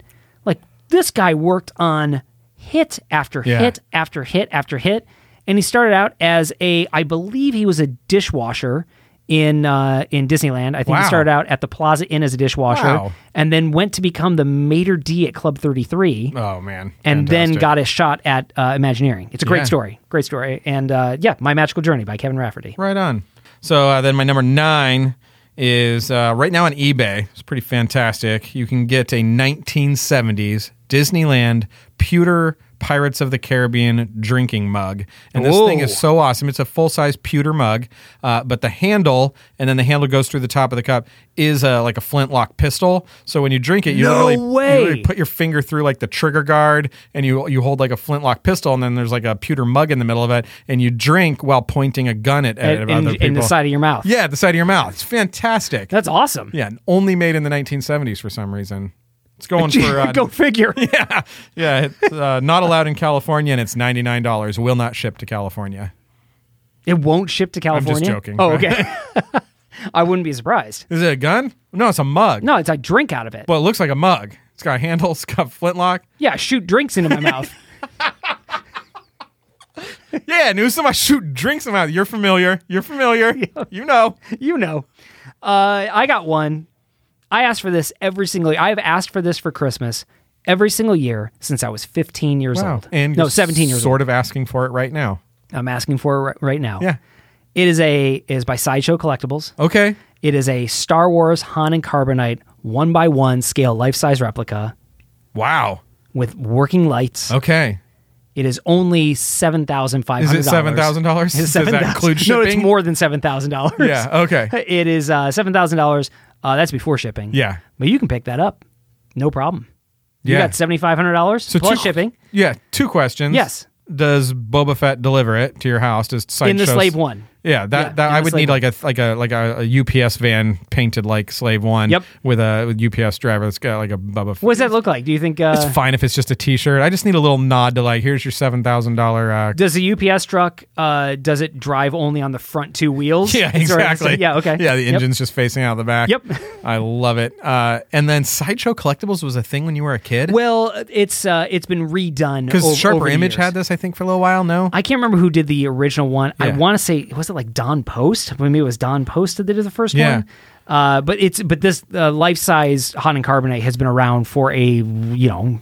Speaker 2: like this guy worked on hit after
Speaker 1: Yeah.
Speaker 2: hit after hit after hit. And he started out as a, I believe he was a dishwasher in uh, in Disneyland. I think
Speaker 1: Wow.
Speaker 2: he started out at the Plaza Inn as a dishwasher,
Speaker 1: Wow.
Speaker 2: and then went to become the maitre d at Club Thirty Three,
Speaker 1: Oh man.
Speaker 2: and then
Speaker 1: Fantastic.
Speaker 2: got a shot at uh, Imagineering. It's a great
Speaker 1: Yeah.
Speaker 2: story, great story, and uh, yeah, My Magical Journey by Kevin Rafferty.
Speaker 1: Right on. So uh, then my number nine is uh, right now on eBay. It's pretty fantastic. You can get a 1970s Disneyland pewter Pirates of the Caribbean drinking mug. And this
Speaker 2: Whoa.
Speaker 1: thing is so awesome. It's a full size pewter mug, uh, but the handle, and then the handle goes through the top of the cup, is uh, like a flintlock pistol. So when you drink it, you,
Speaker 2: No
Speaker 1: really,
Speaker 2: way.
Speaker 1: you really put your finger through like the trigger guard and you you hold like a flintlock pistol and then there's like a pewter mug in the middle of it and you drink while pointing a gun at, at other
Speaker 2: In, in,
Speaker 1: people.
Speaker 2: in the side of your mouth,
Speaker 1: yeah, the side of your mouth. It's fantastic.
Speaker 2: that's awesome.
Speaker 1: yeah, and only made in the 1970s for some reason. It's going for uh,
Speaker 2: Go figure.
Speaker 1: yeah, yeah. It's uh, not allowed in California and it's ninety nine dollars. Will not ship to California.
Speaker 2: It won't ship to
Speaker 1: just
Speaker 2: California.
Speaker 1: joking.
Speaker 2: Oh, okay. I wouldn't be surprised.
Speaker 1: Is it a gun? No, it's a mug.
Speaker 2: No, it's I drink out of it.
Speaker 1: well, it looks like a mug. It's got a handle. It's got a flintlock.
Speaker 2: yeah, shoot drinks into my mouth.
Speaker 1: Yeah, Newsom, I shoot drinks them out. You're familiar. You're familiar. You know.
Speaker 2: you know. Uh, I got one. I asked for this every single year. I've asked for this for Christmas every single year since I was 15 years old.
Speaker 1: And
Speaker 2: no,
Speaker 1: you're
Speaker 2: 17 years
Speaker 1: Sort of asking for it right now.
Speaker 2: old. I'm asking for it ri- right now.
Speaker 1: Yeah.
Speaker 2: It is a it is by Sideshow Collectibles.
Speaker 1: Okay.
Speaker 2: It is a Star Wars Han and Carbonite one by one scale life size replica
Speaker 1: Wow.
Speaker 2: with working lights.
Speaker 1: Okay.
Speaker 2: It is only seven thousand five
Speaker 1: Is
Speaker 2: hundred.
Speaker 1: it seven thousand dollars?
Speaker 2: It's
Speaker 1: Does
Speaker 2: seven
Speaker 1: that
Speaker 2: thousand.
Speaker 1: include shipping?
Speaker 2: No, it's more than seven thousand dollars.
Speaker 1: Yeah. Okay.
Speaker 2: It is uh, seven thousand dollars. Uh, that's before shipping.
Speaker 1: Yeah.
Speaker 2: But you can pick that up, no problem. You
Speaker 1: Yeah.
Speaker 2: got seventy five hundred dollars plus
Speaker 1: two-
Speaker 2: shipping
Speaker 1: Yeah. Two questions.
Speaker 2: Yes.
Speaker 1: Does Boba Fett deliver it to your house? Does side
Speaker 2: in the slave one.
Speaker 1: Yeah, that,
Speaker 2: Yeah,
Speaker 1: that
Speaker 2: in
Speaker 1: I
Speaker 2: the
Speaker 1: would
Speaker 2: slave
Speaker 1: need
Speaker 2: one.
Speaker 1: like a like a like a, a UPS van painted like slave one.
Speaker 2: Yep.
Speaker 1: With a with UPS driver that's got like a Boba. Fett.
Speaker 2: What does that look like? Do you think uh,
Speaker 1: It's fine if it's just a T-shirt. I just need a little nod to like, here's your seven thousand dollar. Uh,
Speaker 2: does the UPS truck uh, does it drive only on the front two wheels?
Speaker 1: Yeah,
Speaker 2: Is there-
Speaker 1: exactly.
Speaker 2: yeah, okay.
Speaker 1: Yeah, the
Speaker 2: Yep.
Speaker 1: engine's just facing out the back.
Speaker 2: Yep.
Speaker 1: I love it. Uh, and then Sideshow Collectibles was a thing when you were a kid?
Speaker 2: Well, it's uh, it's been redone
Speaker 1: Because
Speaker 2: ov-
Speaker 1: Sharper
Speaker 2: over the
Speaker 1: Image
Speaker 2: years.
Speaker 1: had this, I think, for a little while, no?
Speaker 2: I can't remember who did the original one. I
Speaker 1: Yeah.
Speaker 2: want to say was it like Don Post? Maybe it was Don Post that did the first
Speaker 1: Yeah.
Speaker 2: one. Uh, but it's but this uh, life size Han and Carbonate has been around for a you know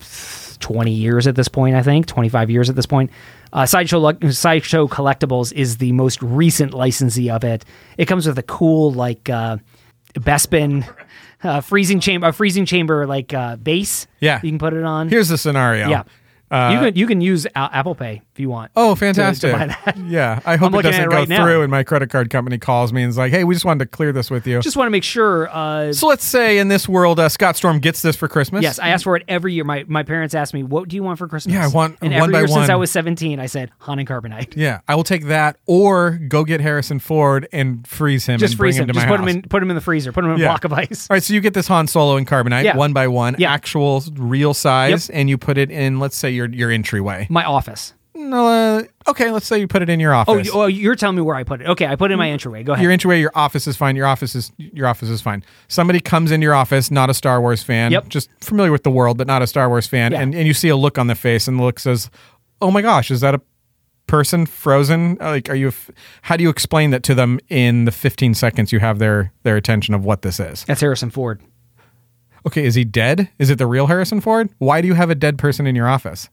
Speaker 2: twenty years at this point. I think twenty five years at this point. Uh, Sideshow Lu- Sideshow Collectibles is the most recent licensee of it. It comes with a cool like uh, Bespin uh, freezing chamber, a freezing chamber like uh, base.
Speaker 1: Yeah.
Speaker 2: you can put it on.
Speaker 1: Here's the scenario.
Speaker 2: Yeah. you can you can use A- Apple Pay if you want.
Speaker 1: Oh, fantastic!
Speaker 2: buy that.
Speaker 1: Yeah, I hope
Speaker 2: I'm
Speaker 1: it
Speaker 2: looking at
Speaker 1: doesn't
Speaker 2: it
Speaker 1: go
Speaker 2: right now.
Speaker 1: through, and my credit card company calls me and is like, "Hey, we just wanted to clear this with you."
Speaker 2: Just want to make sure. Uh,
Speaker 1: so let's say in this world, uh, Scott Storm gets this for Christmas.
Speaker 2: yes, I ask for it every year. My my parents ask me, "What do you want for Christmas?"
Speaker 1: Yeah, I want
Speaker 2: And
Speaker 1: one
Speaker 2: every
Speaker 1: by
Speaker 2: year since
Speaker 1: one.
Speaker 2: I was 17, I said Han and Carbonite.
Speaker 1: yeah, I will take that, or go get Harrison Ford and freeze him.
Speaker 2: Just
Speaker 1: and bring
Speaker 2: freeze him.
Speaker 1: him. to
Speaker 2: Just
Speaker 1: my
Speaker 2: put
Speaker 1: house.
Speaker 2: him in put him in the freezer. Put him in
Speaker 1: Yeah.
Speaker 2: a block of ice.
Speaker 1: All right, so you get this Han Solo and Carbonite
Speaker 2: Yeah.
Speaker 1: one by one,
Speaker 2: Yeah.
Speaker 1: actual real size, and you put it in, let's say, your your entryway.
Speaker 2: My office.
Speaker 1: No, uh, okay, let's say you put it in your
Speaker 2: Oh,
Speaker 1: office.
Speaker 2: you, oh, you're telling me where I put it. Okay, I put it in
Speaker 1: Mm-hmm.
Speaker 2: my entryway. Go ahead.
Speaker 1: your entryway, your office is fine. Your office is your office is fine. Somebody comes into your office, not a Star Wars fan,
Speaker 2: Yep.
Speaker 1: just familiar with the world, but not a Star Wars fan,
Speaker 2: Yeah.
Speaker 1: and, and you see a look on the face, and the look says, "Oh my gosh, is that a person frozen? Like, are you? f- How do you explain that to them in the 15 seconds you have their their attention of what this is?
Speaker 2: That's Harrison Ford.
Speaker 1: Okay, is he dead? Is it the real Harrison Ford? Why do you have a dead person in your office?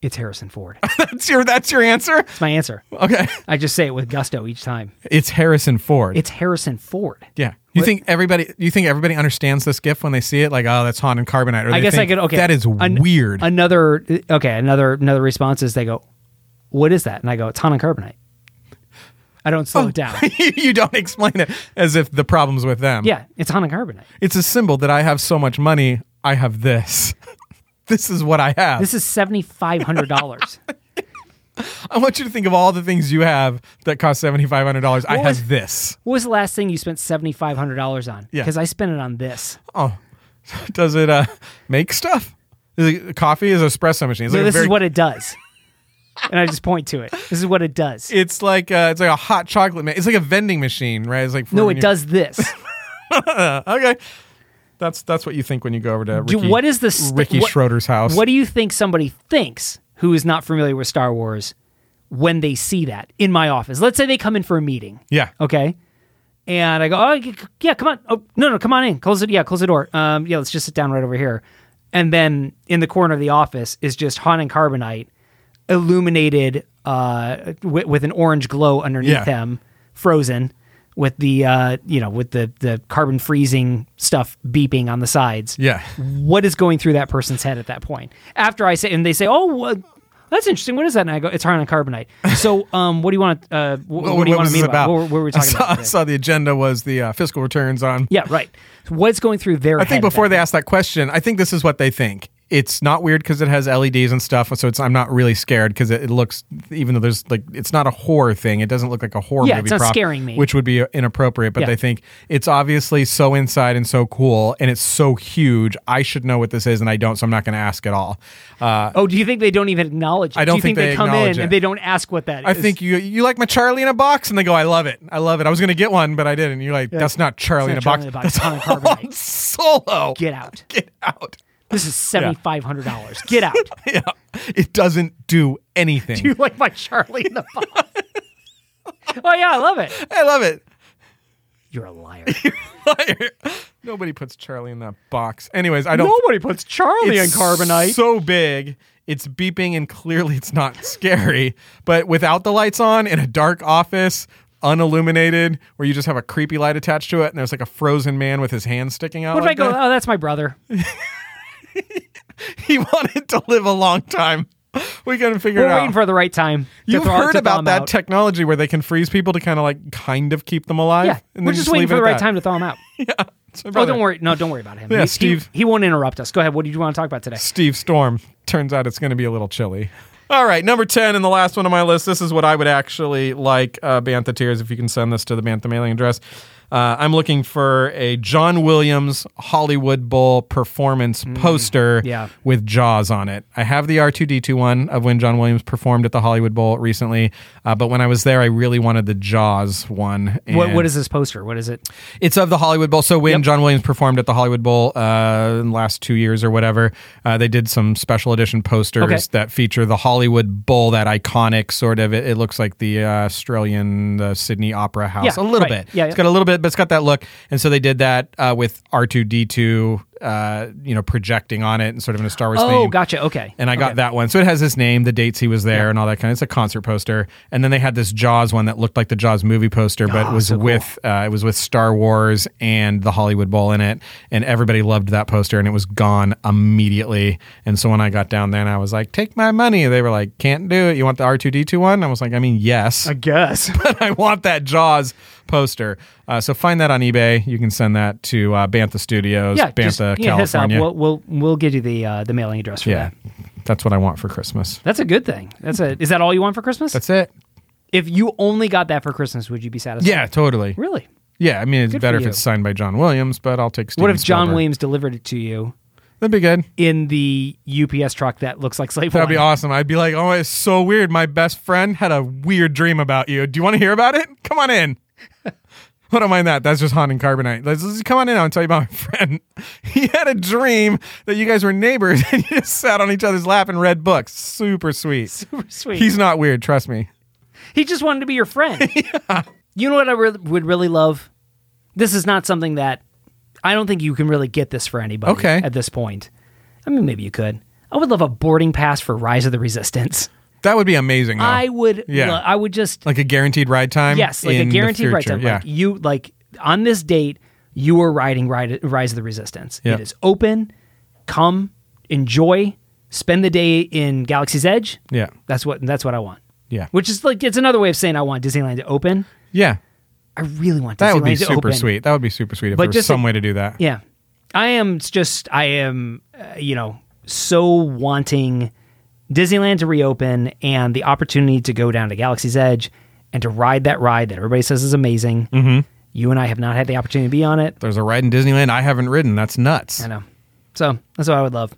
Speaker 2: It's Harrison Ford.
Speaker 1: That's your that's your answer.
Speaker 2: That's my answer.
Speaker 1: Okay,
Speaker 2: I just say it with gusto each time.
Speaker 1: it's Harrison Ford.
Speaker 2: It's Harrison Ford.
Speaker 1: Yeah. You think everybody? You think everybody understands this gif when they see it? Like, oh, that's Han and Carbonite. Or they
Speaker 2: I guess I
Speaker 1: think,
Speaker 2: could. Okay,
Speaker 1: that is
Speaker 2: An-
Speaker 1: weird.
Speaker 2: Another okay, another another response is they go, "What is that?" And I go, "It's Han and carbonite." I don't
Speaker 1: Oh,
Speaker 2: slow it down.
Speaker 1: you don't explain it as if the problems with them.
Speaker 2: yeah, it's Han and carbonite.
Speaker 1: it's a symbol that I have so much money. I have this. this is what I have.
Speaker 2: This is seventy five hundred dollars.
Speaker 1: I want you to think of all the things you have that cost seventy five hundred dollars. I
Speaker 2: What
Speaker 1: have
Speaker 2: was-
Speaker 1: this.
Speaker 2: what was the last thing you spent seventy five hundred dollars on?
Speaker 1: Yeah.
Speaker 2: because I spent it on this.
Speaker 1: Oh, does it uh, make stuff? Is it coffee? Is it espresso machine? It's
Speaker 2: So
Speaker 1: like a
Speaker 2: this
Speaker 1: very-
Speaker 2: is what it does, and I just point to it. This is what it does.
Speaker 1: It's like uh, it's like a hot chocolate. Ma- it's like a vending machine, right? It's like for
Speaker 2: no,
Speaker 1: when
Speaker 2: it
Speaker 1: you-
Speaker 2: does this.
Speaker 1: Okay. That's that's what you think when you go over to Ricky,
Speaker 2: Do- what is the st-
Speaker 1: Ricky
Speaker 2: what-
Speaker 1: Schroeder's house?
Speaker 2: What do you think somebody thinks who is not familiar with Star Wars when they see that in my office? Let's say they come in for a meeting.
Speaker 1: yeah.
Speaker 2: Okay. And I go, oh y- yeah, come on. Oh no, no, come on in. Close it. Yeah, close the door. Um, yeah, let's just sit down right over here. And then in the corner of the office is just Han and Carbonite, illuminated uh, with, with an orange glow underneath
Speaker 1: Yeah.
Speaker 2: them, frozen with the uh, you know with the the carbon freezing stuff beeping on the sides
Speaker 1: Yeah.
Speaker 2: what is going through that person's head at that point after i say and they say oh wha- that's interesting what is that and i go it's hard on carbonite so um what do you want uh wh- what, do you want
Speaker 1: was
Speaker 2: to meet
Speaker 1: this
Speaker 2: about, what, were- what were we talking
Speaker 1: I saw,
Speaker 2: about
Speaker 1: I
Speaker 2: today?
Speaker 1: saw the agenda was the uh, fiscal returns on.
Speaker 2: yeah right So what's going through their
Speaker 1: I think before they asked that question, I think this is what they think. It's not weird because it has LEDs and stuff, so it's I'm not really scared because it, it looks even though there's like it's not a horror thing. It doesn't look like a horror
Speaker 2: Yeah,
Speaker 1: movie.
Speaker 2: it's not
Speaker 1: prop,
Speaker 2: scaring me.
Speaker 1: which would be uh, inappropriate. But
Speaker 2: Yeah.
Speaker 1: they think it's obviously so inside and so cool, and it's so huge. I should know what this is, and I don't, so I'm not going to ask at all. Uh,
Speaker 2: oh do you think they don't even acknowledge it
Speaker 1: I don't
Speaker 2: do you think,
Speaker 1: think
Speaker 2: they,
Speaker 1: they
Speaker 2: come in
Speaker 1: acknowledge it.
Speaker 2: and they don't ask what that is?
Speaker 1: I think you you like my Charlie in a box, and they go, "I love it, I love it." I was gonna get one, but I didn't. And you're like, "That's not Charlie
Speaker 2: It's
Speaker 1: in a
Speaker 2: not
Speaker 1: box.
Speaker 2: Charlie in a
Speaker 1: That's
Speaker 2: Box, Conan Carbonite."
Speaker 1: Han Solo."
Speaker 2: get out
Speaker 1: Get out.
Speaker 2: this is $7500 get out
Speaker 1: Yeah, it doesn't do anything.
Speaker 2: you like my charlie in the box oh yeah i love it
Speaker 1: I love it.
Speaker 2: you're a liar
Speaker 1: Nobody puts Charlie in that box. Anyways, I don't.
Speaker 2: nobody puts charlie in
Speaker 1: it's
Speaker 2: carbonite
Speaker 1: so big. It's beeping, and clearly it's not scary. but without the lights on in a dark office, unilluminated, where you just have a creepy light attached to it, and there's like a frozen man with his hand sticking out.
Speaker 2: what if i
Speaker 1: like
Speaker 2: go
Speaker 1: that.
Speaker 2: oh that's my brother
Speaker 1: he wanted to live a long time. We couldn't figure
Speaker 2: We're
Speaker 1: it
Speaker 2: waiting
Speaker 1: out.
Speaker 2: for the right time. to
Speaker 1: You've
Speaker 2: throw-
Speaker 1: heard
Speaker 2: to thaw
Speaker 1: about
Speaker 2: them
Speaker 1: that
Speaker 2: out.
Speaker 1: technology where they can freeze people to kind of like kind of keep them alive.
Speaker 2: yeah,
Speaker 1: and
Speaker 2: we're
Speaker 1: then
Speaker 2: just,
Speaker 1: leave
Speaker 2: waiting
Speaker 1: it
Speaker 2: for the
Speaker 1: at
Speaker 2: right
Speaker 1: that.
Speaker 2: time to thaw him out.
Speaker 1: It's my
Speaker 2: oh,
Speaker 1: brother.
Speaker 2: don't worry. No, don't worry about him.
Speaker 1: Yeah,
Speaker 2: He- he,
Speaker 1: Steve.
Speaker 2: He, won't interrupt us. Go ahead. What do you want to talk about today?
Speaker 1: Steve Storm. Turns out it's going to be a little chilly. All right, number 10 and the last one on my list. This is what I would actually like, uh, Bantha Tears, if you can send this to the Bantha mailing address. Uh, I'm looking for a John Williams Hollywood Bowl performance poster
Speaker 2: Mm, yeah.
Speaker 1: with Jaws on it. I have the R2D2 one of when John Williams performed at the Hollywood Bowl recently, uh, but when I was there, I really wanted the Jaws one.
Speaker 2: What,
Speaker 1: and-
Speaker 2: what is this poster? What is it?
Speaker 1: it's of the Hollywood Bowl. So when
Speaker 2: Yep.
Speaker 1: John Williams performed at the Hollywood Bowl uh, in the last two years or whatever, uh, they did some special edition posters
Speaker 2: Okay.
Speaker 1: that feature the Hollywood Bowl, that iconic sort of. It, it looks like the uh, Australian, the Sydney Opera House a
Speaker 2: Yeah,
Speaker 1: little
Speaker 2: right.
Speaker 1: bit.
Speaker 2: Yeah,
Speaker 1: it's
Speaker 2: yeah.
Speaker 1: got a little bit, but it's got that look. And so they did that uh, with R two D two uh, you know, projecting on it and sort of in a Star Wars
Speaker 2: Oh,
Speaker 1: theme.
Speaker 2: gotcha. Okay.
Speaker 1: And I got
Speaker 2: Okay.
Speaker 1: that one. So it has his name, the dates he was there, and all that kind of. It's a concert poster. And then they had this Jaws one that looked like the Jaws movie poster, but
Speaker 2: Ah,
Speaker 1: it was
Speaker 2: so cool.
Speaker 1: with uh, it was with Star Wars and the Hollywood Bowl in it. And everybody loved that poster, and it was gone immediately. And so when I got down there, and I was like, "Take my money," they were like, "Can't do it. You want the R two D two one?" I was like, "I mean, yes."
Speaker 2: I guess.
Speaker 1: I want that Jaws poster. Uh, so find that on eBay. You can send that to uh, Bantha Studios,
Speaker 2: yeah,
Speaker 1: Bantha,
Speaker 2: just, yeah, hit us up.
Speaker 1: California.
Speaker 2: We'll, we'll we'll get you the uh, the mailing address for
Speaker 1: yeah,
Speaker 2: that.
Speaker 1: that's what I want for Christmas.
Speaker 2: That's a good thing. That's a. Is that all you want for Christmas?
Speaker 1: That's it.
Speaker 2: if you only got that for Christmas, would you be satisfied?
Speaker 1: Yeah, totally.
Speaker 2: Really?
Speaker 1: Yeah, I mean, it's
Speaker 2: Good for
Speaker 1: better if
Speaker 2: you.
Speaker 1: it's signed by John Williams, but I'll take. Steven
Speaker 2: what if John
Speaker 1: Spielberg.
Speaker 2: Williams delivered it to you
Speaker 1: That'd be good.
Speaker 2: in the UPS truck that looks like slave?
Speaker 1: That'd be
Speaker 2: wine?
Speaker 1: awesome. I'd be like, oh, it's so weird. My best friend had a weird dream about you. Do you want to hear about it? Come on in. I don't mind that. That's just haunting carbonite. Let's just come on in. I'll tell you about my friend. He had a dream that you guys were neighbors and you just sat on each other's lap and read books. Super sweet.
Speaker 2: Super sweet.
Speaker 1: He's not weird. Trust me.
Speaker 2: He just wanted to be your friend. You know what I re- would really love? This is not something that I don't think you can really get this for anybody
Speaker 1: Okay.
Speaker 2: at this point. I mean, maybe you could. I would love a boarding pass for Rise of the Resistance.
Speaker 1: That would be amazing. Though.
Speaker 2: I would.
Speaker 1: Yeah.
Speaker 2: lo- I would just.
Speaker 1: like a guaranteed ride time.
Speaker 2: yes, like a
Speaker 1: in the
Speaker 2: guaranteed right
Speaker 1: future.
Speaker 2: time.
Speaker 1: Yeah.
Speaker 2: Like you like on this date, you are riding Ride, Rise of the Resistance.
Speaker 1: Yep.
Speaker 2: It is open. Come, enjoy, spend the day in Galaxy's Edge.
Speaker 1: yeah.
Speaker 2: That's what. That's what I want.
Speaker 1: Yeah.
Speaker 2: Which is like it's another way of saying I want Disneyland to open.
Speaker 1: Yeah.
Speaker 2: I really want Disneyland
Speaker 1: That would be
Speaker 2: to
Speaker 1: super
Speaker 2: open.
Speaker 1: sweet. That would be super sweet if
Speaker 2: But
Speaker 1: there was
Speaker 2: just
Speaker 1: some
Speaker 2: a-
Speaker 1: way to do that.
Speaker 2: Yeah, I am just I am uh, you know so wanting Disneyland to reopen and the opportunity to go down to Galaxy's Edge and to ride that ride that everybody says is amazing. Mm-hmm. You and I have not had the opportunity to be on it.
Speaker 1: There's a ride in Disneyland I haven't ridden. That's nuts.
Speaker 2: I know, so that's what I would love.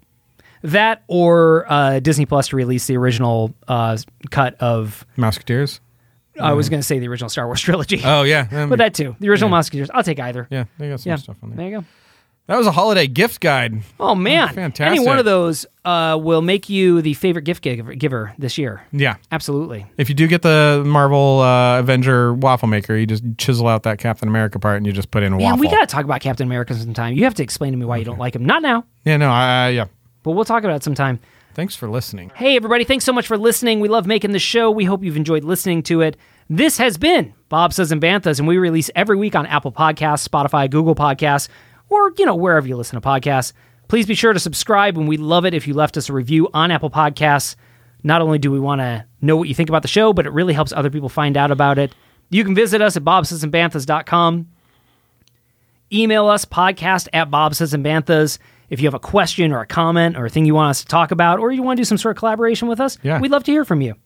Speaker 2: That or uh, Disney Plus to release the original uh, cut of
Speaker 1: Musketeers.
Speaker 2: I was going to say the original Star Wars trilogy,
Speaker 1: Mm. Oh yeah, Um,
Speaker 2: but that too the original Musketeers. I'll take either.
Speaker 1: yeah, they got some
Speaker 2: Yeah.
Speaker 1: stuff on there.
Speaker 2: There you go.
Speaker 1: That was a holiday gift guide.
Speaker 2: Oh man,
Speaker 1: fantastic.
Speaker 2: Any one of those uh, will make you the favorite gift giver, giver this year.
Speaker 1: Yeah,
Speaker 2: Absolutely.
Speaker 1: if you do get the Marvel uh, Avenger waffle maker, you just chisel out that Captain America part and you just put in a
Speaker 2: Man,
Speaker 1: waffle.
Speaker 2: we gotta talk about Captain America sometime. You have to explain to me why you don't like him. Not now,
Speaker 1: yeah, no, I, I- yeah.
Speaker 2: but we'll talk about it sometime.
Speaker 1: Thanks for listening.
Speaker 2: Hey everybody, thanks so much for listening. We love making the show. We hope you've enjoyed listening to it. This has been Bob Says and Banthas, and we release every week on Apple Podcasts, Spotify, Google Podcasts, or you know, wherever you listen to podcasts. Please be sure to subscribe, and we love it if you left us a review on Apple Podcasts. Not only do we want to know what you think about the show, but it really helps other people find out about it. You can visit us at bobsaysandbanthas.com email us podcast at bob says and banthas if you have a question or a comment or a thing you want us to talk about or you want to do some sort of collaboration with us
Speaker 1: Yeah.
Speaker 2: we'd love to hear from you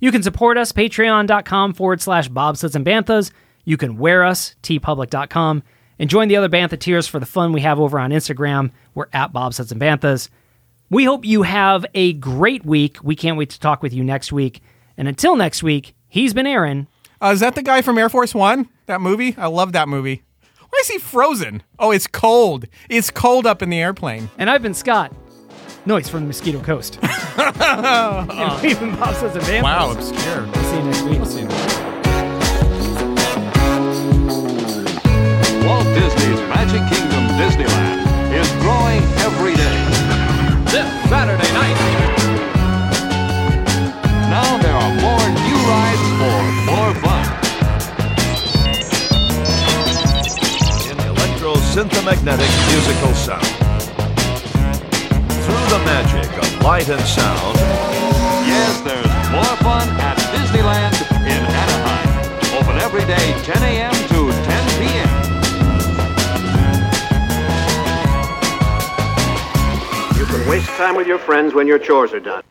Speaker 2: you can support us patreon.com forward slash bob says and banthas you can wear us tpublic.com and join the other bantha tiers for the fun we have over on instagram we're at bob says and banthas we hope you have a great week we can't wait to talk with you next week and until next week he's been aaron
Speaker 1: Uh, is that the guy from Air Force One? That movie? I love that movie. Why is he frozen? Oh, it's cold. It's cold up in the airplane.
Speaker 2: And I've been Scott. Noise from the Mosquito Coast. and we've been Bob Says and Bam.
Speaker 1: Wow, obscure.
Speaker 2: See you next week.
Speaker 3: Walt Disney's Magic Kingdom Disneyland is growing every day. This Saturday night. Now there are more new rides for more fun.
Speaker 4: In electro synthomagnetic musical sound. Through the magic of light and sound.
Speaker 3: Yes, there's more fun at Disneyland in Anaheim. Open every day 10 a.m. to 10 p.m.
Speaker 6: You can waste time with your friends when your chores are done.